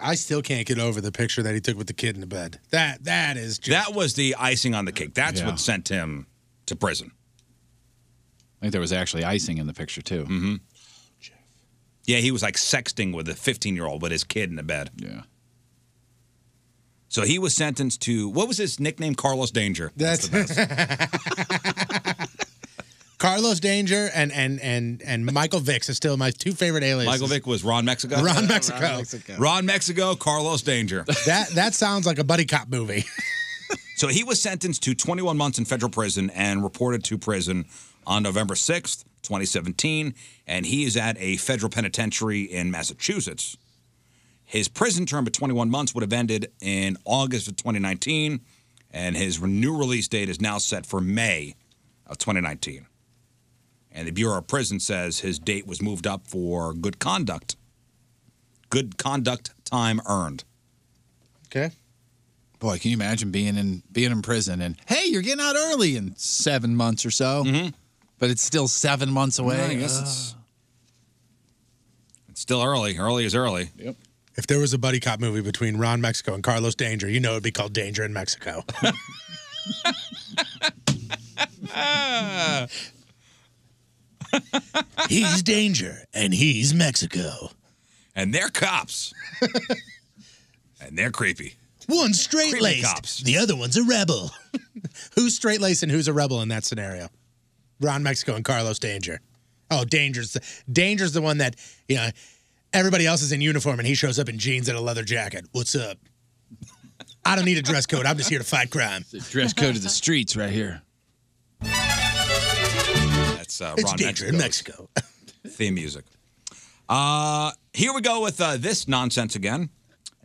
H: I still can't get over the picture that he took with the kid in the bed. That that is
F: That was the icing on the cake. That's
G: Yeah.
F: what sent him to prison.
G: I think there was actually icing in the picture, too.
F: Mm-hmm. Yeah, he was like sexting with a 15 year old with his kid in the bed. Yeah. So he was sentenced to what was his nickname? Carlos Danger.
H: That's, Carlos Danger and and and and Michael Vicks is still my two favorite aliases.
F: Michael Vick was Ron Mexico.
H: Ron Yeah, Mexico. Ron Mexico.
F: Ron Mexico, Carlos Danger.
H: That that sounds like a buddy cop movie.
F: So he was sentenced to 21 months in federal prison and reported to prison on November 6th, 2017, and he is at a federal penitentiary in Massachusetts. His prison term of 21 months would have ended in August of 2019, and his new release date is now set for May of 2019. And the Bureau of Prison says his date was moved up for good conduct. Good conduct time earned.
H: Okay.
G: Boy, can you imagine being in being in prison and hey, you're getting out early in seven months or so, but it's still seven months away.
F: Mm-hmm. I guess it's, it's still early. Early is early. Yep.
H: If there was a buddy cop movie between Ron Mexico and Carlos Danger, you know it'd be called Danger in Mexico. he's Danger and he's Mexico.
F: And they're cops. and they're creepy.
H: One's straight
F: cops.
H: laced, the other one's a rebel. who's straight laced and who's a rebel in that scenario? Ron Mexico and Carlos Danger. Oh, Danger's the, Danger's the one that you know. Everybody else is in uniform and he shows up in jeans and a leather jacket. What's up? I don't need a dress code. I'm just here to fight crime.
G: The dress code of the streets right here.
F: That's uh,
H: It's
F: Ron uh,
H: Danger in
F: Mexico's theme music. Uh, here we go with uh, this nonsense again.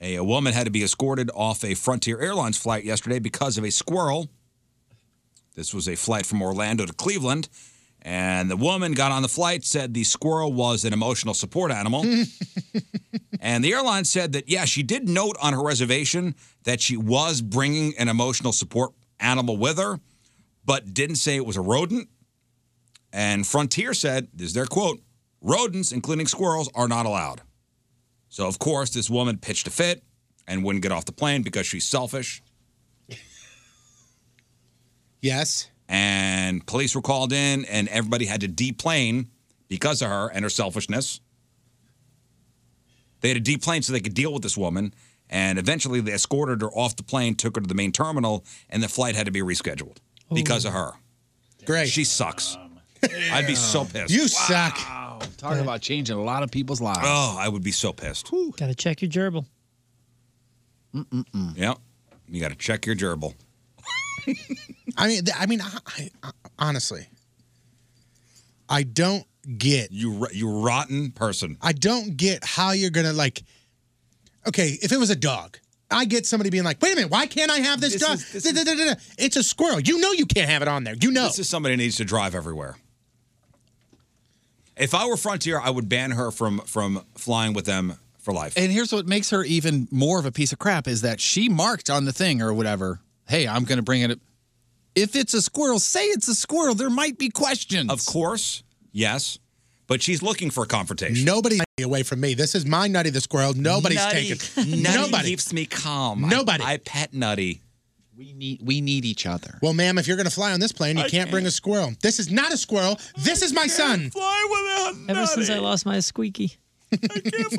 F: A, a woman had to be escorted off a Frontier Airlines flight yesterday because of a squirrel. This was a flight from Orlando to Cleveland. And the woman got on the flight, said the squirrel was an emotional support animal. and the airline said that, yeah, she did note on her reservation that she was bringing an emotional support animal with her, but didn't say it was a rodent. And Frontier said, this is their quote, rodents, including squirrels, are not allowed. So, of course, this woman pitched a fit and wouldn't get off the plane because she's selfish.
H: Yes.
F: And police were called in, and everybody had to deplane because of her and her selfishness. They had to deplane so they could deal with this woman. And eventually, they escorted her off the plane, took her to the main terminal, and the flight had to be rescheduled because of her.
H: Great.
F: She sucks. I'd be so pissed.
H: You suck.
G: Talking about changing a lot of people's lives.
F: Oh, I would be so pissed.
I: Got to check your gerbil.
F: Yep. You got to check your gerbil.
H: I mean, th- I mean, I, I, I- honestly, I don't get
F: you. ro- You rotten person.
H: I don't get how you're gonna like. Okay, if it was a dog, I get somebody being like, "Wait a minute, why can't I have this,
F: This
H: dog?"
F: is- this
H: Da- da- da- da- da. It's a squirrel. You know you can't have it on there. You know.
F: This is somebody who needs to drive everywhere. If I were Frontier, I would ban her from from flying with them for life.
G: And here's what makes her even more of a piece of crap is that she marked on the thing or whatever, hey, I'm going to bring it. If it's a squirrel, say it's a squirrel. There might be questions. Of
F: course. Yes. But she's looking for a confrontation.
H: Nobody's away from me. This is my Nutty the Squirrel. Nobody's
F: Nutty-
H: taking.
F: Nutty
H: Nobody
F: keeps me calm. I-
H: Nobody.
F: I, pet Nutty.
G: We need we need each other.
H: Well, ma'am, if you're gonna fly on this plane, you
I: I
H: can't, bring a squirrel. This is not a squirrel. This is my son.
F: Fly without
I: Ever since I lost my squeaky.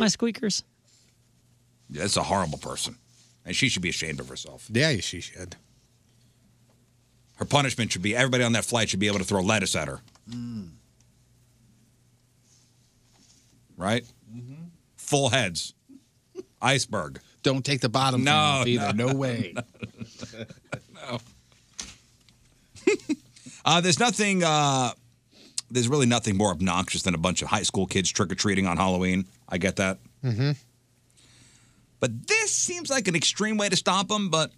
I: My squeakers.
F: That's a horrible person. And she should be ashamed of herself.
H: Yeah, she should.
F: Her punishment should be everybody on that flight should be able to throw lettuce at her,
T: Mm.
F: right? Full heads. Iceberg.
G: Don't take the bottom
F: no,
G: thing off either.
F: No,
G: No way.
F: no. Uh, there's nothing. Uh, there's really nothing more obnoxious than a bunch of high school kids trick or treating on Halloween. I get that,
H: Mm-hmm.
F: but this seems like an extreme way to stop them. But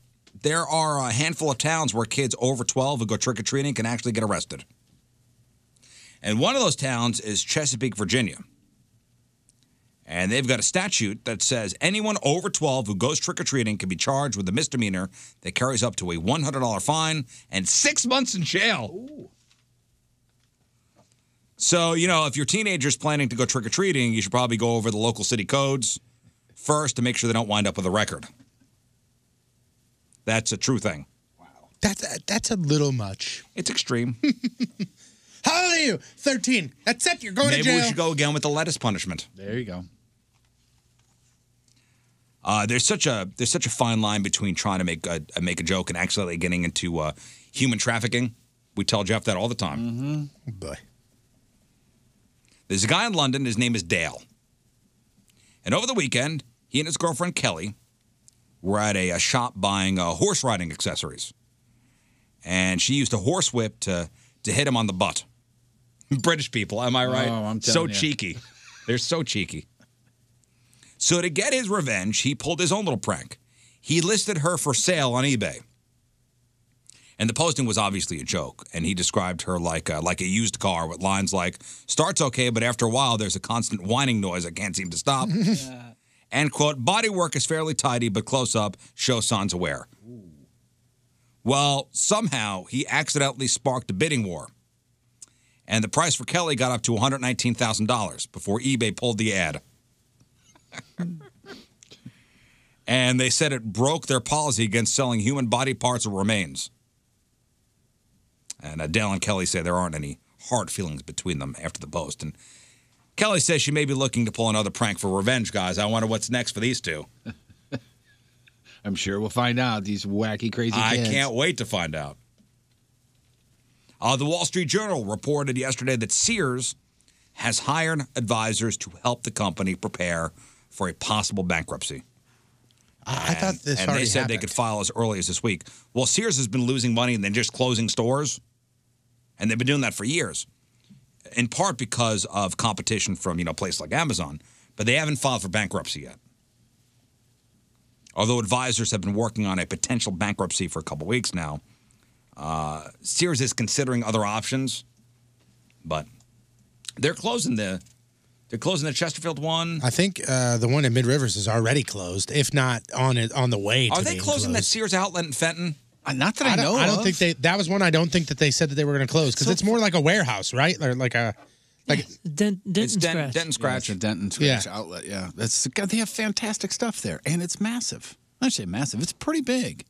F: there are a handful of towns where kids over 12 who go trick or treating can actually get arrested. And one of those towns is Chesapeake, Virginia. And they've got a statute that says anyone over 12 who goes trick or treating can be charged with a misdemeanor that carries up to a $100 fine and six months in jail. So, you know, if your teenager's planning to go trick or treating, you should probably go over the local city codes first to make sure they don't wind up with a record. That's a true thing.
H: That's a, that's a little much.
F: It's extreme.
H: How old are you? Thirteen. That's it. You're going
F: Maybe
H: to jail.
F: we should go again with the lettuce punishment.
G: There you go.
F: Uh, there's such a there's such a fine line between trying to make a make a joke and actually getting into uh, human trafficking. We tell Jeff that all the time.
H: Mm-hmm. Boy.
F: There's a guy in London. His name is Dale. And over the weekend, he and his girlfriend Kelly were at a, a shop buying uh, horse riding accessories, and she used a horse whip to to hit him on the butt. British people, am I right?
G: Oh, I'm telling
F: so
G: you.
F: cheeky. They're so cheeky. So to get his revenge, he pulled his own little prank. He listed her for sale on eBay. And the posting was obviously a joke, and he described her like uh, like a used car with lines like "starts okay, but after a while there's a constant whining noise that can't seem to stop." And quote, "Body work is fairly tidy, but close up shows signs of wear." Well, somehow he accidentally sparked a bidding war, and the price for Kelly got up to one hundred nineteen thousand dollars before eBay pulled the ad. and they said it broke their policy against selling human body parts or remains. And uh, Dale and Kelly say there aren't any hard feelings between them after the post. And Kelly says she may be looking to pull another prank for revenge, guys. I wonder what's next for these two.
G: I'm sure we'll find out these wacky, crazy
F: I
G: kids.
F: can't wait to find out. Uh, the Wall Street Journal reported yesterday that Sears has hired advisors to help the company prepare for a possible bankruptcy.
H: I thought this
F: and
H: already
F: they said they
H: happened.
F: could file as early as this week. Well, Sears has been losing money and then just closing stores, and they've been doing that for years. in part because of competition from you know places like Amazon, but they haven't filed for bankruptcy yet. Although advisors have been working on a potential bankruptcy for a couple weeks now, uh, Sears is considering other options, but they're closing the they're closing the Chesterfield one.
H: I think uh, the one in Mid Rivers is already closed, if not on it on the way.
F: Are
H: to
F: they
H: being
F: closing
H: closed.
F: that Sears outlet in Fenton?
G: Uh, not
H: I don't, I don't think they. That was one I don't think that they said that they were going to close because it's more like a warehouse, right? Or like a like
I: Denton
G: It's Dent- Scratch. Denton Scratch.
H: Yeah,
G: it's a Denton Scratch outlet. Yeah, that's God, they have fantastic stuff there, and it's massive. I say massive. It's pretty big.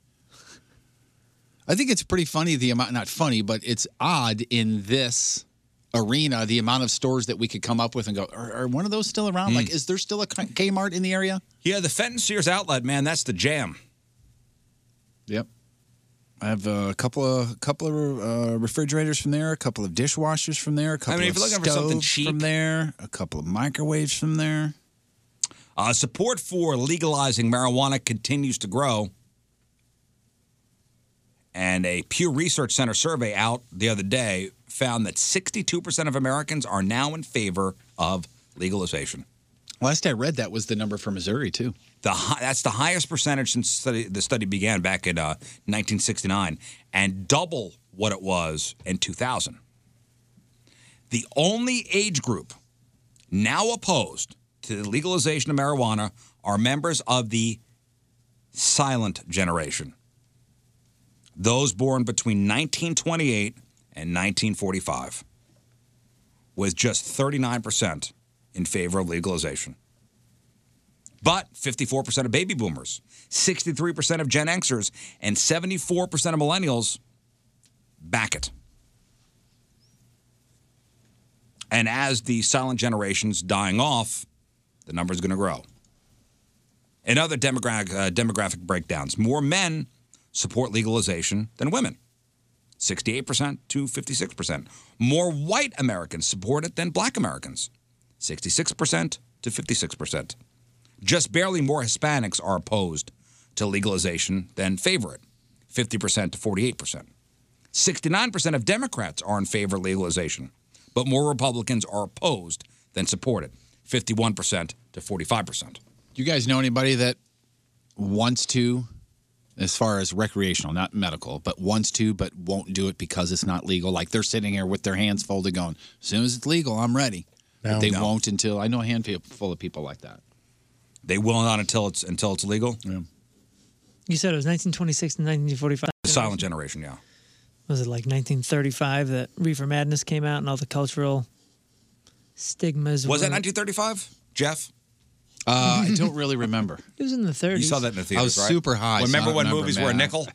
G: I think it's pretty funny the amount. Not funny, but it's odd in this arena the amount of stores that we could come up with and go. Are, are one of those still around?
F: Hmm.
G: Like, is there still a Kmart in the area?
F: Yeah, the Fenton Sears outlet, man, that's the jam.
G: Yep. I have a couple of couple of uh, refrigerators from there, a couple of dishwashers from there, a couple
F: mean,
G: of
F: if you're looking
G: stoves
F: for something
G: from there, a couple of microwaves from there.
F: Uh, support for legalizing marijuana continues to grow. And a Pew Research Center survey out the other day found that 62% of Americans are now in favor of legalization.
G: Last I read, that was the number for Missouri too.
F: The hi- that's the highest percentage since study, the study began back in uh, 1969, and double what it was in 2000. The only age group now opposed to the legalization of marijuana are members of the silent generation, those born between 1928 and 1945, with just 39% in favor of legalization but 54% of baby boomers, 63% of Gen Xers, and 74% of millennials back it. And as the silent generation's dying off, the number's going to grow. In other demographic, uh, demographic breakdowns, more men support legalization than women. 68% to 56%. More white Americans support it than black Americans. 66% to 56%. Just barely more Hispanics are opposed to legalization than favor it 50% to 48%. 69% of Democrats are in favor of legalization, but more Republicans are opposed than support it 51% to 45%.
G: Do you guys know anybody that wants to, as far as recreational, not medical, but wants to, but won't do it because it's not legal? Like they're sitting here with their hands folded, going, "As soon as it's legal, I'm ready."
F: No.
G: But they
F: No.
G: won't until I know a handful of people like that.
F: They will not until it's until it's legal.
I: You said it was 1926 to 1945.
F: The silent generation, yeah.
I: was it like 1935 that Reefer Madness came out and all the cultural stigmas?
F: Was that
I: were-
F: 1935, Jeff?
G: Uh, I don't really remember.
I: It was in the 30s.
F: You saw that in the theaters,
G: I was
F: right?
G: super high. so
F: Remember
G: I
F: when
G: remember,
F: movies
G: man.
F: were a nickel?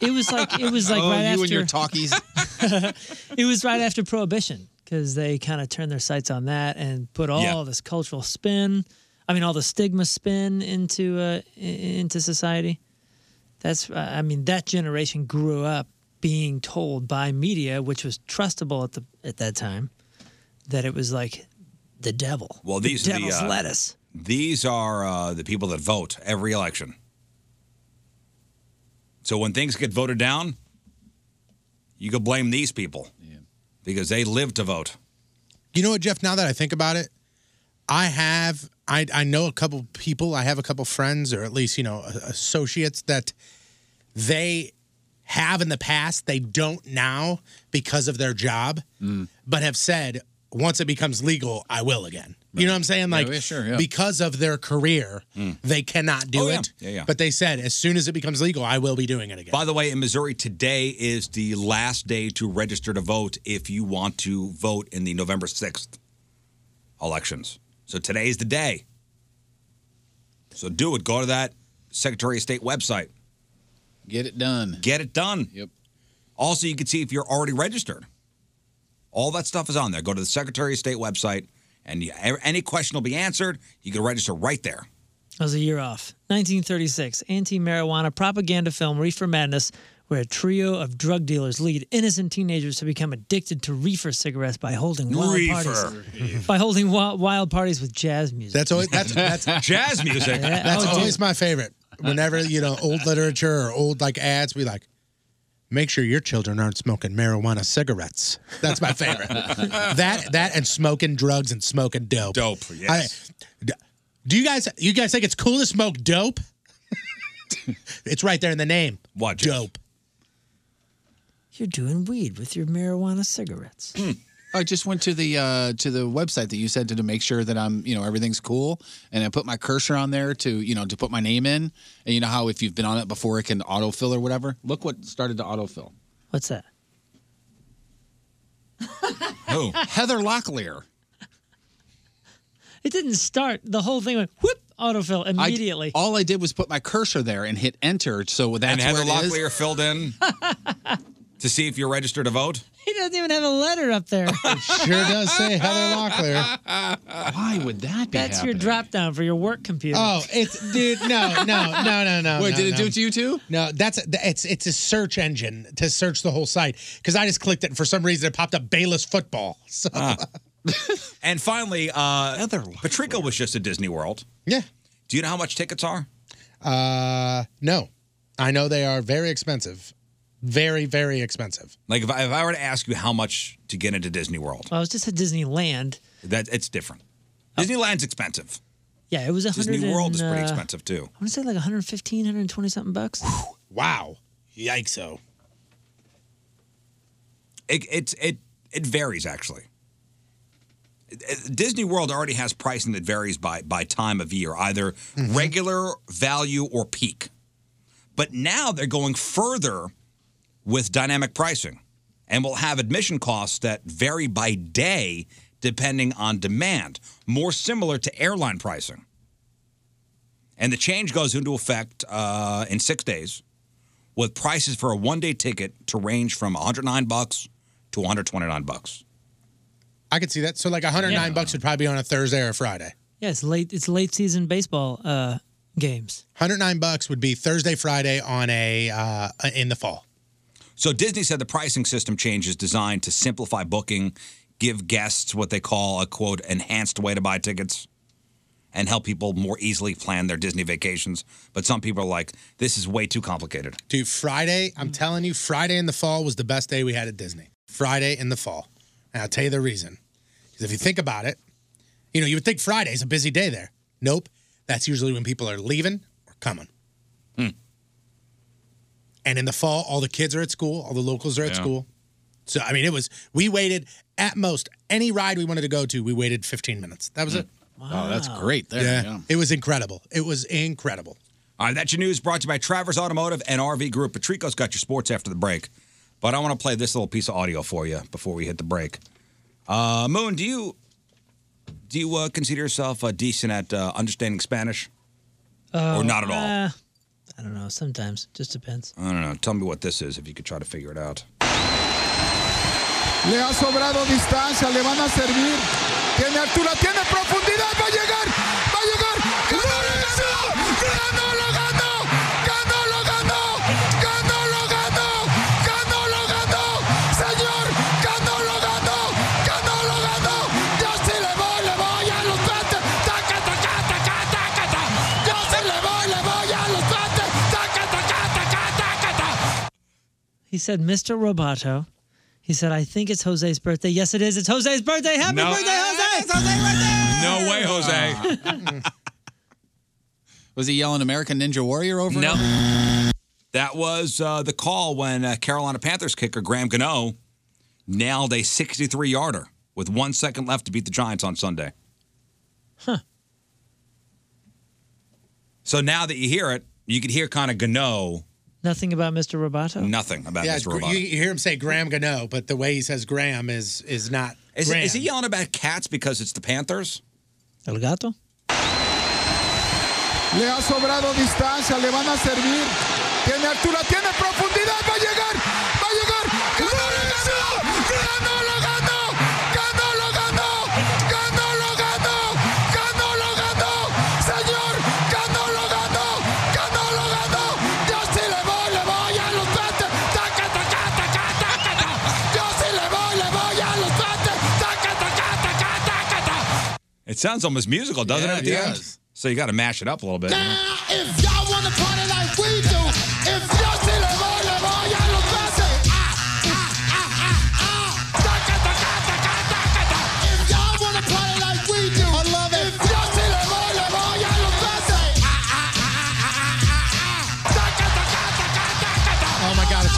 I: It was like it was like
G: Oh,
I: right
G: you
I: after
G: and your talkies.
I: it was right after Prohibition because they kind of turned their sights on that and put all
F: Yeah.
I: this cultural spin. I mean, all the stigma spin into uh, i- into society. That's uh, I mean, that generation grew up being told by media, which was trustable at the at that time, that it was like the devil.
F: Well, these
I: the
F: are
I: devil's
F: the, uh,
I: lettuce.
F: These are uh, the people that vote every election. So when things get voted down, you could blame these people because they live to vote.
H: You know what, Jeff? Now that I think about it, I have I I know a couple people. I have a couple friends, or at least you know a- associates that they have in the past. They don't now because of their job,
F: Mm.
H: but have said once it becomes legal, I will again. You know what I'm saying?
G: Yeah,
H: Like
G: yeah, sure, yeah.
H: because of their career, they cannot do
F: Oh, yeah.
H: it.
F: Yeah, yeah.
H: But they said as soon as it becomes legal, I will be doing it again.
F: By the way, in Missouri, today is the last day to register to vote if you want to vote in the November 6th elections. So today is the day. So do it. Go to that Secretary of State website.
G: Get it done.
F: Get it done.
G: Yep.
F: Also, you can see if you're already registered. All that stuff is on there. Go to the Secretary of State website, and you, any question will be answered. You can register right there.
I: I was a year off. 1936, anti marijuana propaganda film Reefer Madness, where a trio of drug dealers lead innocent teenagers to become addicted to reefer cigarettes by holding wild parties. By holding wi- wild parties with jazz music.
H: That's always that's, that's
F: jazz music.
I: Yeah,
H: That's
I: oh, dude.
H: always my favorite. Whenever you know old literature or old like ads, we like Make sure your children aren't smoking marijuana cigarettes. That's my favorite. that that and smoking drugs and smoking dope.
F: Dope, yes.
H: I- d- do you guys you guys think it's cool to smoke dope? it's right there in the name.
F: What
H: dope?
I: You're doing weed with your marijuana cigarettes.
G: I just went to the uh, to the website that you said to, to make sure that I'm you know everything's cool, and I put my cursor on there to you know to put my name in, and you know how if you've been on it before it can autofill or whatever. Look what started to autofill.
I: What's that?
F: Who?
G: Heather Locklear.
I: It didn't start. The whole thing went whoop autofill
G: I-
I: immediately.
G: all I did was put my cursor there and hit enter, so that's
F: and Heather
G: where it is.
F: Locklear filled in to see if you're registered to vote.
I: he doesn't even have a letter up there.
H: sure does say Heather Locklear.
G: Why would that be?
I: That's
G: happening?
I: your drop down for your work computer.
H: Oh, it's dude. No, no, no, no, no.
G: Wait,
H: no,
G: did it
H: no.
G: do it to you too?
H: No, that's it's it's a search engine to search the whole site because I just clicked it and for some reason it popped up Bayless football. So
F: And finally, uh, Patrico was just at Disney World.
H: Yeah.
F: Do you know how much tickets are?
H: uh, no, I know they are very expensive, very very expensive.
F: Like if I, if I were to ask you how much to get into Disney World,
I: Well, I was just at Disneyland.
F: that it's different. Disneyland's expensive.
I: Yeah, it was a hundred.
F: Disney World is
I: and,
F: pretty
I: uh,
F: expensive too.
I: I want to say like 115, 120 something bucks.
H: Wow. Yikes! Oh.
F: It it's it it varies actually. It- it- Disney World already has pricing that varies by by time of year, either
H: Mm-hmm.
F: regular, value, or peak. But now they're going further with dynamic pricing, and will have admission costs that vary by day depending on demand, more similar to airline pricing. And the change goes into effect uh, in six days, with prices for a one-day ticket to range from 109 bucks to 129 bucks.
H: I could see that. So like 109 bucks would probably be on a Thursday or a Friday.
I: Yeah, it's late. It's late season baseball uh, games.
H: 109 bucks would be Thursday Friday on a uh, in the fall.
F: So Disney said the pricing system change is designed to simplify booking, give guests what they call a quote enhanced way to buy tickets, and help people more easily plan their Disney vacations. But some people are like, this is way too complicated.
H: Dude, Friday, I'm telling you, Friday in the fall was the best day we had at Disney. Friday in the fall. And I'll tell you the reason. Because if you think about it, you know, you would think Friday's a busy day there. Nope. That's usually when people are leaving or coming.
G: Hmm.
H: And in the fall, all the kids are at school, all the locals are at
R: Yeah.
H: school. So, I mean, it was, we waited at most any ride we wanted to go to, we waited 15 minutes. That was it.
G: Hmm. Wow. that's great there.
H: Yeah.
G: yeah.
H: It was incredible. It was incredible.
F: All right, that's your news brought to you by Travers Automotive and RV Group. Patrico's got your sports after the break, but I want to play this little piece of audio for you before we hit the break. Uh, Moon, do you do you uh, consider yourself uh, decent at uh, understanding Spanish?
I: Oh,
F: Or not at all.
I: uh, I don't know. Sometimes just depends.
F: I don't know. Tell me what this is if you could try to figure it out.
U: Le ha sobrado distancia, le van a servir. Tiene altura, tiene profundidad, va a llegar, va a llegar. ¡Ganó, lo ganó! ¡Ganó, lo ganó! ¡Ganó, lo ganó! ¡Ganó, lo ganó! ¡Señor, ganó, lo ganó! ¡Ganó, lo ganó! ¡Yo sí le voy, le voy a los bates! ¡Taca, taca, taca, taca, taca! ¡Yo sí le voy, le voy a los bates! ¡Taca, taca, taca, taca, taca!
I: He said, "Mr. Roboto." He said, "I think it's Jose's birthday." Yes, it is. It's Jose's birthday. Happy
F: No.
I: birthday, Jose!
F: No way, Jose.
G: Was he yelling American Ninja Warrior over? No.
F: That was uh, the call when uh, Carolina Panthers kicker Graham Gano nailed a 63 yarder with one second left to beat the Giants on Sunday.
I: Huh.
F: So now that you hear it, you can hear kind of Gano
I: Nothing about Mr. Roboto.
F: nothing about
H: yeah,
F: this
H: gr-
F: robot.
H: you you hear him say Graham Gano, but the way he says Graham is is not.
F: Is,
H: Graham.
F: is he yelling about cats because it's the Panthers?
I: El gato?
U: Le ha sobrado distancia, le van a servir. Tiene altura, tiene profundidad, va a llegar, va a llegar. ¡Ganó, lo ganó! ¡Ganó, lo ganó! ¡Ganó, lo ganó! ¡Ganó, lo ganó! ¡Ganó, lo ganó! ¡Señor, ganó, lo ganó! ¡Ganó, lo ganó! ¡Yo sí le voy, le voy a los bates! ¡Taca, taca, taca, taca, taca! ¡Yo sí le voy, le voy a los bates! ¡Taca, taca, taca, taca, taca!
F: It sounds almost musical, doesn't
U: Yeah,
F: it? At the
U: it
F: end? So you got to mash it up a little bit.
U: If y'all wanna party like we do, if y'all see the money, boy, y'all look faster. ah,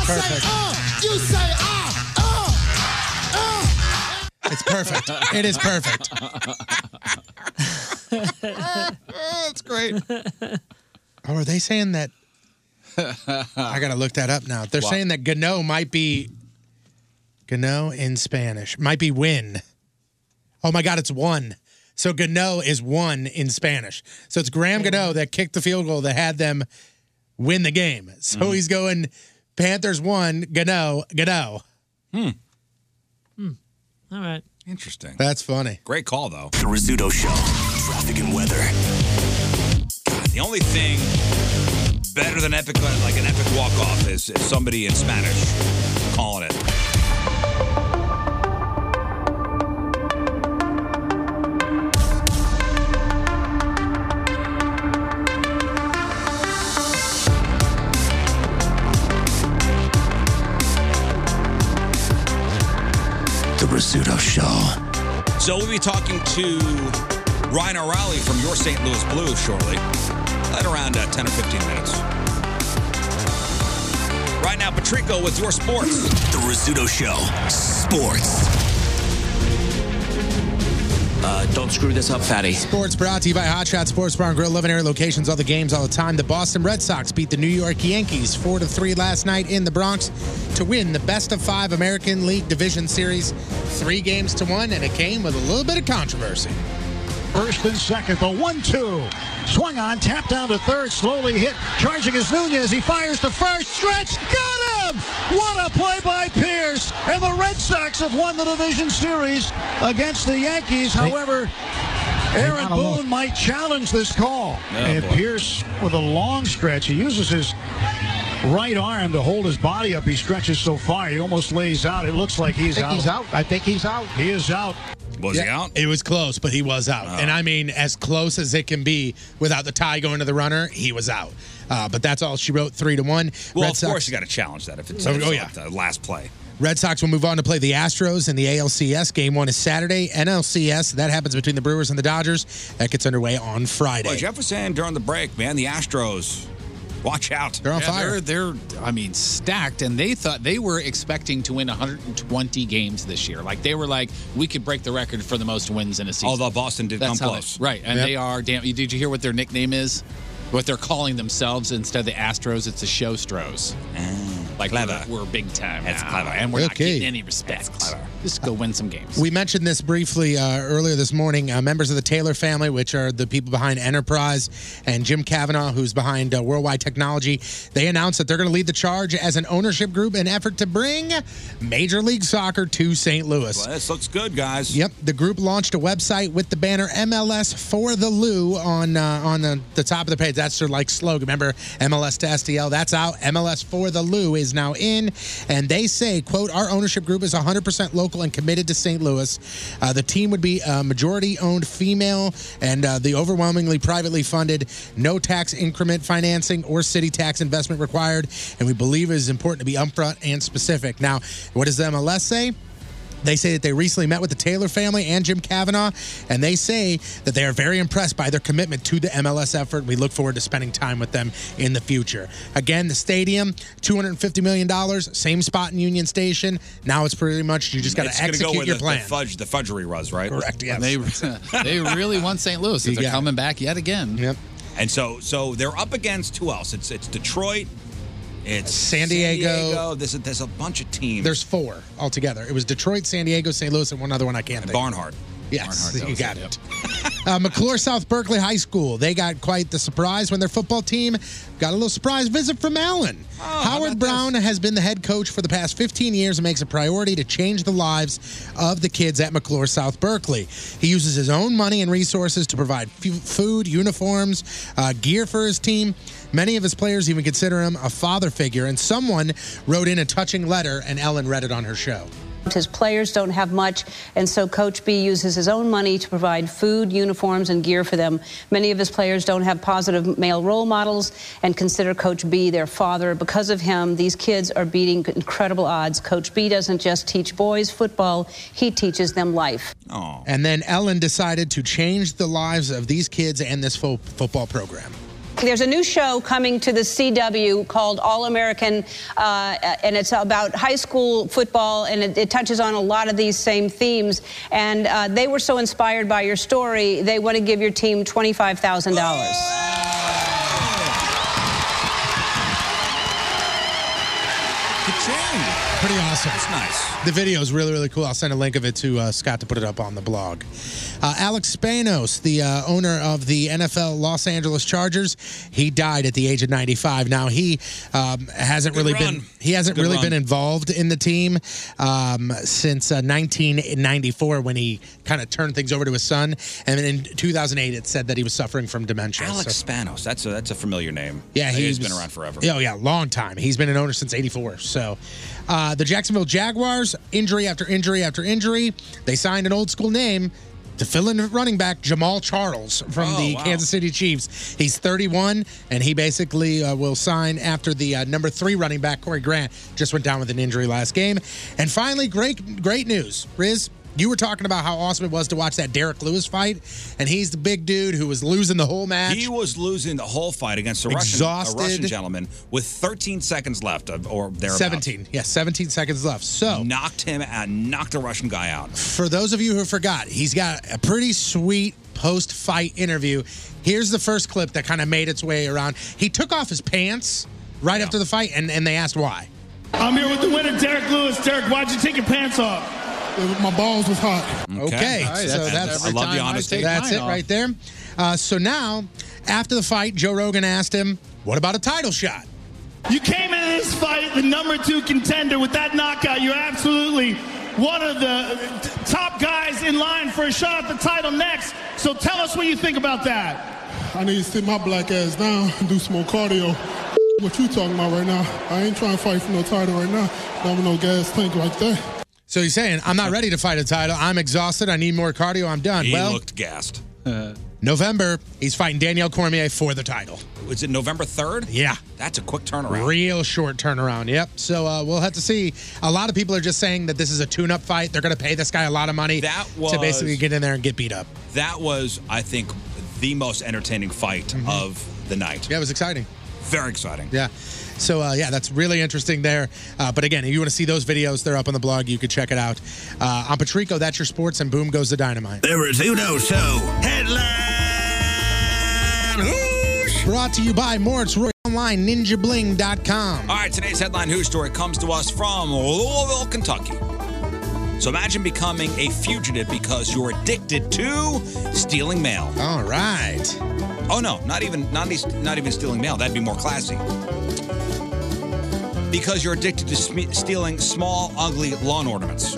H: Oh
U: say ah, you say ah, ah, ah.
H: It's perfect. it is perfect.
U: That's great.
H: Oh, are they saying that? I gotta look that up now. They're
U: What?
H: saying that Gano might be Gano in Spanish might be win. Oh my God, it's one. So Gano is one in Spanish. So it's Graham Gano that kicked the field goal that had them win the game. So
U: Mhm.
H: he's going Panthers one, Gano, Gano.
I: All right.
F: Interesting.
H: That's funny.
F: Great call, though.
L: The Rizzuto Show. Traffic and weather.
F: The only thing better than epic, like an epic walk off, is if somebody in Spanish calling it.
L: The Rizzuto Show.
F: So we'll be talking to Ryan O'Reilly from your St. Louis Blues shortly, at around uh, 10 or 15 minutes. Right now, Patrico with your sports.
L: The Rizzuto Show. Sports. Uh, don't screw this up, fatty.
H: Sports brought to you by Hot Shot Sports Bar and Grill, 11 area locations, all the games, all the time. The Boston Red Sox beat the New York Yankees 4 to 3 last night in the Bronx to win the best of five American League Division Series, three games to one, and it came with a little bit of controversy.
V: First and second, the one-two. Swung on, tapped down to third, slowly hit. Charging is Nunez. He fires the first stretch. Got him! What a play by Pierce! And the Red Sox have won the division series against the Yankees. However, Aaron
W: gotta look.
V: Boone might challenge this call.
W: Oh,
V: and
W: boy.
V: Pierce with a long stretch. He uses his right arm to hold his body up. He stretches so far, he almost lays out. It looks like he's
W: I think
V: out.
W: he's out.
V: I think he's out. He is out.
F: Was he out? Oh.
H: It was close, but he was out. And I mean, as close as it can be without the tie going to the runner, he was out. Uh, but that's all she wrote, 3 to 1.
F: Well,
H: Red
F: of
H: Sox-
F: course, you got to challenge that if it's,
H: Oh,
F: if it's
H: oh,
F: not the last play.
H: Red Sox will move on to play the Astros in the ALCS. Game one is Saturday. NLCS, that happens between the Brewers and the Dodgers. That gets underway on Friday.
F: Well, Jeff was saying during the break, man, the Astros, watch out.
G: They're They're, I mean, stacked, and they thought they were expecting to win 120 games this year. Like they were like, we could break the record for the most wins in a season.
F: Although Boston did
G: That's
F: come
G: how they-
F: close.
G: right? And
F: Yep.
G: they are damn. Did you hear what their nickname is? What they're calling themselves instead of the Astros? It's the Showstros. like
F: Ah, clever.
G: We're, we're big time.
F: That's
G: now,
F: clever.
G: and we're not
H: Okay.
G: getting any respect. Just go win some games.
H: We mentioned this briefly uh, earlier this morning. Uh, members of the Taylor family, which are the people behind Enterprise, and Jim Kavanaugh, who's behind uh, Worldwide Technology, they announced that they're going to lead the charge as an ownership group in effort to bring Major League Soccer to St. Louis.
F: Well, this looks good, guys.
H: Yep, the group launched a website with the banner MLS for the Lou on uh, on the, the top of the page. That's their like slogan. Remember MLS to STL. That's out. MLS for the Lou is now in, and they say, "quote Our ownership group is 100% local and committed to St. Louis. Uh, the team would be uh, majority-owned, female, and uh, the overwhelmingly privately funded, no tax increment financing or city tax investment required. And we believe it is important to be upfront and specific. Now, what does the MLS say? They say that they recently met with the Taylor family and Jim Kavanaugh, and they say that they are very impressed by their commitment to the MLS effort. We look forward to spending time with them in the future. Again, the stadium, $250 million, same spot in Union Station. Now it's pretty much you just got
F: It's
H: to
F: gonna
H: execute
F: go where
H: your
F: the,
H: plan.
F: The fudge, the fudgery was right.
H: Correct. Yes.
G: They they really want St. Louis.
F: You
G: They're
F: got it.
G: coming back yet again.
H: Yep.
F: And so, so they're up against who else? It's it's Detroit. It's
H: San Diego.
F: There's a, there's a bunch of teams.
H: There's four altogether. It was Detroit, San Diego, St. Louis, and one other one I can't think. of.
F: Barnhart.
H: Yes,
F: Barnhart,
H: you
F: that
H: got
F: was
H: it. uh, McClure South Berkeley High School. They got quite the surprise when their football team got a little surprise visit from Allen. Howard Brown has been the head coach for the past 15 years and makes a priority to change the lives of the kids at McClure South Berkeley. He uses his own money and resources to provide f- food, uniforms, uh, gear for his team. Many of his players even consider him a father figure, and someone wrote in a touching letter, and Ellen read it on her show.
X: His players don't have much, and so Coach B uses his own money to provide food, uniforms, and gear for them. Many of his players don't have positive male role models and consider Coach B their father. Because of him, these kids are beating incredible odds. Coach B doesn't just teach boys football, he teaches them life.
H: And then Ellen decided to change the lives of these kids and this fo- football program.
X: there's a new show coming to the CW called All American, uh, and it's about high school football, and it, it touches on a lot of these same themes. And uh, they were so inspired by your story, they want to give your team twenty-five thousand dollars.
H: Pretty awesome. It's
F: nice.
H: The video is really, really cool. I'll send a link of it to uh, Scott to put it up on the blog. Uh, Alex Spanos, the uh, owner of the NFL Los Angeles Chargers, he died at the age of 95. Now he um, hasn't really been he hasn't
W: Good
H: really
W: run.
H: been involved in the team um, since uh, 1994 when he kind of turned things over to his son, and then in 2008 it said that he was suffering from dementia.
F: Alex
H: So-
F: Spanos. That's a that's a familiar name.
H: yeah,
F: he
H: he's
F: has been around forever.
H: Yeah, Oh, yeah, long time. He's been an owner since '84. So, uh, the Jacksonville Jaguars, injury after injury after injury, they signed an old school name to fill in running back Jamal Charles from
W: Oh,
H: the
W: wow.
H: Kansas City Chiefs. He's 31, and he basically uh, will sign after the uh, number three running back Corey Grant just went down with an injury last game. And finally, great great news, Riz. You were talking about how awesome it was to watch that Derek Lewis fight, and he's the big dude who was losing the whole match.
F: He was losing the whole fight against a Russian, a
H: Exhausted.
F: Russian gentleman with 13 seconds left, uh, or thereabouts.
H: 17. Yeah, 17 seconds left. So
F: knocked him out, knocked a Russian guy out.
H: For those of you who forgot, he's got a pretty sweet post fight interview. Here's the first clip that kind of made its way around. He took off his pants right after the fight, and, and they asked why.
T: I'm here with the winner, Derek Lewis. Derek, why'd you take your pants off? My balls was hot.
H: Okay, so that's
F: I love the honesty.
H: That's it right there. Uh, so now, after the fight, Joe Rogan asked him, "What about a title shot?"
T: You came into this fight the number two contender with that knockout. You're absolutely one of the top guys in line for a shot at the title next. So tell us what you think about that.
Y: I need to sit my black ass down and do some more cardio. What you talking about right now? I ain't trying to fight for no title right now. Not with no gas tank like that.
H: So he's saying, "I'm not ready to fight a title. I'm exhausted. I need more cardio. I'm done."
F: He
H: well,
F: looked gassed.
G: Uh,
H: November, he's fighting Danielle Cormier for the title.
F: Was it November 3rd?
H: Yeah.
F: That's a quick turnaround.
H: Real short turnaround. Yep. So uh, we'll have to see. A lot of people are just saying that this is a tune-up fight. They're going to pay this guy a lot of money that
F: was-
H: to basically get in there and get beat up.
F: That was, I think, the most entertaining fight of the night. Yeah,
H: Mm-hmm. it was exciting.
F: Very exciting.
H: Yeah. So uh, yeah, that's really interesting there. Uh, but again, if you want to see those videos, they're up on the blog. You could check it out. Uh, I'm Patrico. That's your sports, and boom goes the dynamite.
W: The Rizzuto Show. Headline.
H: Brought to you by Moritz Roy Online, NinjaBling.com.
F: All right, today's headline news story comes to us from Louisville, Kentucky. So imagine becoming a fugitive because you're addicted to stealing mail.
H: All right.
F: Oh no, not even not, e- not even stealing mail. That'd be more classy. Because you're addicted to sme stealing small, ugly lawn ornaments.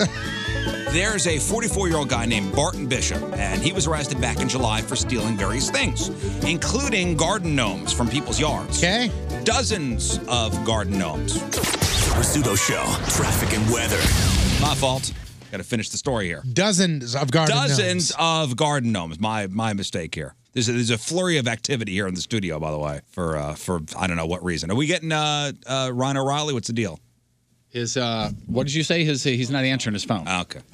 F: There's a 44 year old guy named Barton Bishop, and he was arrested back in July for stealing various things, including garden gnomes from people's yards.
H: Okay.
F: Dozens of garden gnomes.
L: Rizzuto Show. Traffic and weather.
F: My fault. Got to finish the story here.
H: Dozens of garden
F: Dozens of garden gnomes. My my mistake here. There's a, there's a flurry of activity here in the studio, by the way, for uh, for I don't know what reason. Are we getting uh, uh, Ryan O'Reilly? What's the deal?
G: His uh, what did you say? His he's not answering his phone.
F: Ah, Okay.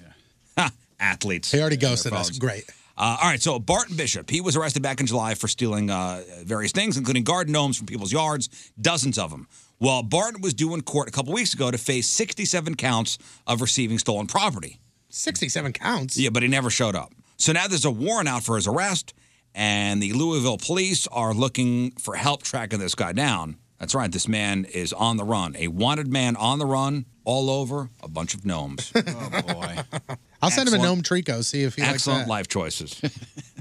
F: Ha, athletes.
H: He already ghosted us. Great.
F: Uh, all right, so Barton Bishop, he was arrested back in July for stealing uh, various things, including garden gnomes from people's yards, dozens of them. Well, Barton was due in court a couple weeks ago to face 67 counts of receiving stolen property.
H: 67 counts.
F: Yeah, but he never showed up. So now there's a warrant out for his arrest, and the Louisville police are looking for help tracking this guy down. That's right, this man is on the run. A wanted man on the run, all over a bunch of gnomes.
H: I'll send him a
F: Excellent.
H: gnome trico. See if he likes
F: Excellent
H: that.
F: life choices.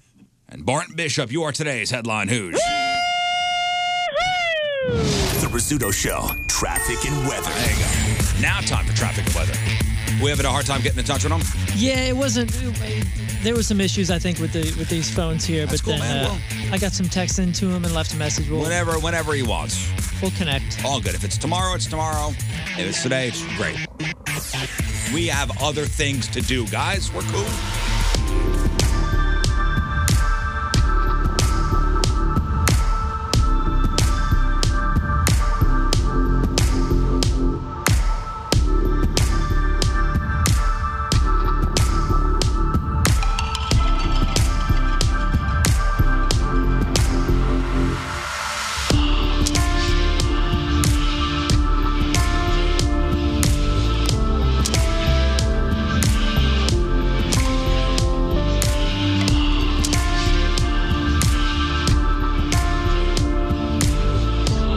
F: and Barton Bishop, you are today's headline Who's?
L: The Rizzuto Show. Traffic and weather.
F: Now, time for traffic and weather. We having a hard time getting in touch with him?
I: Yeah, it wasn't. There were some issues, I think, with the with these phones here.
F: That's
I: but
F: cool,
I: then
F: man.
I: uh, I got some texts into him and left a message. We'll,
F: Whenever, whenever he wants.
I: We'll connect.
F: All good. If it's tomorrow, it's tomorrow. If it's today, it's great. We have other things to do, guys. We're cool.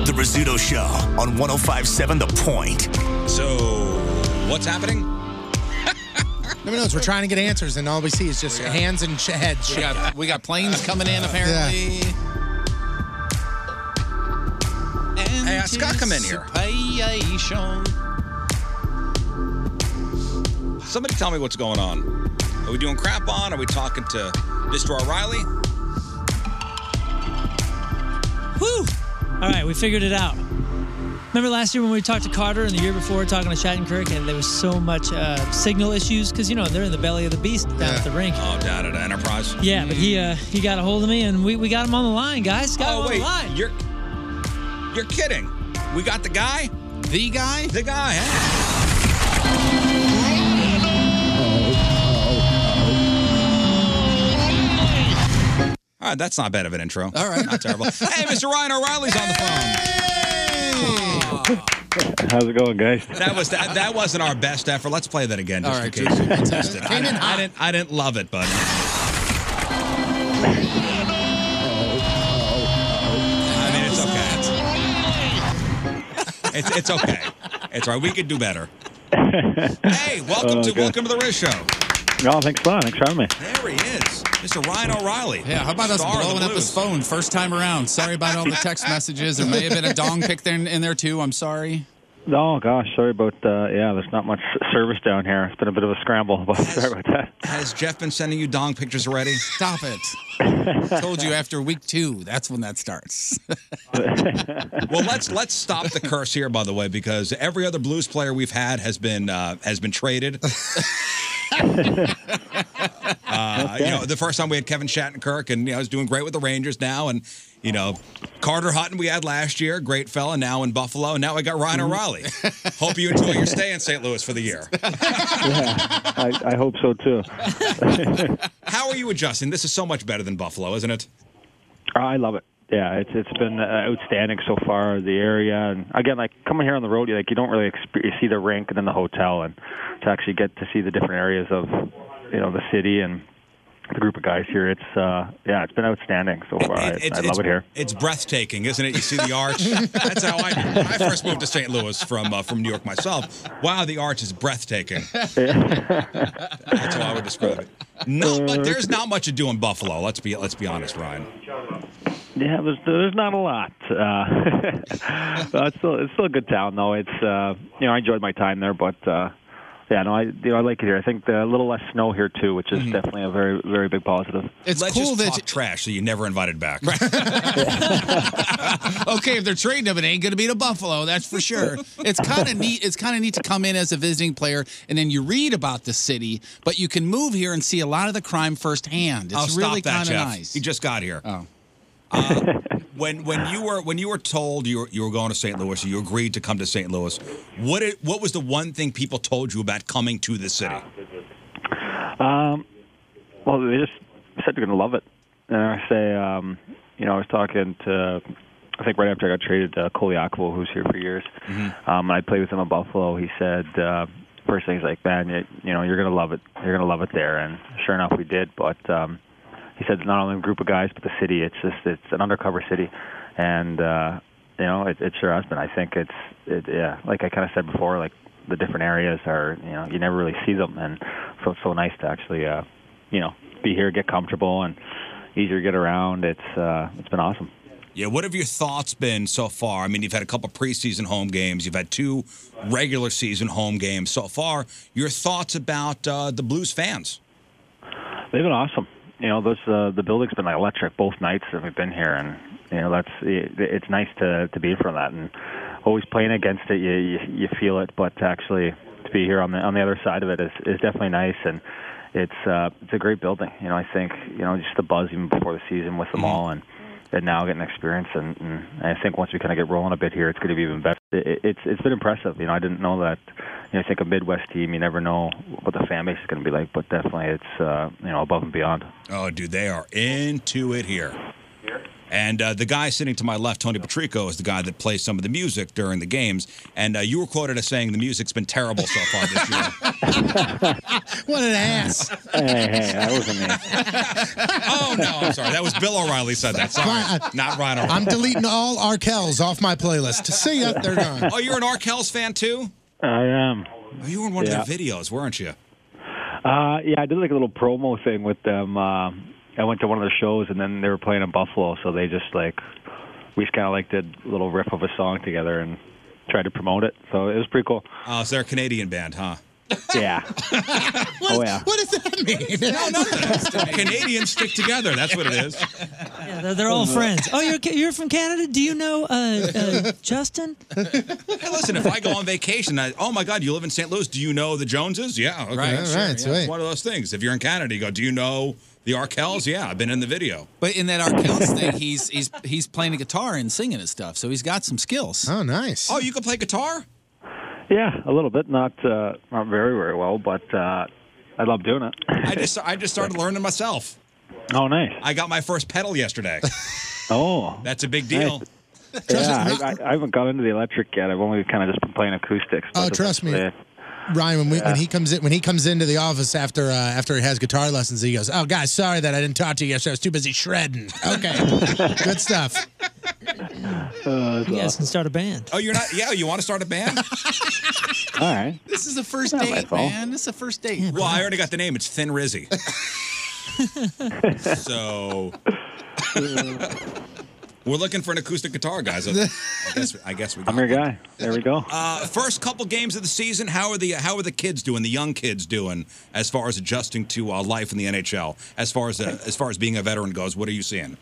L: The Rizzuto Show on 1057 The Point.
F: So, what's happening?
H: Nobody knows. We're trying to get answers, and all we see is just hands and sh- heads.
G: We got, we got planes coming in, apparently.
F: Hey, uh, Scott, come in here. Somebody tell me what's going on. Are we doing crap on? Are we talking to Mr. O'Reilly?
I: Woo! All right, we figured it out. Remember last year when we talked to Carter and the year before talking to Shattenkirk, and there was so much uh, signal issues because you know they're in the belly of the beast down at the rink.
F: Oh, down at Enterprise.
I: Yeah, but he uh, he got a hold of me, and we, we got him on the line, guys. Got him
F: Oh
I: on
F: wait,
I: the line.
F: you're you're kidding. We got the guy.
G: The guy.
F: The guy. Huh? All right, that's not bad of an intro. All right, not terrible. hey, Mr. Ryan O'Reilly's on the phone.
Z: How's it going, guys?
F: That was that, that wasn't our best effort. Let's play that again just
Z: All right,
F: in case. you missed it. I, didn't, I didn't I didn't love it, but I mean it's okay. It's it's okay. It's all right. We could do better. hey, welcome
Z: Oh,
F: to
Z: God.
F: welcome to the Riz Show.
Z: No, thanks a lot. Thanks for having me.
F: There he is, Mr. Ryan O'Reilly.
G: Yeah, how about us
F: Star of the
G: blowing up
F: Blues.
G: his phone first time around? Sorry about all the text messages. There may have been a dong pic there in, in there too. I'm sorry.
Z: Oh gosh, sorry about uh, yeah. There's not much service down here. It's been a bit of a scramble, but sorry about that.
F: Has Jeff been sending you dong pictures already?
G: Stop it. Told you after week two, that's when that starts.
F: well, let's let's stop the curse here, by the way, because every other blues player we've had has been uh, has been traded. uh, you know, the first time we had Kevin Shattenkirk, and you know, he's doing great with the Rangers now, and you know, Carter Hutton we had last year, great fella, now in Buffalo, and now I got Ryan O'Reilly. Hope you enjoy your stay in St. Louis for the year.
Z: yeah, I, I hope so too.
F: How are you adjusting? This is so much better than Buffalo, isn't it?
Z: I love it. Yeah, it's it's been uh, outstanding so far. The area, and again, like coming here on the road, you like you don't really exp- you see the rink and then the hotel, and to actually get to see the different areas of you know the city and the group of guys here. It's uh yeah, it's been outstanding so far. I, I love it here.
F: It's breathtaking, isn't it? You see the arch. That's how I when I first moved to St. Louis from uh, from New York myself. Wow, the arch is breathtaking. That's how I would describe it. No, but there's not much to do in Buffalo. Let's be let's be honest, Ryan.
Z: Yeah, there's there's not a lot. Uh, but it's still it's still a good town though. It's uh, you know I enjoyed my time there, but uh, yeah, no, I you know I like it here. I think the, a little less snow here too, which is definitely a very very big positive.
F: It's let's just talk trash that you never invited back.
G: okay, if they're trading him, it ain't going to be to Buffalo. That's for sure. It's kind of neat. It's kind of neat to come in as a visiting player, and then you read about the city, but you can move here and see a lot of the crime firsthand. It's
F: oh, stop
G: really
F: that,
G: kind of
F: Jeff.
G: nice.
F: You just got here. Uh,
G: Oh.
F: when when you were when you were told you were, you were going to St. Louis, you agreed to come to St. Louis. What it, what was the one thing people told you about coming to the city?
Z: Um, well, they just said they're gonna love it, and I say um, you know I was talking to I think right after I got traded uh, Koliakovo, who's here for years.
L: Mm-hmm.
Z: Um, and I played with him in Buffalo. He said, uh, first thing he's like, man, you, you know, you're gonna love it. You're gonna love it there. And sure enough, we did. But um, he said, not only a group of guys, but the city. It's just it's an undercover city, and uh, you know, it, it sure has been. I think it's it, yeah, like I kind of said before, like the different areas are you know you never really see them, and so it's so nice to actually uh, you know be here, get comfortable, and easier to get around. It's uh, it's been awesome.
F: Yeah, what have your thoughts been so far? I mean, you've had a couple preseason home games, you've had two regular season home games so far. Your thoughts about uh, the Blues fans?
Z: They've been awesome. You know, those uh, the building's been electric both nights that we've been here, and you know that's it, it's nice to to be in front of that. And always playing against it, you you, you feel it, but to actually to be here on the on the other side of it is is definitely nice, and it's uh, it's a great building. You know, I think you know just the buzz even before the season with them all, and and now getting experience, and, and I think once we kind of get rolling a bit here, it's going to be even better. It, it- it's it's been impressive. You know, I didn't know that. You know, I think a Midwest team, you never know what the fan base is going to be like, but definitely it's uh, you know above and beyond.
F: Oh, dude, they are into it here. And uh, the guy sitting to my left, Tony Patrico, is the guy that plays some of the music during the games. And uh, you were quoted as saying the music's been terrible so far this year.
H: What an ass.
Z: Hey, hey, that wasn't me.
F: oh no, I'm sorry. That was Bill O'Reilly said that. Sorry,
H: Fine, I-
F: not Ryan. O'Reilly.
H: I'm deleting all Arkells off my playlist. See ya, they're gone.
F: Oh, you're an Arkells fan too?
Z: I am.
F: Oh, you were in one
Z: Yeah.
F: of their videos, weren't you?
Z: Uh, yeah, I did like a little promo thing with them. Uh, I went to one of their shows, and then they were playing in Buffalo, so they just like we just kind of like did a little riff of a song together and tried to promote it. So it was pretty cool.
F: Oh, it's their Canadian band, huh?
Z: Yeah. oh yeah.
H: What does that mean? No,
F: Canadians stick together. That's what it is.
I: Yeah, they're, they're all friends. Oh, you're ca- you're from Canada? Do you know uh, uh, Justin?
F: Hey, listen, if I go on vacation, I, oh my God, you live in St. Louis. Do you know the Joneses? Yeah, okay,
G: Right,
F: sure,
G: right,
F: yeah. It's
G: sweet.
F: one of those things. If you're in Canada, you go, do you know the Arkells? Yeah, I've been in the video.
G: But in that Arkells thing, he's he's he's playing the guitar and singing and stuff, so he's got some skills.
H: Oh, nice.
F: Oh, you can play guitar?
Z: Yeah, a little bit. Not uh, not very very well, but uh, I love doing it.
F: I just I just started learning myself.
Z: Oh, nice.
F: I got my first pedal yesterday.
Z: Oh,
F: That's a big deal.
Z: yeah. I, I, I haven't got into the electric yet. I've only kind of just been playing acoustics.
H: Oh,
Z: but
H: trust me.
Z: eventually-
H: Ryan, when, we, when
Z: Yeah.
H: he comes in, when he comes into the office after uh, after he has guitar lessons, he goes, "Oh, guys, sorry that I didn't talk to you yesterday. I was too busy shredding." Okay, good stuff. uh,
I: yes, and start a band.
F: Oh, you're not. Yeah, you want to start a band?
Z: All right.
G: This is the first
F: Not my
G: date,
F: fault.
G: man. This is the first date.
F: Well, I already got the name. It's Thin Rizzy. so we're looking for an acoustic guitar, guys. I guess, I guess we. Got
Z: I'm your guy. There we go.
F: Uh, first couple games of the season. How are the How are the kids doing? The young kids doing as far as adjusting to uh, life in the NHL? As far as uh, as far as being a veteran goes, what are you seeing?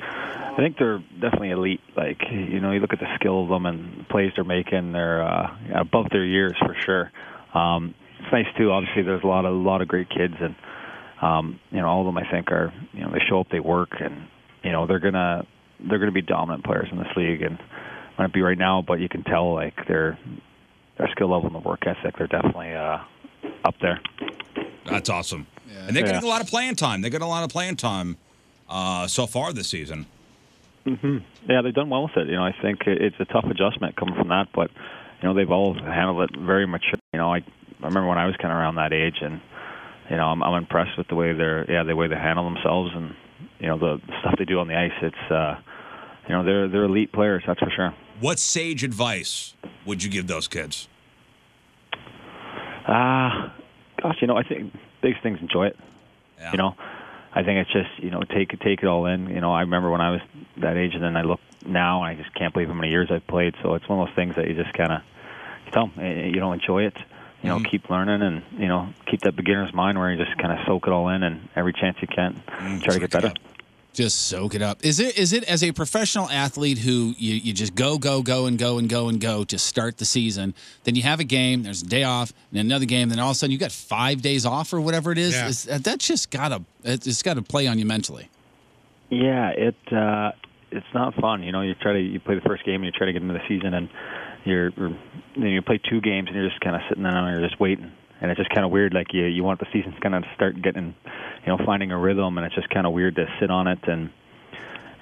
Z: I think they're definitely elite. Like you know, you look at the skill of them and the plays they're making. They're uh, above their years for sure. Um, it's nice too. Obviously, there's a lot of a lot of great kids, and um, you know, all of them I think are you know they show up, they work, and you know they're gonna they're gonna be dominant players in this league, and might not be right now, but you can tell like their their skill level and the work ethic, they're definitely uh, up there.
F: That's awesome. And they're getting a
Z: Yeah.
F: lot of playing time. They're getting a lot of playing time uh, so far this season.
Z: hmm Yeah, they've done well with it. You know, I think it- it's a tough adjustment coming from that, but you know they've all handled it very mature. You know, I I remember when I was kind of around that age, and you know I'm I'm impressed with the way they're yeah the way they handle themselves and you know the stuff they do on the ice. It's uh you know they're they're elite players, that's for sure.
F: What sage advice would you give those kids?
Z: Ah, gosh, you know, I think biggest things enjoy it. You know, I think it's just you know take take it all in. You know, I remember when I was that age, and then I look now, and I just can't believe how many years I've played. So it's one of those things that you just kind of you tell 'em, eh, you know enjoy it. You know, keep learning, and you know keep that beginner's mind where you just kind of soak it all in, and every chance you can, try to get better.
G: Just soak it up. Is it is it as a professional athlete who you, you just go, go, go and go and go and go to start the season, then you have a game, there's a day off, and another game, then all of a sudden you got five days off or whatever it is.
Z: Yeah.
G: Is- uh, that just gotta it's gotta play on you mentally.
Z: Yeah, it uh, it's not fun. You know, you try to you play the first game and you try to get into the season, and you're, you're then you play two games and you're just kind of sitting there and you're just waiting, and it's just kind of weird. Like you you want the season's kind of start getting, you know, finding a rhythm, and it's just kind of weird to sit on it and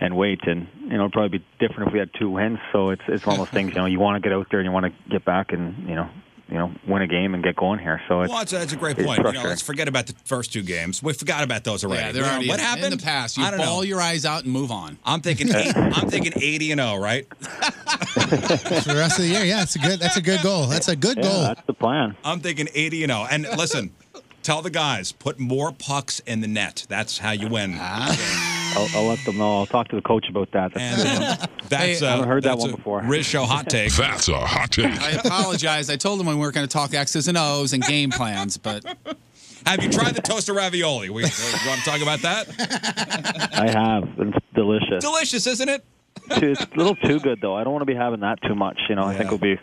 Z: and wait. And you know, it'd probably be different if we had two wins. So it's it's one of those things. You know, you want to get out there and you want to get back and you know you know win a game and get going here. So it's
F: Well, that's, that's a great
Z: it's
F: point. You know,
Z: frustrating.
F: let's forget about the first two games. We forgot about those already.
G: Yeah, they're
F: You know,
G: already
F: what
G: in- in
F: happened
G: the past. You
F: I don't
G: ball
F: know.
G: your eyes out and move on.
F: I'm thinking. Eight, I'm thinking 80 and 0, right?
H: For the rest of the year, yeah, that's a good that's a good goal. That's a good goal.
Z: the plan.
F: I'm thinking 80 and 0. And listen, tell the guys put more pucks in the net. That's how you win.
G: Ah.
Z: I'll, I'll let them know. I'll talk to the coach about that.
F: That's
Z: I
F: uh,
Z: haven't heard that
F: that's
Z: one
F: a
Z: before.
F: Riz show hot take.
S: That's a hot take.
G: I apologize. I told him when we weren't going to talk X's and O's and game plans, but
F: Have you tried the toaster ravioli? We, we want to talk about that.
Z: I have. It's delicious.
F: Delicious, isn't it?
Z: Too- it's a little too good though. I don't want to be having that too much. You know, I think it'll be.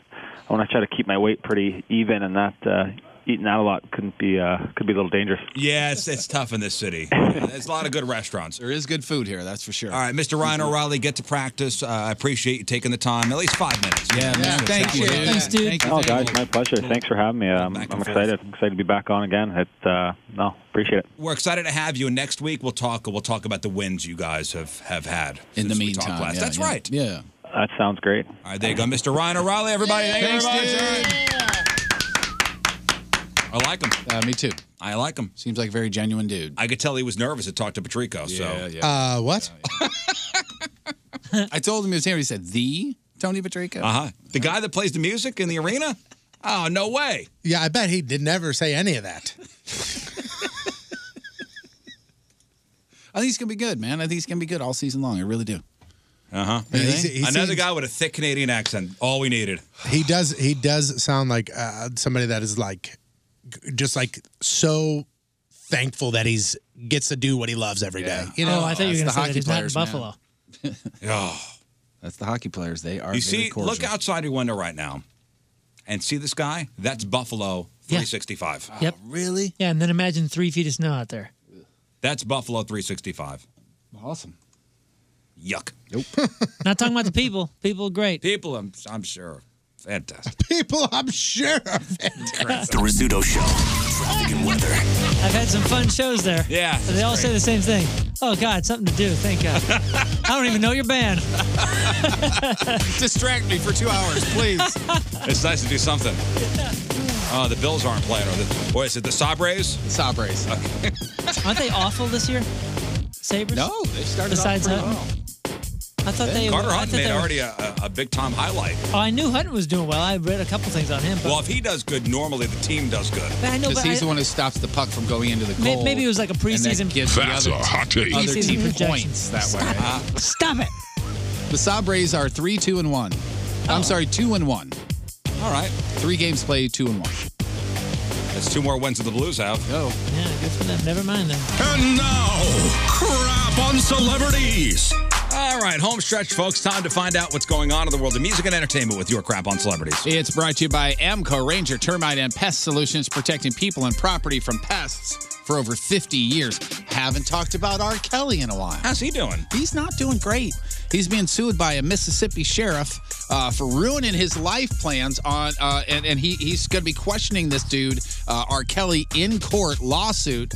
Z: I want to try to keep my weight pretty even, and that uh, eating out a lot couldn't be uh, could be a little dangerous.
F: Yeah, it's, it's tough in this city. There's a lot of good restaurants.
G: There is good food here, that's for sure.
F: All right, Mr. Ryan O'Reilly, get to practice. Uh, I appreciate you taking the time, at least five minutes.
G: Yeah, man. Thank you.
H: Thanks, dude. Thank you.
Z: Oh, guys, my pleasure. Thanks for having me. Um, I'm excited. I'm excited to be back on again. It, uh, no, appreciate it.
F: We're excited to have you. And next week we'll talk. We'll talk about the wins you guys have have had
G: In the
F: since we talked
G: meantime,
F: last.
G: yeah,
F: That's
G: yeah.
F: right.
G: Yeah.
Z: That sounds great.
F: All right, there you go, Mr. Ryan O'Reilly. Everybody, thank you very much. I like him.
G: Uh, me too.
F: I like him.
G: Seems like a very genuine dude.
F: I could tell he was nervous to talk to Patrico. so
H: Uh, what?
G: I told him he was here. He said the Tony Patrico.
F: Uh huh. The guy that plays the music in the arena? Oh, no way.
H: Yeah, I bet he did never say any of that.
G: I think he's gonna be good, man. I think he's gonna be good all season long. I really do.
F: Uh huh. Another guy with a thick Canadian accent. All we needed.
H: He does. He does sound like uh, somebody that is like, g- just like so thankful that he's gets to do what he loves every day. You know,
I: oh,
G: uh,
I: I thought you were going to say that he's not in Buffalo.
F: Oh.
G: That's the hockey players. They are. very
F: You see,
G: cordial.
F: look outside your window right now and see this guy? That's Buffalo 365.
I: Yep.
G: Oh, really?
I: Yeah, and then imagine three feet of snow out there.
F: That's Buffalo 365.
G: Awesome.
F: Yuck.
G: Nope.
I: Not talking about the people. People are great.
F: People, I'm, I'm sure. Fantastic.
H: People, I'm sure.
L: The Rizzuto Show. Traffic and weather.
I: I've had some fun shows there.
F: Yeah.
I: But they all say the same thing. Oh, God, something to do. Thank God. I don't even know your band.
G: Distract me for two hours, please.
F: It's nice to do something. Oh, the Bills aren't playing. Or the, what is it, the Sabres?
G: Sabres.
F: Okay.
I: Aren't they awful this year? Sabres?
G: No, they started off
I: Besides
G: pretty
I: Hutton? I thought they
F: Carter
I: were. I
F: Hunt
I: thought
F: made
I: they were-
F: already a, a- a big time highlight.
I: Oh, I knew Hutton was doing well. I read a couple things on him. But
F: Well, if he does good, normally the team does good.
I: But I know,
G: Because
I: but
G: he's
I: I-
G: the one who stops the puck from going into the
I: May-
G: goal.
I: maybe it was like a
G: and that
I: preseason-
G: gives the
I: That's
G: other
I: a hot take.
G: Other
I: Preseason
G: team
I: projection.
G: points that way.
F: Ah,
G: Uh,
I: Stop it. Oh.
G: The Sabres are three, two, and one. I'm sorry, two and one.
F: All right.
G: Three games played, two and one.
F: That's two more wins than the Blues have.
G: Go.
I: Yeah, good for them. Never mind them.
F: And now, crap on celebrities. All right, home stretch, folks. Time to find out what's going on in the world of music and entertainment with your crap on celebrities.
G: It's brought to you by Amco Ranger Termite and Pest Solutions, protecting people and property from pests for over 50 years. Haven't talked about R. Kelly in a while.
F: How's he doing?
G: He's not doing great. He's being sued by a Mississippi sheriff uh, for ruining his life plans on, uh, and, and he, he's going to be questioning this dude, uh, R. Kelly, in court lawsuit.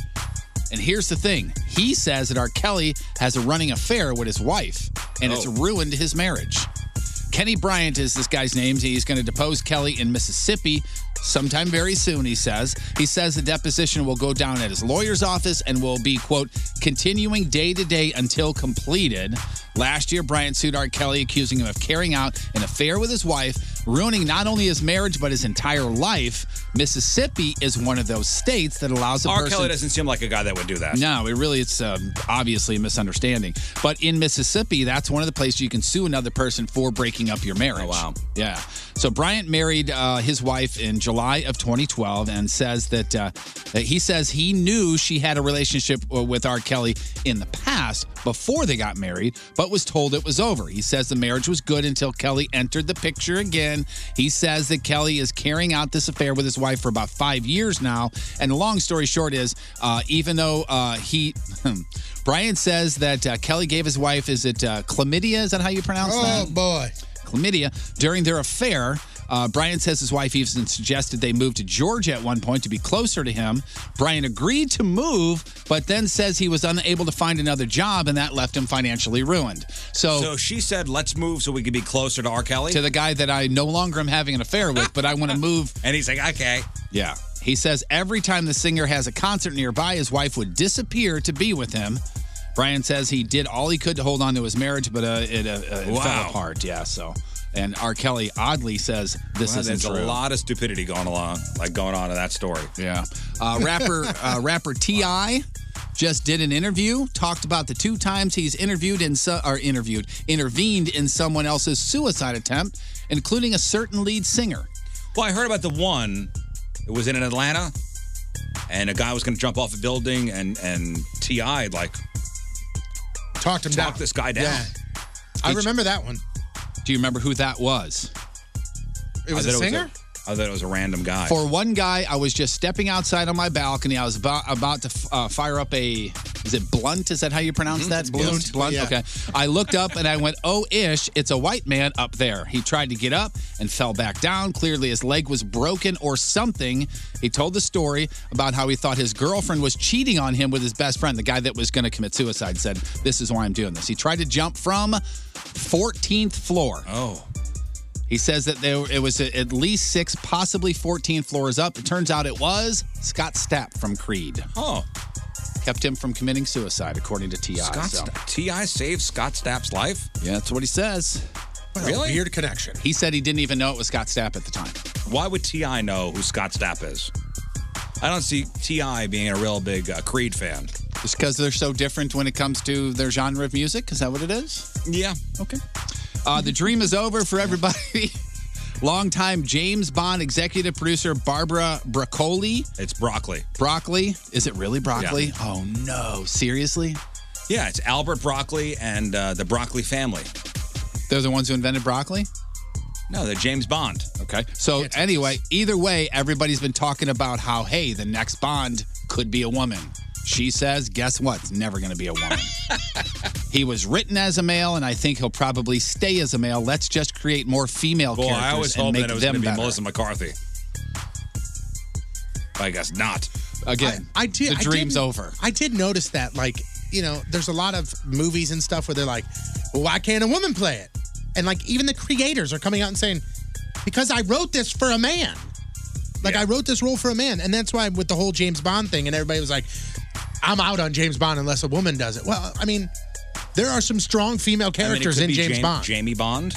G: And here's the thing: he says that R. Kelly has a running affair with his wife, and it's
F: Oh.
G: ruined his marriage. Kenny Bryant is this guy's name. He's going to depose Kelly in Mississippi sometime very soon, he says. He says the deposition will go down at his lawyer's office and will be, quote, continuing day to day until completed. Last year, Bryant sued R. Kelly, accusing him of carrying out an affair with his wife, ruining not only his marriage, but his entire life. Mississippi is one of those states that allows a
F: R.
G: person.
F: Kelly doesn't seem like a guy that would do that.
G: No, it really it's um, obviously a misunderstanding. But in Mississippi, that's one of the places you can sue another person for breaking up your marriage. Oh, wow. Yeah. So Bryant married uh, his wife in July of 2012 and says that uh, that he says he knew she had a relationship uh, with R. Kelly in the past before they got married, but was told it was over. He says the marriage was good until Kelly entered the picture again. He says that Kelly is carrying out this affair with his wife for about five years now. And the long story short is, uh, even though uh, he, Brian says that uh, Kelly gave his wife, is it uh, chlamydia? Is that how you pronounce that?
H: Oh boy.
G: chlamydia during their affair. Uh, Brian says his wife even suggested they move to Georgia at one point to be closer to him. Brian agreed to move, but then says he was unable to find another job, and that left him financially ruined. So,
F: So she said, let's move so we could be closer to R. Kelly.
G: to the guy that I no longer am having an affair with, but I want to move
F: and he's like, okay.
G: yeah. He says every time the singer has a concert nearby, his wife would disappear to be with him. Brian says he did all he could to hold on to his marriage, but uh, it, uh, uh, it
F: Wow.
G: fell apart. Yeah, so. And R. Kelly oddly says this
F: Wow,
G: isn't
F: there's
G: true.
F: a lot of stupidity going along, like going on in that story.
G: Yeah. Uh, rapper uh, rapper Ti just did an interview, talked about the two times he's interviewed in so, or interviewed intervened in someone else's suicide attempt, including a certain lead singer.
F: Well, I heard about the one. It was in Atlanta, and a guy was going to jump off a building, and and Ti like
H: talked him
F: down, this guy down.
H: Yeah. I remember that one.
G: Do you remember who that was?
H: It was
F: I
H: a
F: thought
H: singer.
F: a- I thought it was a random guy.
G: For one guy, I was just stepping outside on my balcony. I was about, about to f- uh, fire up a, is it blunt? Is that how you pronounce that? Blunt. Blunt.
F: Mm-hmm. yeah.
G: Okay. I looked up and I went, oh, ish, it's a white man up there. He tried to get up and fell back down. Clearly, his leg was broken or something. He told the story about how he thought his girlfriend was cheating on him with his best friend. The guy that was going to commit suicide said, this is why I'm doing this. He tried to jump from 14th floor.
F: Oh.
G: He says that there it was at least six, possibly 14 floors up. It turns out it was Scott Stapp from Creed.
F: Oh.
G: Kept him from committing suicide, according to T.I.
F: Scott
G: so.
F: Stapp- T.I. saved Scott Stapp's life?
G: Yeah, that's what he says.
F: What a Really? weird
H: connection.
G: He said he didn't even know it was Scott Stapp at the time.
F: Why would T.I. know who Scott Stapp is? I don't see T.I. being a real big uh, Creed fan.
G: Just because they're so different when it comes to their genre of music? Is that what it is?
F: Yeah.
G: Okay. Uh, the dream is over for everybody. Longtime James Bond executive producer Barbara Broccoli.
F: It's broccoli.
G: Broccoli. Is it really broccoli?
F: Yeah.
G: Oh no! Seriously?
F: Yeah, it's Albert Broccoli and uh, the Broccoli family.
G: They're the ones who invented broccoli.
F: No, they're James Bond.
G: Okay. So anyway, either way, everybody's been talking about how hey, the next Bond could be a woman. She says, guess what? It's never going to be a woman. he was written as a male, and I think he'll probably stay as a male. Let's just create more female
F: Boy,
G: characters
F: I always
G: and
F: hoped
G: make
F: that it was
G: them
F: going to be
G: better.
F: Melissa McCarthy. I guess not.
G: Again,
H: I, I did.
G: The
H: I
G: dream's
H: didn't-
G: over.
H: I did notice that, like, you know, there's a lot of movies and stuff where they're like, well, why can't a woman play it? And like, even the creators are coming out and saying, because I wrote this for a man. Like, I wrote this role for a man, and that's why with the whole James Bond thing, and everybody was like, I'm out on James Bond unless a woman does it. Well, I mean, there are some strong female
F: I mean, it
H: characters
F: could
H: in
F: be
H: James
F: Jane-
H: Bond.
F: Jamie Bond.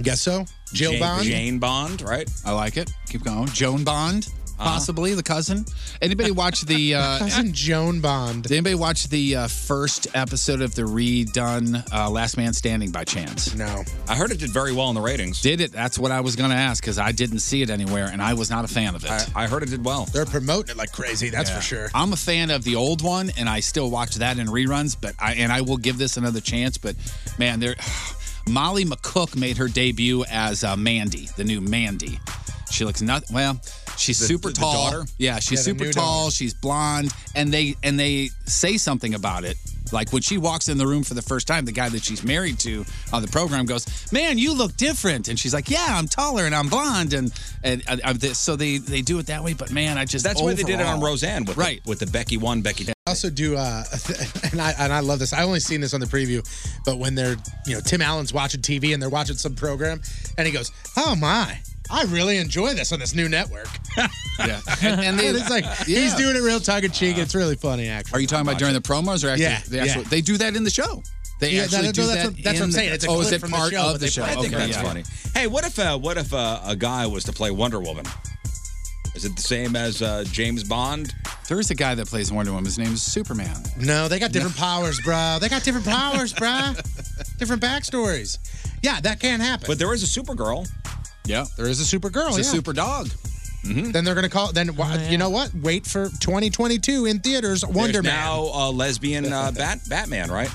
H: Guess so. Jill
F: Jane,
H: Bond.
F: Jane Bond, right?
G: I like it. Keep going. Joan Bond,
F: Uh-huh.
G: possibly the cousin. Anybody watch the uh,
H: cousin Joan Bond?
G: Did anybody watch the uh, first episode of the redone uh, Last Man Standing by chance?
H: No.
F: I heard it did very well in the ratings.
G: Did it? That's what I was going to ask because I didn't see it anywhere, and I was not a fan of it.
F: I, heard it did well.
H: They're promoting it like crazy. That's for sure.
G: I'm a fan of the old one, and I still watch that in reruns. But I and I will give this another chance. But man, there, Molly McCook made her debut as uh, Mandy, the new Mandy. She looks not well. She's
F: The-
G: super
F: the- the
G: tall.
F: daughter?
G: Yeah, she's
F: Yeah, the
G: super
F: new
G: tall. She's blonde, and they and they say something about it. Like when she walks in the room for the first time, the guy that she's married to on the program goes, "Man, you look different." And she's like, "Yeah, I'm taller and I'm blonde." And and uh, uh, this- so they they do it that way. But man, I just
F: That's why they did it on
G: overall-
F: Roseanne with right. the, with the Becky one, Becky two.
H: I also do, uh, and I and I love this. I only seen this on the preview, but when they're you know Tim Allen's watching TV and they're watching some program, and he goes, "Oh my, I really enjoy this on this new network."
G: Yeah, and, and they-
H: And it's like he's
G: Yeah.
H: doing it real tongue in cheek. It's really funny, actually.
G: Are you talking about during the promos or actually?
H: Yeah,
G: the actual,
H: yeah.
G: They do that in the show. They
H: Yeah,
G: actually
H: that-
G: do
H: no,
G: that.
H: that's what- that's
G: in
H: what I'm
G: the-
H: saying. It's a
G: oh, is
H: clip
G: it
H: from the
G: part
H: show,
G: of
H: but
G: the
H: they
G: show?
H: play
F: I think
G: okay,
F: that's
G: yeah.
F: funny. Hey, what if uh, what if uh, a guy was to play Wonder Woman? Is it the same as uh, James Bond?
G: There is a guy that plays Wonder Woman. His name is Superman.
H: No, they got different powers, bro. They got different powers, bro. different backstories. Yeah, that can't happen.
F: But there is a Supergirl.
G: Yeah,
H: there is a Supergirl.
G: It's a
H: yeah.
G: super dog.
H: Then they're gonna call. Then
I: Oh,
H: wha- you know what? Wait for 2022 in theaters. Wonder
F: There's
H: Man.
F: now a lesbian uh, Bat Batman, right?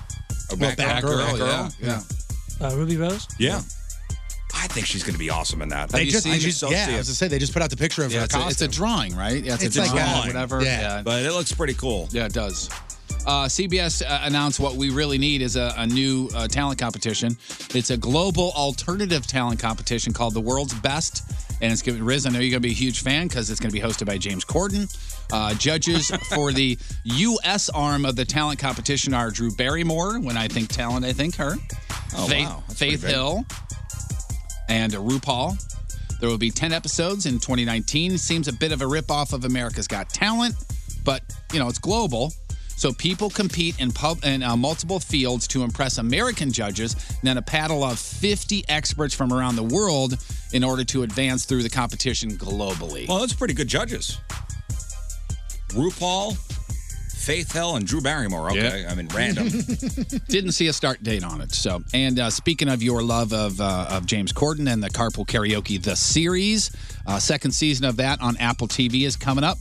F: Or
H: Well, Batgirl,
F: Batgirl.
G: yeah, yeah.
I: Uh, Ruby Rose.
F: Yeah. I think she's going to be awesome in that.
H: They just, they just- yeah, I was gonna say they just put out the picture of
G: Yeah,
H: her
G: it's, a, it's a
H: costume.
G: drawing, right? Yeah,
H: It's
G: a
H: like
G: drawing,
H: a-
G: whatever.
H: yeah.
F: but it looks pretty cool.
G: Yeah, it does. Uh, CBS uh, announced what we really need is a, a new uh, talent competition. It's a global alternative talent competition called the World's Best. And it's going to Riz, I know you're going to be a huge fan because it's going to be hosted by James Corden. Uh, judges for the U.S. arm of the talent competition are Drew Barrymore, when I think talent, I think her.
F: Oh,
G: Faith,
F: wow. That's
G: Faith
F: pretty big.
G: Hill and RuPaul. There will be 10 episodes in 2019. Seems a bit of a ripoff of America's Got Talent, but you know, it's global. So people compete in pub in uh, multiple fields to impress American judges, and then a panel of 50 experts from around the world in order to advance through the competition globally.
F: Well, that's pretty good judges. RuPaul, Faith Hill, and Drew Barrymore. Okay, I mean random.
G: Didn't see a start date on it. So, and uh, speaking of your love of uh, of James Corden and the Carpool Karaoke, the series, uh, second season of that on Apple TV is coming up.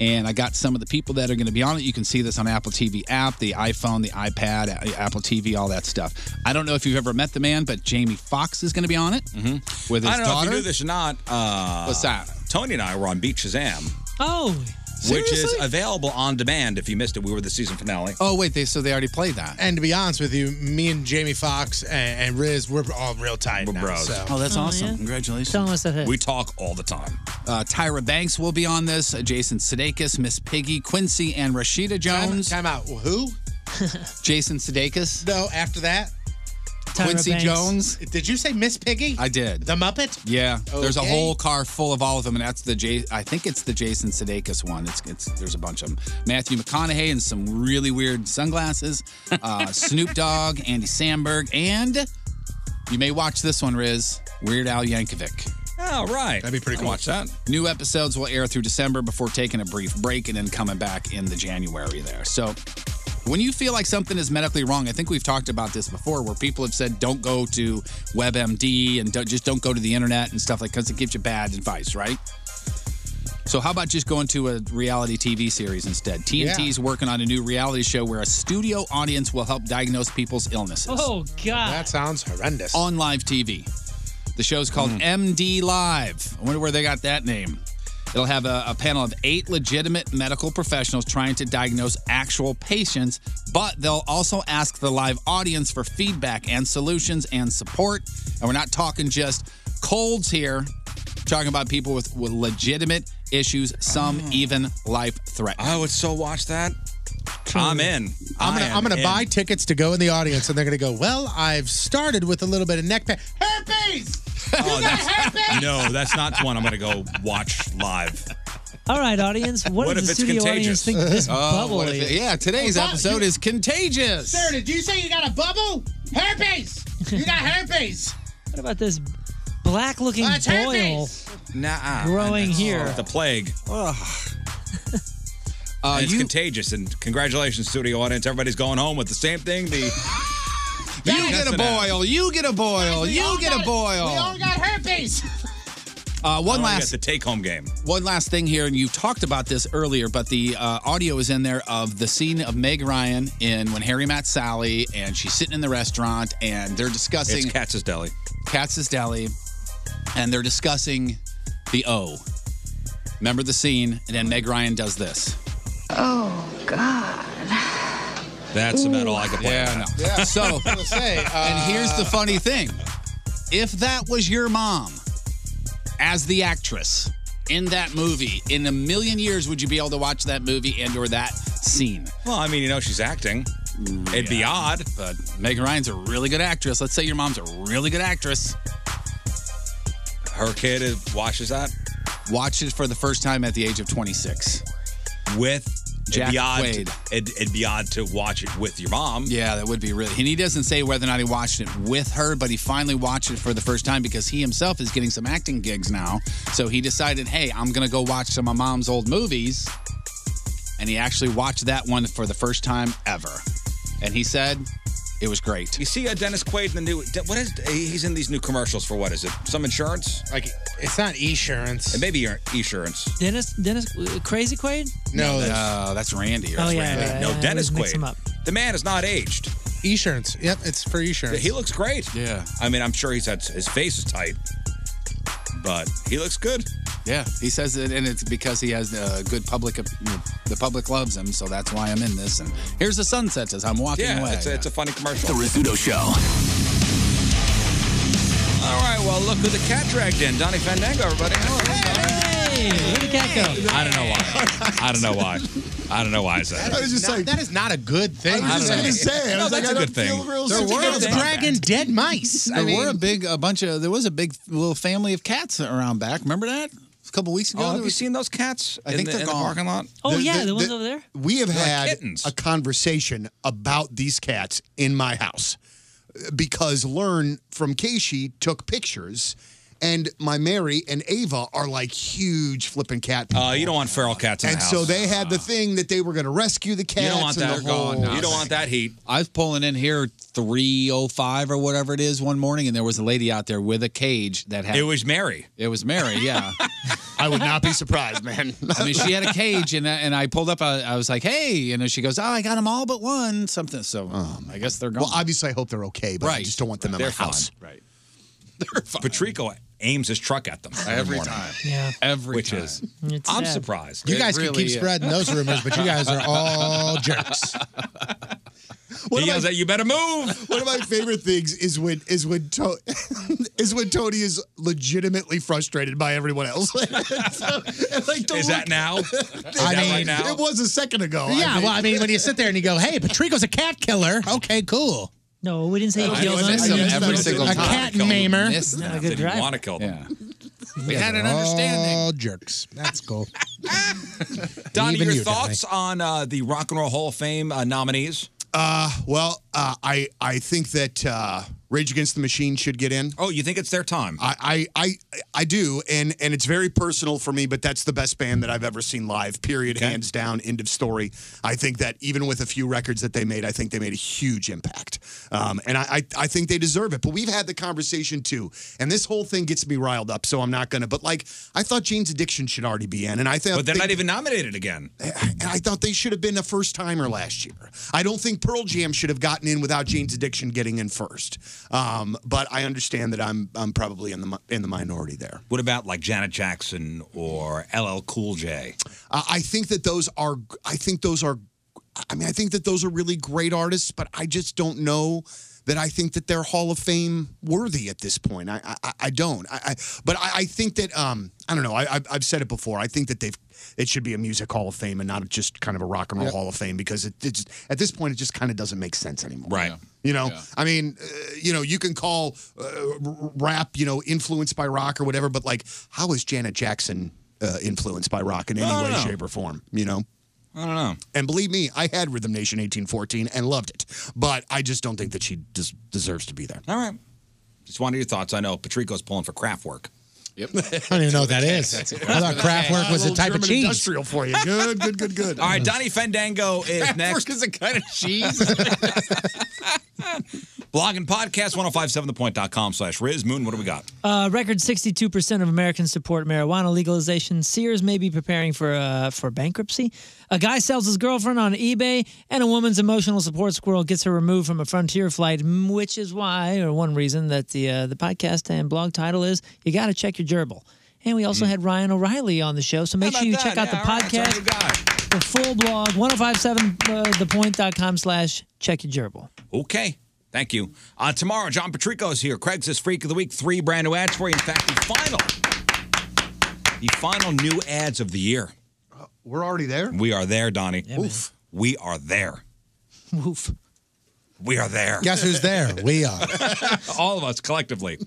G: And I got some of the people that are going to be on it. You can see this on Apple TV app, the iPhone, the iPad, A- Apple TV, all that stuff. I don't know if you've ever met the man, but Jamie Foxx is going to be on it mm-hmm. with his
F: I
G: daughter.
F: don't know if you knew this or not. Uh,
G: What's that?
F: Tony and I were on Beat Shazam,
I: Oh,
F: which is available on demand if you missed it. We were the season finale.
G: Oh wait, they so they already played that.
H: And to be honest with you, me and Jamie Foxx and, and Riz, we're all real tight now.
F: bros.
H: so-
G: Oh, that's
F: Oh,
G: awesome.
F: yeah.
G: Congratulations.
F: We talk all the time.
G: Uh, Tyra Banks will be on this. uh, Jason Sudeikis, Miss Piggy, Quincy, and Rashida Jones.
H: Time, out. Who?
G: Jason Sudeikis.
H: No, after that,
G: Tyra Quincy Banks. Jones.
H: Did you say Miss Piggy?
G: I did.
H: The Muppet.
G: Yeah, there's a
H: Okay.
G: whole car full of all of them, and that's the J. I think it's the Jason Sudeikis one. It's, it's there's a bunch of them. Matthew McConaughey in some really weird sunglasses. Uh, Snoop Dogg, Andy Samberg, and you may watch this one, Riz. Weird Al Yankovic.
F: Oh, right.
G: That'd be pretty
F: cool. Watch that.
G: New episodes will air through December before taking a brief break and then coming back in the January there. So when you feel like something is medically wrong, I think we've talked about this before where people have said don't go to WebMD and don't, just don't go to the internet and stuff like because it gives you bad advice, right? So how about just going to a reality TV series instead? TNT's working on a new reality show where a studio audience will help diagnose people's illnesses
I: Oh God.
H: That sounds horrendous.
G: on live TV. The show's called
F: Mm-hmm.
G: MD Live. I wonder where they got that name. It'll have a, a panel of eight legitimate medical professionals trying to diagnose actual patients, but they'll also ask the live audience for feedback and solutions and support. And we're not talking just colds here, We're talking about people with, with legitimate issues, some even life threatening. I
F: Mm. would so watch that. I'm in.
H: I'm
F: I
H: gonna,
F: am
H: I'm gonna
F: in.
H: buy tickets to go in the audience, and they're gonna go. Well, I've started with a little bit of neck pain. Herpes.
F: Oh, that's, no, that's not one I'm going to go watch live.
I: All right, audience. What,
F: What
I: does
F: if
I: the
F: it's
I: studio
F: contagious?
I: audience think this
F: Oh,
I: bubble
F: what if
I: is?
F: it- yeah,
G: today's
H: Oh, that-
G: episode
H: you-
G: is contagious.
H: Sir, did you say you got a bubble? Oh, Herpes. You got herpes. Oh,
I: What about this black-looking
H: That's
I: boil?
F: Nah.
I: Growing here.
F: The plague.
G: Uh,
F: And it's contagious, and congratulations, studio audience. Everybody's going home with the same thing. The
G: You get a boil. You get a
D: Oh,
G: boil. You get a boil.
H: got herpes.
G: oh. Uh, one
F: Last
G: last
F: Oh, the take-home game.
G: One last thing here, and you talked about this earlier, but the uh, audio is in there of the scene of Meg Ryan in When Harry Met Sally, and she's sitting in the restaurant, and they're discussing
F: It's Katz's Deli.
G: Katz's Deli, and they're discussing the O. Remember the scene, and then Meg Ryan does this.
J: Oh, God.
F: That's about all I could play.
G: Yeah,
F: on
G: no.
F: that.
G: So, and here's
F: uh,
G: the funny thing: if that was your mom as the actress in that movie, in a million years, would you be able to watch that movie and/or that scene? Mm,
F: Well, I mean, you know, she's acting. It'd be odd,
G: but Meg Ryan's a really good actress. Let's say your mom's a really good actress.
F: Her kid is, watches that
G: Watched it for the first time at the age of 26.
F: with
G: Jack
F: it'd be odd
G: Quaid.
F: To, it'd, it'd be odd to watch it with your mom.
G: Yeah, that would be really. And he doesn't say whether or not he watched it with her, but he finally watched it for the first time because he himself is getting some acting gigs now. So he decided, hey, I'm going to go watch some of my mom's old movies. And he actually watched that one for the first time ever. And he said it was great.
F: You see uh, Dennis Quaid in the new. De- What is he's in these new commercials for? What is it? Some insurance?
H: Like it's not insurance.
F: It may be insurance.
I: Dennis, Dennis, uh, Crazy Quaid.
H: No,
G: that's, no, that's Randy.
I: or Oh, that's yeah, Randy. yeah,
F: no,
I: yeah, I
F: Dennis
I: always mix 'em
F: Quaid.
I: up.
F: The man is not aged.
H: Insurance. Yep, it's for insurance.
F: He looks great.
G: Yeah.
F: I mean, I'm sure he's had his face is tight, but he looks good.
G: Yeah, he says it, and it's because he has a good public. The public loves him, so that's why I'm in this. And here's the sunsets as I'm walking
F: yeah,
G: away.
F: It's, a, it's a funny commercial.
G: The Rizzuto Show.
F: All right, well, look who the cat dragged in. Donnie Fandango, everybody. How are you?
I: Hey, where the cat go?
F: I don't know why. I don't know why. I don't know why I said that.
H: That is, not, that is not a good thing.
F: I was just
H: don't
F: gonna
H: know.
F: say, I No, was like, that's I a don't good thing. feel real
H: There
F: secure
H: were
F: about
H: dragging dead mice.
G: There
H: I mean,
G: were a big, a bunch of. There was a big little family of cats around back. Remember that? A couple weeks ago.
F: Oh, have
G: there
F: you
G: was-
F: seen those cats?
G: I think
F: in the,
G: they're
F: in
G: gone.
F: The parking lot.
I: Oh
K: The-
I: yeah, the,
K: the-
I: ones
K: the-
I: over there.
K: We have
F: They're like
K: had
F: kittens.
K: a conversation about these cats in my house because Learn from Keishi took pictures, and my Mary and Ava are like huge flipping cat people.
F: Uh, you don't want feral cats in
K: and
F: the house.
K: so they had the thing that they were going to rescue the cats.
F: you don't want
K: and
F: that.
K: The whole,
F: You don't want that heat.
G: I was pulling in here 305 or whatever it is one morning, and there was a lady out there with a cage that had.
F: It was Mary.
G: It was Mary, yeah.
K: I would not be surprised, man.
G: I mean, she had a cage, and I- and I pulled up. I, I was like, "Hey," and then she goes, "Oh, I got them all but one." Something. So I guess they're gone.
K: Oh, Well, obviously, I hope they're okay, but I
G: Right.
K: just don't want them
G: Right.
K: in
G: They're
K: my house.
G: fine. Right.
F: Patrico aims his truck at them
G: Every
F: morning.
G: time.
I: Yeah.
F: Every which is
I: It's
F: I'm
I: sad.
F: surprised.
H: You guys can keep spreading those rumors, but you guys are all jerks.
F: he yells at you better move.
K: One of my favorite things is when is when to- is when Tony is legitimately frustrated by everyone else. And, like, the
F: Is that now? Is that right now?
K: It was a second ago.
H: yeah,
K: think.
H: well, I mean, when you sit there and you go, "Hey, Patrico's a cat killer." Okay, cool.
I: No, Oh, we didn't say
H: I
I: he killed
H: know, I
I: them.
H: miss them every single
I: a
H: time.
I: cat
H: Killed them.
I: maimer.
H: Miss them.
I: Not a
H: They
I: good
H: didn't
I: drive.
H: want
F: to kill them.
H: You
F: We
H: guys
F: had
H: are
F: an understanding.
H: All jerks. That's cool.
F: Donnie,
H: Even
F: your
H: you, Donnie.
F: thoughts on uh, the Rock and Roll Hall of Fame uh, nominees?
K: Uh, well, uh, I I think that uh, Rage Against the Machine should get in.
F: Oh, you think it's their time?
K: I I I, I do, and and it's very personal for me, but that's the best band that I've ever seen live. Period, hands down. End of story. I think that even with a few records that they made, I think they made a huge impact, um, and I, I I think they deserve it. But we've had the conversation too, and this whole thing gets me riled up, so I'm not gonna. But like, I thought Jane's Addiction should already be in, and I think
F: But they're not even nominated again.
K: and I thought they should have been a first timer last year. I don't think Pearl Jam should have gotten in without Jane's Addiction getting in first. Um, but I understand that I'm I'm probably in the mi- in the minority there.
F: What about like Janet Jackson or LL Cool J?
K: Uh, I think that those are I think those are I mean I think that those are really great artists, but I just don't know that I think that they're Hall of Fame worthy at this point. I I- I, I don't. I, I but I, I think that um I don't know. I I've, I've said it before. I think that they've it should be a music Hall of Fame and not just kind of a rock and roll
G: Yep.
K: Hall of Fame because it, it's at this point it just kind of doesn't make sense anymore.
F: Right.
K: You know, I mean, uh, you know, you can call uh, r- rap, you know, influenced by rock or whatever, but like, how is Janet Jackson uh, influenced by rock in any
F: I don't
K: way,
F: know.
K: shape, or form? You know,
F: I don't know.
K: And believe me, I had Rhythm Nation 1814 and loved it, but I just don't think that she des- deserves to be there.
F: All right. Just wanted your thoughts. I know Patrico's pulling for craft work.
G: Yep.
H: I don't even know what that is. I thought Kraftwerk was a type of cheese.
K: for you. Good, good, good, good.
F: All right, Donnie Fandango Oh, is next.
G: is a kind of cheese.
F: Blog and podcast 1057thepoint.com slash Riz. Moon, what do we got?
I: Uh, record 62% of Americans support marijuana legalization. Sears may be preparing for uh, for bankruptcy. A guy sells his girlfriend on eBay, and a woman's emotional support squirrel gets her removed from a Frontier flight, m- which is why, or one reason, that the uh, the podcast and blog title is "You Got to Check Your Gerbil." And we also had Ryan O'Reilly on the show, so make sure you check out the podcast, the full blog, uh, 1057thepoint.com slash check your gerbil.
F: Okay. Thank you. Uh, tomorrow, John Patrico's here. Craig's this Freak of the Week. Three brand new ads for you. In fact, the final, the final new ads of the year.
K: Uh, We're already there.
F: We are there, Donnie. Oof. We are there.
I: Oof.
F: We are there.
H: Guess who's there? We are.
F: All of us collectively.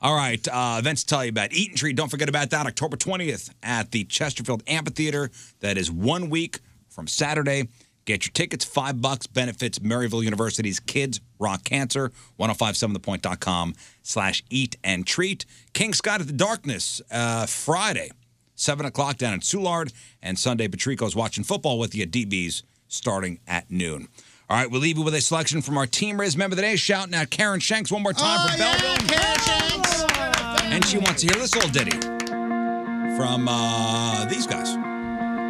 F: All right, uh, events to tell you about. Eat and Treat, don't forget about that. October 20th at the Chesterfield Amphitheater. That is one week from Saturday. Get your tickets, five bucks. Benefits Maryville University's Kids Rock Cancer, 1057thepoint.com slash eat and treat. King Scott at the Darkness, uh, Friday, 7 o'clock down at Soulard. And Sunday, Patrico's watching football with you at DB's starting at noon. All right, we'll leave you with a selection from our Team Riz member of the day, shouting out Karen Shanks one more time
D: Oh,
H: Oh,
F: for Belleville. And she wants to hear this little ditty from uh, these guys.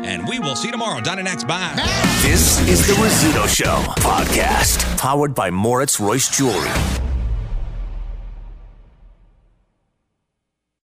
F: And we will see you tomorrow. Donnie next. Bye.
L: This is the Rizzuto Show podcast, powered by Moritz Royce Jewelry.